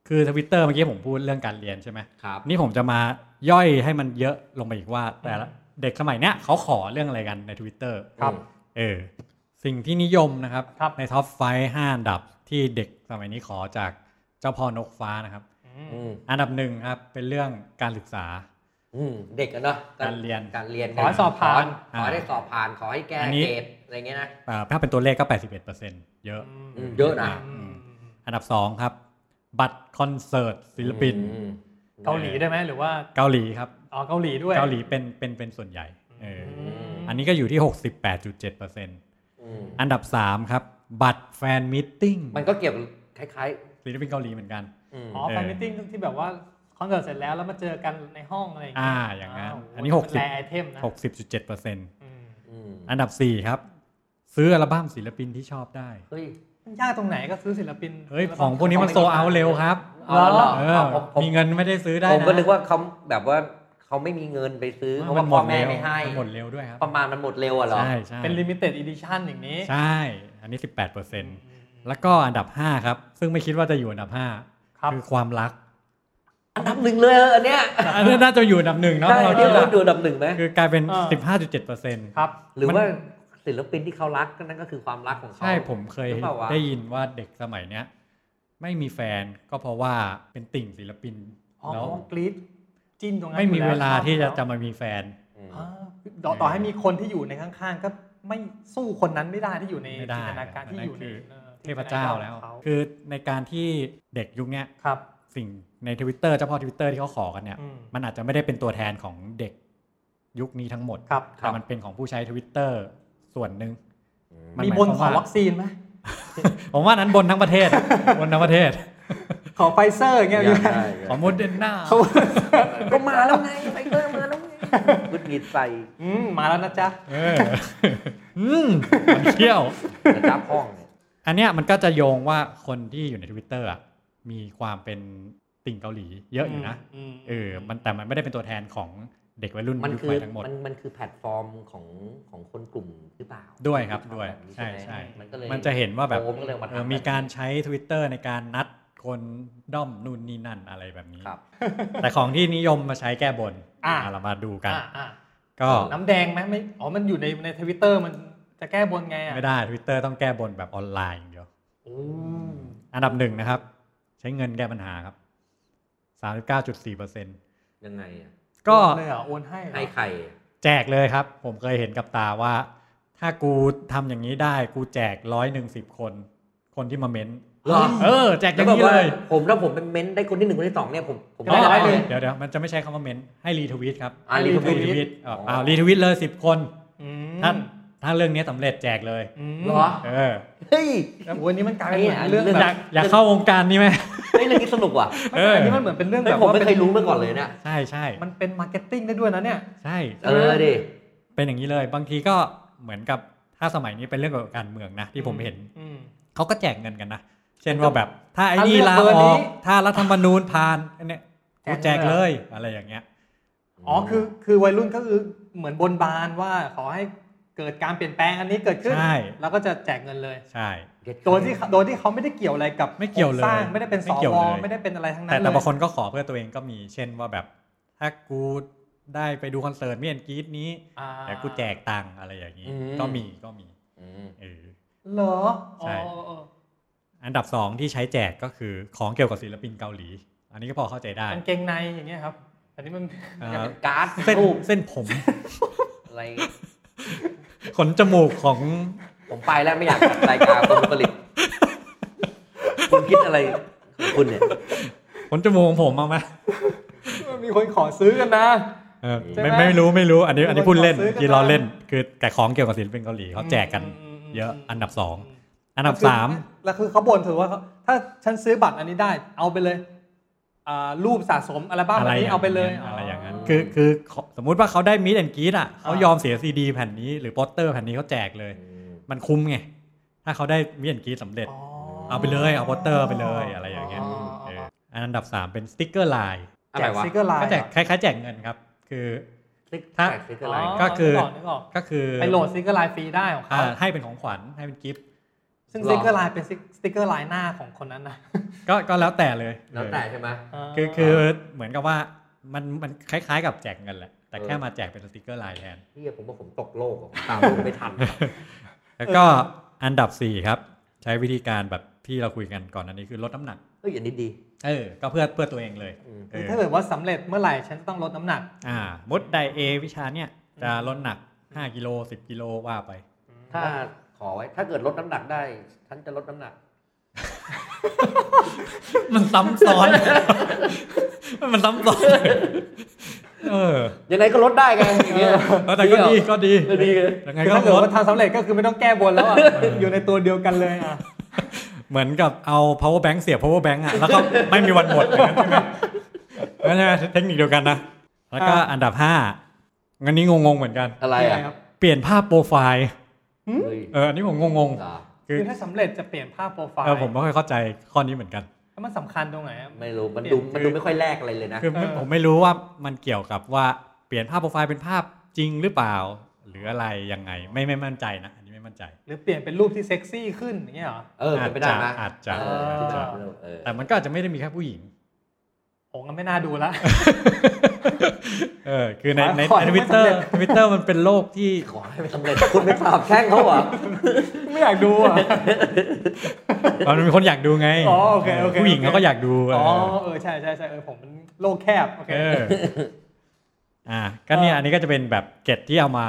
S2: คือทวิตเตอร์เมื่อกี้ผมพูดเรื่องการเรียนใช่ไหม
S4: ครับ
S2: นี่ผมจะมาย่อยให้มันเยอะลงไปอีกว่า แต่ละเด็กสมัยเนี้ยเขาขอเรื่องอะไรกันใน Twitter
S4: ครับ
S2: เออสิ่งที่นิยมนะครับ ในท็อปไฟห้าอันดับที่เด็กสมัยนี้ขอจากเจ้าพ่อนกฟ้านะครับ
S4: อืม
S2: อันดับหนึ่งครับเป็นเรื่องการศึกษา
S4: อืมเด็กกันเนาะ
S2: การเรียน
S4: การเรียน
S3: ขอให้สอบผ่าน
S4: ขอให้ได้สอบผ่านขอให้แก้
S2: อันนี้
S4: เกรดอะไรเงี้ยนะ
S2: อ่าถ้าเป็นตัวเลขก็ 81%เยอะ
S4: อืมเยอะนะ
S3: อืม
S2: อันดับสองครับ บัตรคอนเสิร์ตศิลปิน
S4: อืม
S3: เกาหลีได้ไหมหรือว่า
S2: เกาหลีครับ
S3: อ๋อเกาหลีด้วย
S2: เกาหลีเป็นเป็นเป็นส่วนใหญ่เออ
S3: อืม
S2: อันนี้ก็อยู่ที่ 68.7%
S4: อืม
S2: อันดับสามครับบัตรแฟนมิทติ้ง
S4: มันก็เกี่ยวกับคล้าย
S2: ศิลปินเกาหลีเหมือนกัน
S4: ๆอืม
S3: อ๋อแฟนมิทติ้งที่แบบว่าคอนเสิร์ตเสร็จแล้วแล้วมาเจอกันในห้องอะไรอย่างเงี้ย
S2: อ่าอย่างนั้น
S3: าว
S2: อันนี้
S3: โโ
S2: หกสิบ
S3: แรร์ไอเทมนะ
S2: 60.7%
S3: อืม
S4: ม
S2: อันดับ 4 ครับ ซื้ออัลบั้มศิลปินที่ชอบได้
S4: เฮ้ย
S3: มันยากตรงไหนก็ซื้อศิลปิน
S2: เฮ้ย ของพวกนี้มันโซเอาเร็วครับ
S4: เอาแล้วเหรอ
S2: เออ
S4: เอาผมผม
S2: มีเงินไม่ได้ซื้อได้
S4: ผม
S2: นะ
S4: ก็นึกว่าเขาแบบว่าเขาไม่มีเงินไปซื้อเพราะว่าพ่อแม่
S2: เร็ว
S4: ไม่ให้
S2: นหมดเร็วด้วยครับ
S4: ประมาณมันหมดเร็วอ่ะเหรอ
S2: ใช่ใช่
S3: เป็นลิมิเต็ดอีดิชั่นอย่างนี้
S2: ใช่ อันนี้ 18%แล้วก็อันดับ 5 ครับ ซึ่งไม่คิดว่าจะอยู่อันดับ
S3: ครั
S2: 5
S3: บ
S2: คือความรัก
S4: อันดับหนึ่งเลยเหรออันเนี้ย
S2: อันนี้น่าจะอยู่อันดับหนึ่งเนาะ
S4: ใช่
S2: เรา
S4: เดี๋
S2: คิ
S4: ยว
S2: ด
S4: เรา
S2: ว่า
S4: ดูอันดับหนึ่งไหม
S2: คือกลายเป็น
S3: เออ
S2: 15.7%
S3: ครับ
S4: หรือว่าศิลปินที่เขารักก็นั่นก็คือความรักของเขา
S2: ใช่ผมเคย
S4: หรือปล่าวะ
S2: ได้ยินว่าเด็กสมัยเนี้ยไม่มีแฟนก็เพราะว่าเป็นติ่งศิลปิน
S3: อ๋อ
S2: แล้ว
S3: กรีดจิ้นตรงนั้น
S2: ไม่มี
S3: อยู่
S2: เว
S3: แ
S2: ลาที่จะจะ
S3: ชอบ
S2: มามีแฟน
S4: อืม
S3: อยู่แล้วอ่าต่อต่อให้มีคนที่อยู่ในข้างๆ ก็ไม่สู้คนนั้นไม่ได้ที่อยู่ใน
S2: ไม่ได้
S3: จินตนาการ
S2: ครับ
S3: ที่อยู่ใน
S2: นั่นคือเท
S3: ออ
S2: พเจ้าแล้ว
S3: ของเขา
S2: คือในการที่เด็กยุคเนี้ย
S3: ครับ
S2: สิ่งในทวิตเตอร์เฉพาะทวิตเตอร์ที่เขาขอกันเนี่ย
S3: อืม
S2: มันอาจจะไม่ได้เป็นตัวแทนของเด็กยุคนี้ทั้งหมด
S3: ครับ
S2: แต่มันเป็นของผู้ใช้ทวิตเตอร์ส่วนหนึ่ง มัน
S3: มี
S2: หมาย
S3: บน
S2: ความ
S3: ขอ
S2: ว่า
S3: วัคซีนไหม
S2: ผมว่านั้นบนทั้งประเทศ บนทั้งประเทศ
S3: ขอไฟเซอร์อย่างเงี้ย
S4: อยากได้
S2: ของโมเดอร์นา
S4: ก็มาแล้วไงไฟเตอร์มาแล้วไงพุดหงิดใส่
S3: อืมมาแล้วนะจ๊ะ
S2: เออ อืมมันเที่ยว
S4: กระจับห้องเนี่ย
S2: อันเนี้ยมันก็จะโยงว่าคนที่อยู่ในทวิตเตอร์มีความเป็นติ่งเกาหลีเยอะอยู่นะ
S3: ม
S2: เออมันแต่มันไม่ได้เป็นตัวแทนของเด็กวัยรุ่น
S4: มัน
S2: ยุค
S4: คื
S2: ใหม่
S4: อ
S2: ทั้งหมด
S4: มันมันคือแพลตฟอร์มของของคนกลุ่มหรือเปล่า
S2: ด้วยครับ
S4: ที่ทำ
S2: ด้วย
S4: แนี้
S2: ใช่ใช่
S4: มันก็เลย
S2: มันจะเห็นว่าแบบ
S4: โอ้มันก็เลยมา
S2: เออ
S4: ทำ
S2: มีการใช้ Twitter ในการนัดคนด้อมนู่นนี่นั่นอะไรแบบนี้
S4: ครับ
S2: แต่ของที่นิยมมาใช้แก้บน
S3: อ่ะ
S2: อ่ะเรามาดูกัน
S3: อ่ะอ่ะ
S2: ก็
S3: น้ำแดงไหมไม่อ๋อมันอยู่ในในทวิตเตอร์มันจะแก้บนไงอ่ะ
S2: ไม่ได้ Twitter ต้องแก้บนแบบออนไลน์อย่างเดียว
S3: โอ้
S2: อันดับหนึ่งนะครับ ใช้เงินแก้ปัญหาครับ39.4%
S4: ยังไงอะ
S2: ก็
S3: เลยเหรอ่ะโอนให้เหรอ
S4: ให้ใครอะ
S2: แจกเลยครับ ผมเคยเห็นกับตาว่า ถ้ากูทำอย่างนี้ได้กูแจกร้อยหนึ่งสิบคน คนที่มาเม้น
S4: เหรอ
S2: เออ แจกอย่า
S4: แล้ว
S2: ง
S4: แบบ
S2: นี้
S4: ว่า
S2: เลย
S4: ผมแล้วผมเป็นเม้นท์ได้คนที่หนึ่งคนที่สองเนี่ยผมผม
S2: เดี๋ยว
S4: ร้อยเลย
S2: เดี๋ยวเดี๋ยวมันจะไม่ใช้คำว่าเม้นให้รีทวิตครับ
S4: อ่า retweet
S2: เอออ่ารีทวิตเลยสิบคน
S3: อืม
S2: ถ้าถ้าเรื่องนี้สำเร็จแจกเลย
S3: อืม
S4: เหรอ
S2: เออ
S4: เฮ้ย
S3: โอ้โหอันนี้มันกลายเป็น
S4: ไอ้เนี่ย
S3: เรื่อง
S2: อยา
S3: แบ
S2: ก
S3: บ
S2: อยากเข้าวงการนี้ไหม
S4: ฮ้ยเรื่องนี้สนุกว่ะ
S2: เออ
S3: อันนี้มันเหมือนเป็นเรื่อง
S4: เฮ้
S3: แบ
S4: ย
S3: บ
S4: ผม
S3: ว่า
S4: ไม่เค
S3: ป็
S4: ยรู้มาก่อนเลยเนี่ย
S2: ใช่ใช่
S3: มันเป็นมาร์เก็ตติ้งได้ด้วยนะเนี่ย
S2: ใช่
S4: เออดิ
S2: เป็นอย่างนี้เลย บางทีก็เหมือนกับถ้าสมัยนี้เป็นเรื่องเกี่ยวกับการเมืองนะ ที่ผมเห็น
S3: อืม
S2: เขาก็แจกเงินกันนะ เช่นว่าแบบถ้าไอ้
S3: ถ้า
S2: นี่
S3: เลือก
S2: ลา
S3: เบอร์
S2: อ
S3: นี้
S2: อกถ้ารัฐธรรมนูญผ่านอันเนี้ยกู
S3: แจ
S2: แจ
S3: ก
S2: ก
S3: เล
S2: เลย ยอะไรอย่างเงี้ย
S3: อ๋อคือคือวัยรุ่นก็คือเหมือนบนบานว่าขอให้เกิดการเปลี่ยนแปลงอันนี้เกิดขึ้น
S2: ใช่
S3: แล้วก็จะแจกเงินเลย
S2: ใช่
S3: โดยที่โดยที่เขาไม่ได้เกี่ยวอะไรกับ
S2: ไม่เกี่ยวเลย
S3: โครงสร้างไม่ได้เป็นส
S2: ไม่เกี่ยว
S3: ว
S2: เลย
S3: ไม่ได้เป็นอะไรทั้งนั้
S2: แต่
S3: น
S2: แต่
S3: เลย
S2: บางคนก็ขอเพื่อตัวเองก็มี เช่นว่าแบบถ้ากูได้ไปดูคอนเสิร์ตเมียนกรีดนี้
S3: อ่า
S2: แต่กูแจกตังค์อะไรอย่างนี้
S4: อืม
S2: ก็มีก็มี
S4: อืม
S2: เออ
S3: เหรอ
S2: ใช่
S3: อ๋ออ๋อ
S2: อันดับสองที่ใช้แจกก็คือของเกี่ยวกับศิลปินเกาหลี อันนี้ก็พอเข้าใจได้
S3: กางเกงในอย่างเงี้ยครับ อันนี้มัน
S2: เอ่
S4: จะ
S2: อ
S4: เป็นการ์ด
S2: เส้น
S4: รูป
S2: เส้นผม
S4: อะไร
S2: ขนจมูกของ
S4: ผมไปแล้วไม่อยากจัดรายการคนผลิ ตคุณคิดอะไรของคุณเนี่ย
S2: ขนจมูกของผมเอามา
S3: มีคนขอซื้อกันนะ
S2: เออ
S4: ใช่ไหม
S2: ไม่ไม่รู้ไม่รู้อันนี้อันนี้พูดเล่น
S3: ซื้อกัน
S2: กี่ล้อเล่น
S3: มา
S2: คือแต่ของเกี่ยวกับศิลปินเกาหลีเขาแจกกัน เยอะอันดับสอง อันดับ
S3: คือ
S2: สาม
S3: แล้วคือเขาบ่นถือว่าเขาถ้าฉันซื้อบัตรอันนี้ได้ เอาไปเลยอ่ารูปสะสมอัลบั้ม
S2: อะ
S3: อั
S2: ไร
S3: นนี้เอาไปเลย
S2: อะไรอย่างนั้นคือคือคือสมมุติว่าเขาได้มิดแอนกีดอ่ะเขายอมเสียซีดีแผ่นนี้หรือโปสเตอร์แผ่นนี้เขาแจกเลย มันคุ้มไง ถ้าเขาได้มิดแอนกีดสำเร็จ เอาไปเลยเอาโปสเตอร์ไปเลยอะไรอย่างเงี้ยเอออันดับสามเป็นสติ๊กเกอร์ลาย
S4: อะ
S3: แจ
S4: ไร
S3: ก
S4: วะ
S3: สติกเกอร์ไล
S2: ก็
S3: น์
S2: แจกคล้ายๆแจกเงินครับ คือ ถ้า
S4: แจกสติ๊กเกอร์ไลน์
S2: ก็คือ
S3: นึกก
S2: ก็คือ
S3: ไปโหลดสติกเกอร์ไลน์ฟรีได้ของเขา
S2: อ่าให้เป็นของขวัญให้เป็นกิฟต์
S3: ซึ่ง
S4: ห
S3: ส
S4: รอ
S3: ติกเกอร์ไลน์เป็นสติกเกอร์ไลน์หน้าของคนนั้นนะ
S2: ก็ก็แล้วแต่เลย
S4: แล้วแต่ใช่ไหม
S2: เออคือคือเหมือนกับว่ามันมันคล้ายๆกับแจกเงินแหละ แต่
S4: เออ
S2: แค่มาแจกเป็นสติกเกอร์ลายแทน
S4: พี่ผมว่าผมตกโลกอะผมตามคุณไม่ทัน
S2: แล้วก็อันดับสี่ครับ ใช้วิธีการแบบที่เราคุยกันก่อนอันนี้คือลดน้ำหนัก
S4: เอ้ยอันนี้ดี
S2: เออ ก็เพื่อเพื่อตัวเองเลย
S4: อืม
S2: เออ
S3: ถ้าเกิดว่าสำเร็จเมื่อไหร่ฉันจะต้องลดน้ำหนัก
S2: อ่ามดไดเอวิชาเนี่ยจะลดหนัก 5กิโล10กิโลว่าไป
S4: ถ้าขอไว้ ถ้าเกิดลดน้ำหนักได้ ฉันจะลดน้ำหนัก
S2: มันซ้ำซ้อน มันซ้ำซ้อน เออ
S4: ยังไงก็ลดได้ไงอย่างเงี้ย
S2: แล้วแต่ก็ดีก็ดี
S4: ก็ดีเลย
S2: ยังไง
S3: คือ
S2: ก็
S3: ถ้าเกิด
S2: ลด
S3: ว่าทำสำเร็จก็คือไม่ต้องแก้บนแล้วอ่ะ อยู่ในตัวเดียวกันเลยอ่ะ
S2: เหมือนกับเอา power bank เสียบ power bank อ่ะ แล้วก็ไม่มีวันหมดอย่างนั้นใช่ไหมงั้นใช่ไหมเทคนิคเดียวกันนะ แล้วก็อันดับห้างั้นนี้งงๆเหมือนกัน
S4: อะไร
S3: นี่
S4: อ่ะ
S3: ครับ
S2: เปลี่ยนภาพโปรไฟล์
S4: เฮ้ย
S2: เออ อันนี้ผมงง
S4: เหรอ
S2: ๆ คื
S3: คือ อถ้าสำเร็จจะเปลี่ยนภาพโปรไฟล์
S2: เออผมไม่ค่อยเข้าใจข้อนี้เหมือนกัน
S3: แล้วมันสำคัญตรงไหนอะ
S4: ไม่รู้มันดูมันดูไม่ค่อยแลกอะไรเลยนะ
S2: คือไม่ผมไม่รู้ว่ามันเกี่ยวกับว่าเปลี่ยนภาพโปรไฟล์เป็นภาพจริงหรือเปล่า หรืออะไรยังไง ไม่ไม่มั่นใจนะ อันนี้ไม่มั่นใจ
S3: หรือเปลี่ยนเป็นรูปที่เซ็กซี่ขึ้นอย่างเงี้ยเหรอ
S4: เออเป็นไปได้นะ
S2: อาจจะ
S4: เอออาจจะเออ
S2: แต่มันก็อาจจะไม่ได้มีแค่ผู้หญิง
S3: ผมก็ไม่น่าดูละ
S2: เออ คือในใน
S3: ขอให้
S2: ในท
S3: ไม่
S2: วิตเตอร์
S3: สำเร็จ
S2: ทวิตเตอร์มันเป็นโลกที่
S4: ขอให้ไม่สำเร็จคุณไปสาบแช่งเขาเหรอ
S3: ไม่อยากดูอ่ะ
S2: มันมีคนอยากดูไง
S3: อ๋อโอเคโอเค
S2: ผู้หญิงเขา
S3: โอเค
S2: ก็อยากดู
S3: อ๋อ
S2: เออ
S3: เออใช่ใช่ใช่เออผมมันโลกแคบโอเค
S2: เอออ่ะก็เนี่ยอันนี้ก็จะเป็นแบบเกร็ดที่เอามา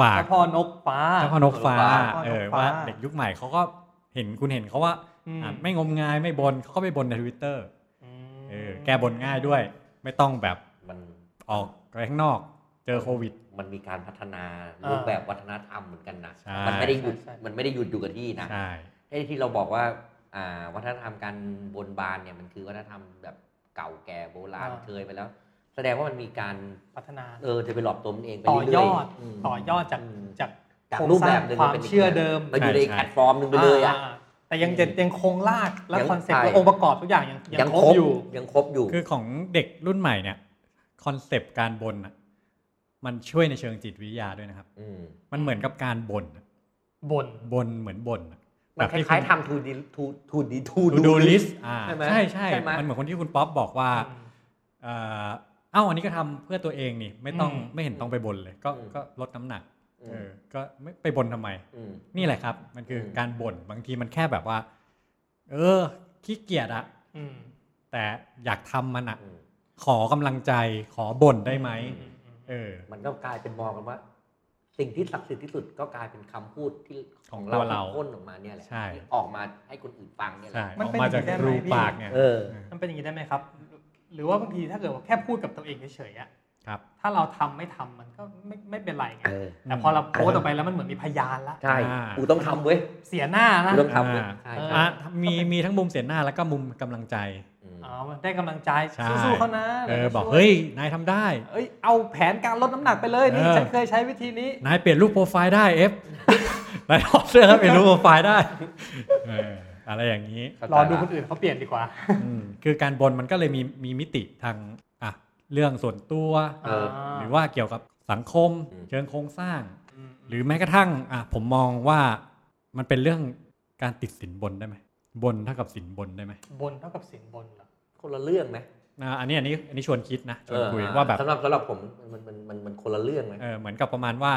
S2: ฝาก
S3: เจ้าพ่อนกฟ้า
S2: เจ้าพ่อนกฟ้า
S3: เจ้าพ่อนกฟ้า
S2: เออว่าเด็กยุคใหม่เขาก็เห็นคุณเห็นเขาว่า
S3: อืม
S2: อ่ะไม่งมงายไม่บนเขาก็ไปบนในทวิตเตอร์
S3: ม
S2: เออแก้บนง่ายด้วย ไม่ต้องแบบ
S4: มัน
S2: ออกไปข้างนอกเจอโควิด
S4: มันมีการพัฒนารูปแบบวัฒนธรรมเหมือนกันนะ
S2: ใช่
S4: มันไม่ได้หยุดมันไม่ได้หยุดอยู่กับที่นะ
S2: ใช่
S4: ไอ้ที่เราบอกว่าอ่าวัฒนธรรมการบนบานเนี่ยมันคือวัฒนธรรมแบบเก่าแก่โบราณเคยไปแล้ว แสดงว่ามันมีการ
S3: พัฒนา
S4: เออจะไปหลอกตัวมันเองไป
S3: ต่อ
S4: เรื่อย
S3: ย
S4: ๆ
S3: อด
S4: ม
S3: ต่อยอดจาก
S4: อืม
S3: จาก
S4: จาก
S3: โครง
S4: รูป
S3: ส
S4: แบ
S3: ร้าง
S4: บหนึ่ง
S3: ความ
S4: ป็นก
S3: เชื่อ
S4: แบบ
S3: เดิม
S4: เราอยู่ในแพลตฟอร์มหนึ่งไปเลยอะ
S3: าแต่ยังจะยังคงลากและ
S4: ยัง
S3: คอนเซ็ปต์
S4: ใช่
S3: และองค์ประกอบทุกอย่างยังยังครบอยู่
S4: ยังครบอยู่
S2: คือของเด็กรุ่นใหม่เนี่ยคอนเซปต์การบนน่ะมันช่วยในเชิงจิตวิทยาด้วยนะครับ
S4: อืม
S2: มันเหมือนกับการบ่นอะ
S3: บน
S2: บ่นเหมือนบ่นอะ
S4: มันคล้ายๆทำทูดีทูทูดีทู
S2: คุณดูลิส
S4: ต์
S2: อ่า
S4: ใช่ไหม
S2: ใช่ใช่
S4: ใช่ไหม
S2: มันเหมือนคนที่คุณป๊อปบอกว่าเอ่อเอ้าอันนี้ก็ทำเพื่อตัวเองนี่ ไม่ต้อง
S3: อืม
S2: ไม่เห็นต้องไปบ่นเลย ก็
S4: อืม
S2: ก็ลดน้ำหนัก
S4: อื
S2: เอ
S4: ม
S2: อก็ไม่ไปบ่นทำไม
S4: อืม
S2: นี่แหละครับ มันคืออ
S4: ม
S2: การบ่นบางทีมันแค่แบบว่า เออขี้เกียจอะ
S3: อืม
S2: แต่อยากทำมันอะ
S4: อืม
S2: ขอกำลังใจขอบ่นได้ไหม
S4: อืม
S2: เออ
S4: มันก็กลายเป็นมองกันว่า สิ่งที่ศักดิ์สิทธิ์ที่สุดก็กลายเป็นคำพูดที่
S2: ของตัวเรา
S4: ที่พ่นออกมาเนี่ยแหละ
S2: ใช่
S4: ที่ออกมาให้คนอื่นฟังเนี่ยแห
S2: ใช่
S4: ละ
S2: ออกมาจากรูปากเนี่ย
S4: เออ
S3: มันเป็นอย่างนี้ได้ไหมครับ หรือว่าบางทีถ้าเกิดว่าแค่พูดกับตัวเองเฉยๆอะ
S2: ครับ
S3: ถ้าเราทำไม่ทำมันก็ไม่ไม่เป็นไรไง
S4: เออ
S3: แต่พอเราโพสต์ออกไปแล้วมันเหมือนมีพยานละ
S4: ใช่
S2: อ่ากู
S4: กูต้องทำเว้ย
S3: เสียหน้านะ
S4: กูต้องทำเว้ย
S2: อ่า
S4: ใช่
S3: เอ
S4: ใช่
S2: อ่ะมีมีทั้งมุมเสียหน้าแล้วก็มุมกำลังใจ
S4: อื
S3: อ๋อมันได้กำลังใจ
S2: ใช่
S3: สู้ๆเขานะ
S2: เออ
S3: ราจะ
S2: บอก
S3: ช่วย
S2: เฮ้ยนายทำได้
S3: เอ้ยเอาแผนการลดน้ำหนักไปเลยนี่
S2: เออ
S3: ฉันเคยใช้วิธีนี้
S2: นายเปลี่ยนรูปโปรไฟล์ได้เอฟ นายถอดเสื้อแล้วเปลี่ยนรูปโปรไฟล์ได้เอออะไรอย่างนี้
S3: รอดูคนอื่นเขาเปลี่ยนดีกว่า
S2: อืมคือการบนมันก็เลยมีมีมิติทางอ่ะเรื่องส่วนตัว
S4: เออ
S2: หรือว่าเกี่ยวกับสังคม
S4: อืม
S2: เชิงโครงสร้าง หรือแม้กระทั่งอ่ะผมมองว่ามันเป็นเรื่องการติดสินบนได้ไหมบนเท่ากับสินบนได้ไหม
S3: บนเท่ากับสินบนเหรอ
S4: คนละเรื่องไหม
S2: อ่ะอันนี้อันนี้อันนี้ชวนคิดนะชวนคุย
S4: เออ
S2: ว่าแบบ
S4: สำหรับสำหรับผมมันมันมันมันคนละเรื่องไหม
S2: เออเหมือนกับประมาณว่า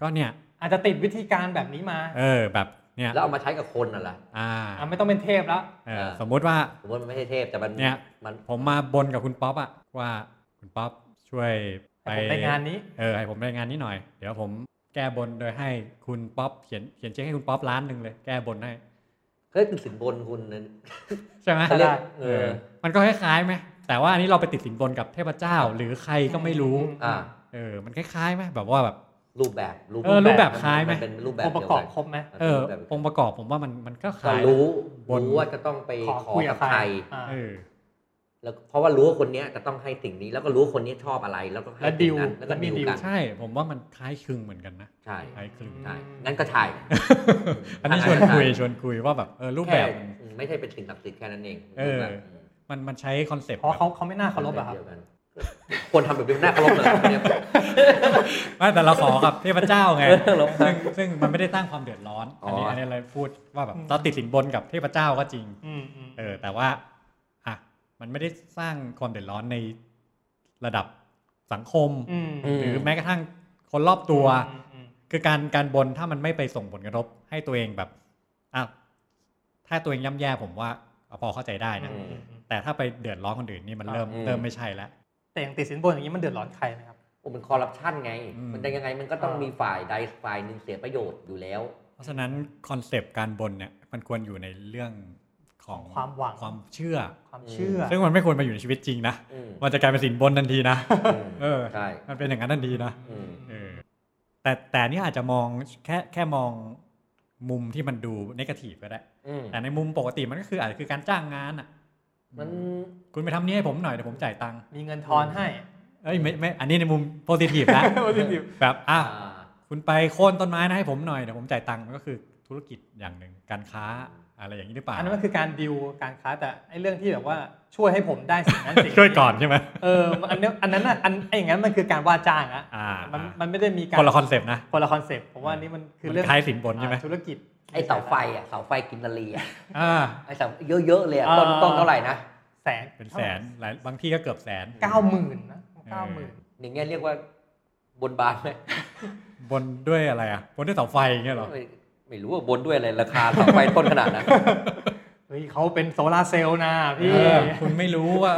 S2: ก็เนี่ย
S3: อาจจะติดวิธีการแบบนี้มา
S2: เออแบบเนี่ย
S4: แล้วเอามาใช้กับคนน่ะล่ะ
S2: อ่า
S3: อ่ะไม่ต้องเป็นเทพแล้ว
S2: เออ
S4: เออ
S2: สมมุติว่า
S4: ผมว่ามันไม่ใช่เทพแต่มัน
S2: เนี่ย
S4: มัน
S2: ผมมาบนกับคุณป๊อปอะว่าคุณป๊อปช่วยไป
S3: ให้ผมได้งานนี้
S2: เออให้ผมได้งานนี้หน่อย เดี๋ยวผมแก้บนโดยให้คุณป๊อปเขียนเขียนเช็คให้คุณป๊อปล้านหนึ่งเลย แก้บนให้
S4: เฮ้ยสินบนคุณนั้น
S2: ใช่ไหม
S4: เขาเรียก
S2: เอ
S4: เอ
S2: อ
S4: อ
S2: มันก็คล้ายๆไหมแต่ว่าอันนี้เราไปติดสินบนกับเทพเจ้า หรือใครก็ไม่รู้
S3: ม
S4: อ่า
S2: เออมันคล้ายๆไหมแบบว่าแบบ
S4: รูปแบบรูป
S2: เออรูปแบบคล้ายไหม
S4: นเป็นรูปแบบ
S3: องค์ประกอบครบไหม
S2: เออ
S4: แบบ
S2: องค์ประกอบผมว่ามันมันก็ค
S4: ก็
S2: ล้าย
S4: รู้
S2: บน
S4: รู้ว่าจะต้องไป
S3: ขอ
S4: ขอ
S3: คุยกั
S4: กั
S3: บบ ใค
S4: ใค
S3: ร
S4: ร
S3: อ่า
S2: เออ
S4: แล้วเพราะว่ารู้ว่าคนเนี้ยจะต้องให้สิ่งนี้แล้วก็รู้ว่าคนนี้ชอบอะไรแล้วก็ให้
S3: และดิ
S4: สิ่
S3: ว
S4: งนั้นแล้วก็
S3: และมี
S4: ดิว
S3: ดิว
S4: กัน
S2: ใช่ผมว่ามันคล้ายคลึงเหมือนกันนะ
S4: ใช่
S2: คล้ายคลึง
S4: ใช่งั้นก็ใช่
S2: อันนี้ชวนคุยชวนคุยว่าแบบเออรูปแบบมัน
S4: ค่ไม่ใช่เป็นสิ่งศักดิ์สิทธิ์แค่นั้นเอง
S2: เออ มันมันใช้คอนเซปต์
S3: เพราะเขาเขาไม่น่าเคารพเหรอครับ
S4: ดียวกันควรทำแบบเป็นหน้าเคารพเหรอครับเนี่ย
S2: ไม่แต่เราขอกับเทพเจ้าไง
S4: เออเราขอ
S2: ซึ่งซึ่งมันไม่ได้สร้างความเดือดร้อน
S4: อ๋
S2: อัน
S4: ออั
S2: นี้อันนี้เลยพูดว่าแบบ
S3: อืม
S2: เราติดสินบนกับเทพเจ้าก็จริง
S3: อืมอืม
S2: เออแต่ว่าอ่ะมันไม่ได้สร้างความเดือดร้อนในระดับสังคม
S3: ม
S2: หรือแม้กระทั่งคนรอบตัว
S3: อืมอืม
S2: คือการการบนถ้ามันไม่ไปส่งผลกระทบให้ตัวเองแบบอ่ะถ้าตัวเองย่ำแย่ผมว่าพอเข้าใจได้นะ
S3: อืมอืมอืม
S2: แต่ถ้าไปเดือดร้อนคนอื่นนี่มันเริ่ม
S4: อืม
S2: เริ่มไม่ใช่แล้ว
S3: แต่อย่างติดสินบนอย่างนี้มันเดือดร้อนใครนะครับ
S4: โอ้มันคอร์รัปชันไง
S2: อืม
S4: มันจะยังไงมันก็ต้อง
S3: อ่ามี
S4: มีฝ่ายใดฝ่ายหนึ่งเสียประโยชน์อยู่แล้ว
S2: เพราะฉะนั้นคอนเซปต์การบนเนี่ยมันควรอยู่ในเรื่องของ
S3: ความหวัง
S2: ความเชื่อ
S3: ความเชื่อ
S2: ซึ่งมันไม่ควรมาอยู่ในชีวิตจริงนะ
S4: อืม
S2: มันจะกลายเป็นสินบนทันทีนะ เออ
S4: ใช่
S2: มันเป็นอย่างนั้นทันทีนะ
S4: อืม
S2: เออแต่แต่นี่อาจจะมองแค่แค่มองมุมที่มันดูนกาทีฟก็ได้
S4: อืม
S2: แต่ในมุมปกติมันก็คืออาจจะคือการจ้างงานอ่ะ
S4: มัน
S2: คุณไปทำนี่ให้ผมหน่อยเดี๋ยวผมจ่ายตังค์
S3: มีเงินทอนให้
S2: เอ้ยไม่ไม่อันนี้ในมุมโพซิทีฟนะ
S3: positive
S2: แบบอ่ะ
S4: อ่า
S2: คุณไปโค่นต้นไม้นะให้ผมหน่อยเดี๋ยวผมจ่ายตังค์มันก็คือธุรกิจอย่างหนึ่งการค้าอะไรอย่างนี้หรือเปล่า
S3: อันนั้นมันคือการดิวการค้าแต่ไอ้เรื่องที่แบบว่าช่วยให้ผมได้สิ่งนั้นสิ่ง
S2: ช่วยก่อนใช่ไหม
S3: เอออันเนี้ยอันนั้นน่ะอันไอ้อย่างนั้นมันคือการว่าจ้างอะ
S2: อ่ามั
S3: นมันไม่ได้มีการ
S2: คนละคอนเซปต์นะ
S3: คนละคอนเซ็ปต์ผมว่าอันนี้มันคือ
S2: มัน
S3: เรื่อง
S2: คล้ายสินบนใช่ไหม
S3: อ่าธุรกิจ
S4: ไอเสาไฟอ่ะเสาไฟกินนาลีอ่ะ
S2: อ่า
S4: ไอเสาเยอะๆเลยอะ
S3: อ่า
S4: ต้นต้นเท่าไหร่นะ
S3: แสน
S2: เป็นแสนหลายบางที่ก็เกือบแสน
S3: เก้าหมื่นนะเก้าหมื่น
S4: อย่างเงี้ยเรียกว่าบนบานไหม
S2: บนด้วยอะไรอ่ะ บนด้วยเสาไฟอย่างเงี้ยเหรอ
S4: ไม่ไม่รู้ว่าบนด้วยอะไรราคาเสาไฟต้นขนาดนั้น
S3: เฮ้ยเขาเป็นโซลาร์เซลล์นะพี่
S2: เออคุณไม่รู้ว่า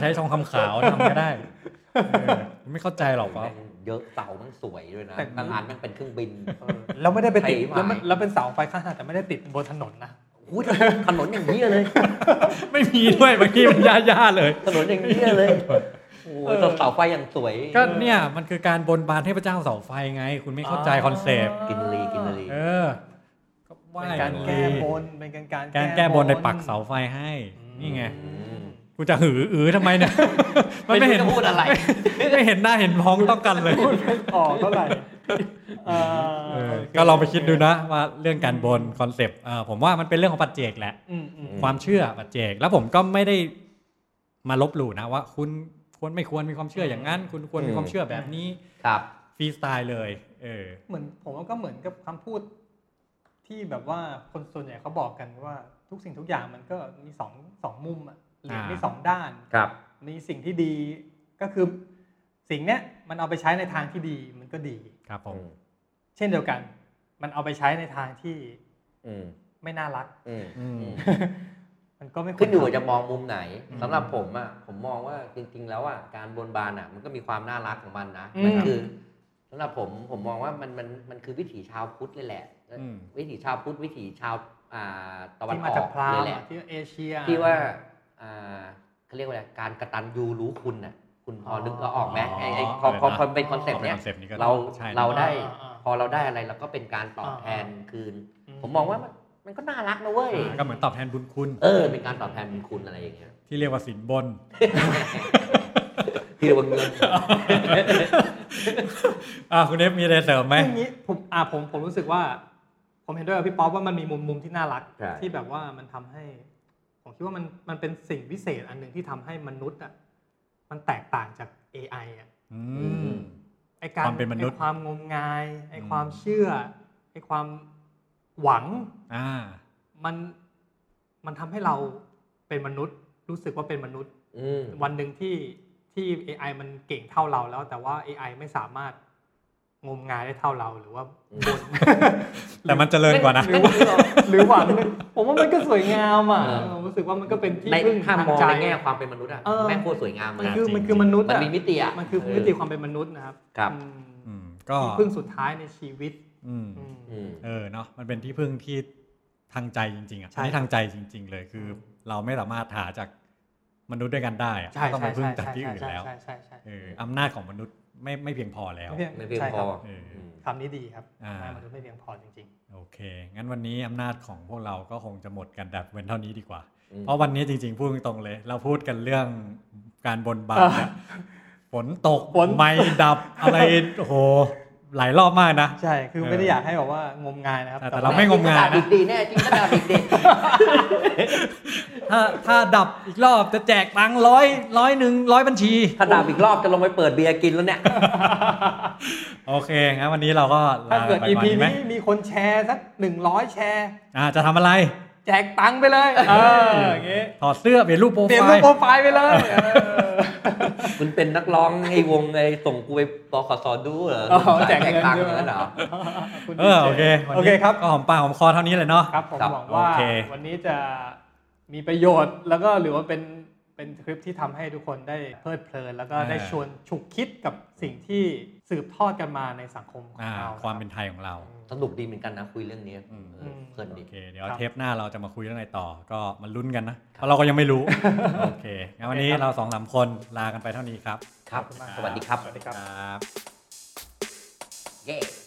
S2: ใช้ทองคำขาวทำก็ได้เออคุณไม่เข้าใจหรอกป๊อป
S4: แม่งเยอะเสามันสวยด้วยนะบางอันมันเป็นเครื่องบิน
S3: เราไม่ได้ไปติด
S4: ไถหวาย
S3: แล้วมันแล้วเป็นเสาไฟข้างทางแต่ไม่ได้ติดบนถนนนะ
S4: หูยถนนอย่างนี้ยเลย
S2: ไม่มีด้วยเมื่อกี้มันย่าๆเลย
S4: ถนนอย่างนี้ยเลยโอ้โหเสาไฟอย่างสวย
S2: ก็เนี่ยมันคือการบนบานเทพเจ้าเสาไฟไง คุณไม่เข้าใจคอนเซปต์
S4: กินนาลีกินนาลี
S2: เออก็ไหว้
S3: เป็นการแก้บนเป็นการการ
S2: การแก้บนในปักเสาไฟให้ นี่ไง
S4: อืม
S2: กูจะหืออือทำไมเนี่ย มันไม่เห็น
S4: จะพูดอะไร
S2: ไม่เห็นหน้าเห็นพ้องต้องกันเลย
S3: พูดไม่ออกเท่าไหร่เออ
S2: เออ
S3: โ
S2: ก็ลองไปคิดดูนะว่าเรื่องการบนคอนเซปต์เอ่อผมว่ามันเป็นเรื่องของปัจเจกแหละ
S3: อืมอืม
S4: ม
S2: ความเชื่อปัจเจก แล้วผมก็ไม่ได้มาลบหลู่นะว่า คุณควรไม่ควรมีความเชื่ออย่างนั้น คุณควรมีความเชื่อแบบนี้
S4: ครับ
S2: ฟรีสไตล์เลยเออ
S3: เหมือนผมว่าก็เหมือนกับคำพูด ที่แบบว่าคนส่วนใหญ่เขาบอกกันว่าทุกสิ่งทุกอย่างมันก็มีสองสองมุมอะเหรียญมีสองด้าน
S4: ครับ
S3: มีสิ่งที่ดีก็คือสิ่งเนี้ยมันเอาไปใช้ในทางที่ดีมันก็ดี
S2: ครับผม
S3: เช่นเดียวกัน มันเอาไปใช้ในทางที่
S4: อืม
S3: ไม่น่ารัก
S4: อืม
S2: อืม
S4: อืม
S3: มันก็ไม่ควร
S4: ขึ้นอยู่กับ
S3: ท
S4: จะมองมุมไหน
S2: อืม
S4: สำหรับผมอ่ะผมมองว่าจริง ๆ แล้วอ่ะการบนบานอ่ะ มันก็มีความน่ารักของมันนะ
S3: ำอื
S4: มัน
S3: ม
S4: คือสำหรับผมผมมองว่ามันมันมันคือวิถีชาวพุทธเลยแหละ
S2: อืม
S4: วิถีชาวพุทธวิถีชาวอ่าตะวัน
S3: ที่
S4: อ
S3: มา
S4: อ
S3: จาก
S4: ก
S3: พราห
S4: เล
S3: ม
S4: ย
S3: ณ์
S4: แห
S3: อะ
S4: ละ
S3: ที่เอเชีย
S4: ที่ว่าอ่าเขาเรียกว่าอะไรการกระตันยูรู้คุณน่ะ คุณพออ
S3: อ
S4: นึกเราออกไหมไอ้ไอ้
S2: อ๋อ
S4: พอพอ
S2: เออนะ
S4: พอเป็นคอนเซปต์เนี้ย
S2: คอนเซปต์นี้ก็
S4: เรา
S2: ใช่นะ
S4: เราได้
S3: อ่าอ่า
S4: พอเราได้อะไรเราก็เป็นการตอบแทน
S3: อ่า
S4: คืน ผมมองว่ามันมันก็น่ารักนะเว้ย
S2: อ่าก็เหมือนตอบแทนบุญคุณ
S4: เออเป็นการตอบแทนบุญคุณอะไรอย่างเงี้ย
S2: ที่เรียกว่าสินบน
S4: ที่เรียกว่าเงิน
S2: อ่าคุณเอฟมีอะไรเสริมไหม
S3: ซึ่งนี้ผมอ่าผมผมรู้สึกว่า ผมเห็นด้วยกับพี่ป๊อปว่ามันมีมุมมุมที่น่ารัก
S4: ใช่
S3: ที่แบบว่ามันทำให้ ผมคิดว่ามันมันเป็นสิ่งวิเศษอันหนึ่งที่ทำให้มนุษย์อ่ะมันแตกต่างจาก AI อ่ะ
S2: อืม
S3: ไอการ
S2: ความเป็นมนุษย์
S3: ไอ้ความงมงายไอ
S2: อืม
S3: ความเชื่อไอความหวัง
S2: อ่า
S3: มันมันทำให้เราเป็นมนุษย์ รู้สึกว่าเป็นมนุษย์
S4: อืม
S3: วันหนึ่งที่ที่ AI มันเก่งเท่าเราแล้ว แต่ว่า AI ไม่สามารถงมงายได้เท่าเราหรือว่า
S4: อืม
S3: บน
S2: แต่มันเจริญกว่านะ
S3: หรือว่าหรือหวังผมว่ามันก็สวยงามอ่ะ
S4: เออ
S3: ผมรู้สึกว่ามันก็เป็นที่
S4: ใน
S3: พึ่ง
S4: ถ้า
S3: ทาง
S4: มอง
S3: ใจ
S4: ในแง่ความเป็นมนุษย์อะ
S3: เออ
S4: แม่งโคตรสวยงามเล
S3: มั
S4: ย
S3: น
S4: อะ
S3: คือ
S2: จริง
S3: มันคือมนุษย์
S4: มัน
S3: อะ
S4: มีมิติอะ
S3: มันคือ
S4: เออ
S3: มิติความเป็นมนุษย์นะครับ
S4: ครับ
S3: อืม
S2: อืมก็
S3: ที่พึ่งสุดท้ายในชีวิต
S2: อืม
S3: อืม
S4: อืม
S2: เออเนาะมันเป็นที่พึ่งที่ทางใจจริงๆอ่ะ
S3: ใช่
S2: อันนี้ทางใจจริง ๆ เลยคือ
S3: อืม
S2: เราไม่สามารถหาจากมนุษย์ด้วยกันได้อะ
S3: ใช่
S2: ต้อง
S3: ใช่
S2: ไปพึ่ง
S3: ใช่
S2: จาก
S3: ใช่
S2: ที่อื่น
S3: ใช่ใช่
S2: แล้ว
S3: ใช่ใช่ใช่
S2: เอออำนาจของมนุษย์ไม่ไม่เพียงพอแล้ว
S4: ไม่เพียง
S3: ใช่ค
S4: พอ
S3: รับ
S2: เออ
S4: ม
S3: คำนี้ดีครับ
S2: อ่า
S3: มนุษย์ไม่เพียงพอจริง
S2: โอเค งั้นวันนี้อำนาจของพวกเราก็คงจะหมดกันแต่เว้นเท่านี้ดีกว่า
S4: อืม
S2: เพราะวันนี้จริงๆพูดตรงๆเลย เราพูดกันเรื่องการบนบานเนี่ยฝนตก
S3: ฝน
S2: ไม่ดับอะไรโอ้โหหลายรอบมากนะ
S3: ๆ ใช่ คือไม่ได้อยากให้แบบว่างมงายนะครับ
S2: แต่เราไม่ งงายนะ
S4: จริก็ด่ดีแน่จริงก็ด่าดิกดี
S2: ถ้าถ้าดับอีกรอบจะแจกตังค์ร้อยร้อยหนึ่งร้อยบัญชี
S4: ถ้าด่าอีกรอบจะลงไปเปิดเบียร์กินแล้วเนี่ย
S2: โอเคงั้นวันนี้เราก็ลา
S3: ถ้าเกิด
S2: ไป
S3: EP
S2: วันนี้ไหม
S3: นี้มีคนแชร์สักหนึ่งร้อยแชร์
S2: อ่าจะทำอะไร
S3: แจกตังค์ไปเลย เอออย่างงี้
S2: ถอดเสื้อเปลี่ยนรูปโปร
S3: เปลี่ยน
S2: ไฟ
S3: รูป
S2: ล์
S3: โปรไฟล์ไปเลยเออ
S4: มันเป็นนักร้องไอ้วงไอ้ส่งกูไปปคสดูเหรอ
S3: อ๋อแจกเงิน
S4: ตังค์
S3: ใช่ไหม
S4: นั่นเหรอ
S3: คุณ
S2: เออโอเควันนี้
S3: โอเคครับ
S2: ก็หอมปากหอมคอเท่านี้เลยเนาะ
S3: ครับผม
S4: ครับ
S3: หวังว่า
S2: โอเค
S3: วันนี้จะมีประโยชน์แล้วก็หรือว่าเป็นเป็นคลิปที่ทำให้ทุกคนได้เพลิดเพลิน แล้วก็ได้ชวนฉุกคิดกับสิ่งที่สืบทอดกันมาในสังคมของ
S2: อ่า
S3: เรา
S2: ความเป็นไทยของเรา
S4: สนุกดีเหมือนกันนะคุยเรื่องนี้
S2: อืม
S4: เออเพลิน
S2: โอ
S4: ดี
S2: เคเดี๋ยวเทปหน้าเราจะมาคุยเรื่องอะไรต่อ ก็มาลุ้นกันนะเพราะเราก็ยังไม่รู้ โอเคงั้นวันนี้เราสองสามคนลากันไปเท่านี้ครับ
S4: ครับ
S3: ขอบณมาก
S4: สวัสดีครับ
S3: สวัสดีครับ
S2: ครับ
S4: เย้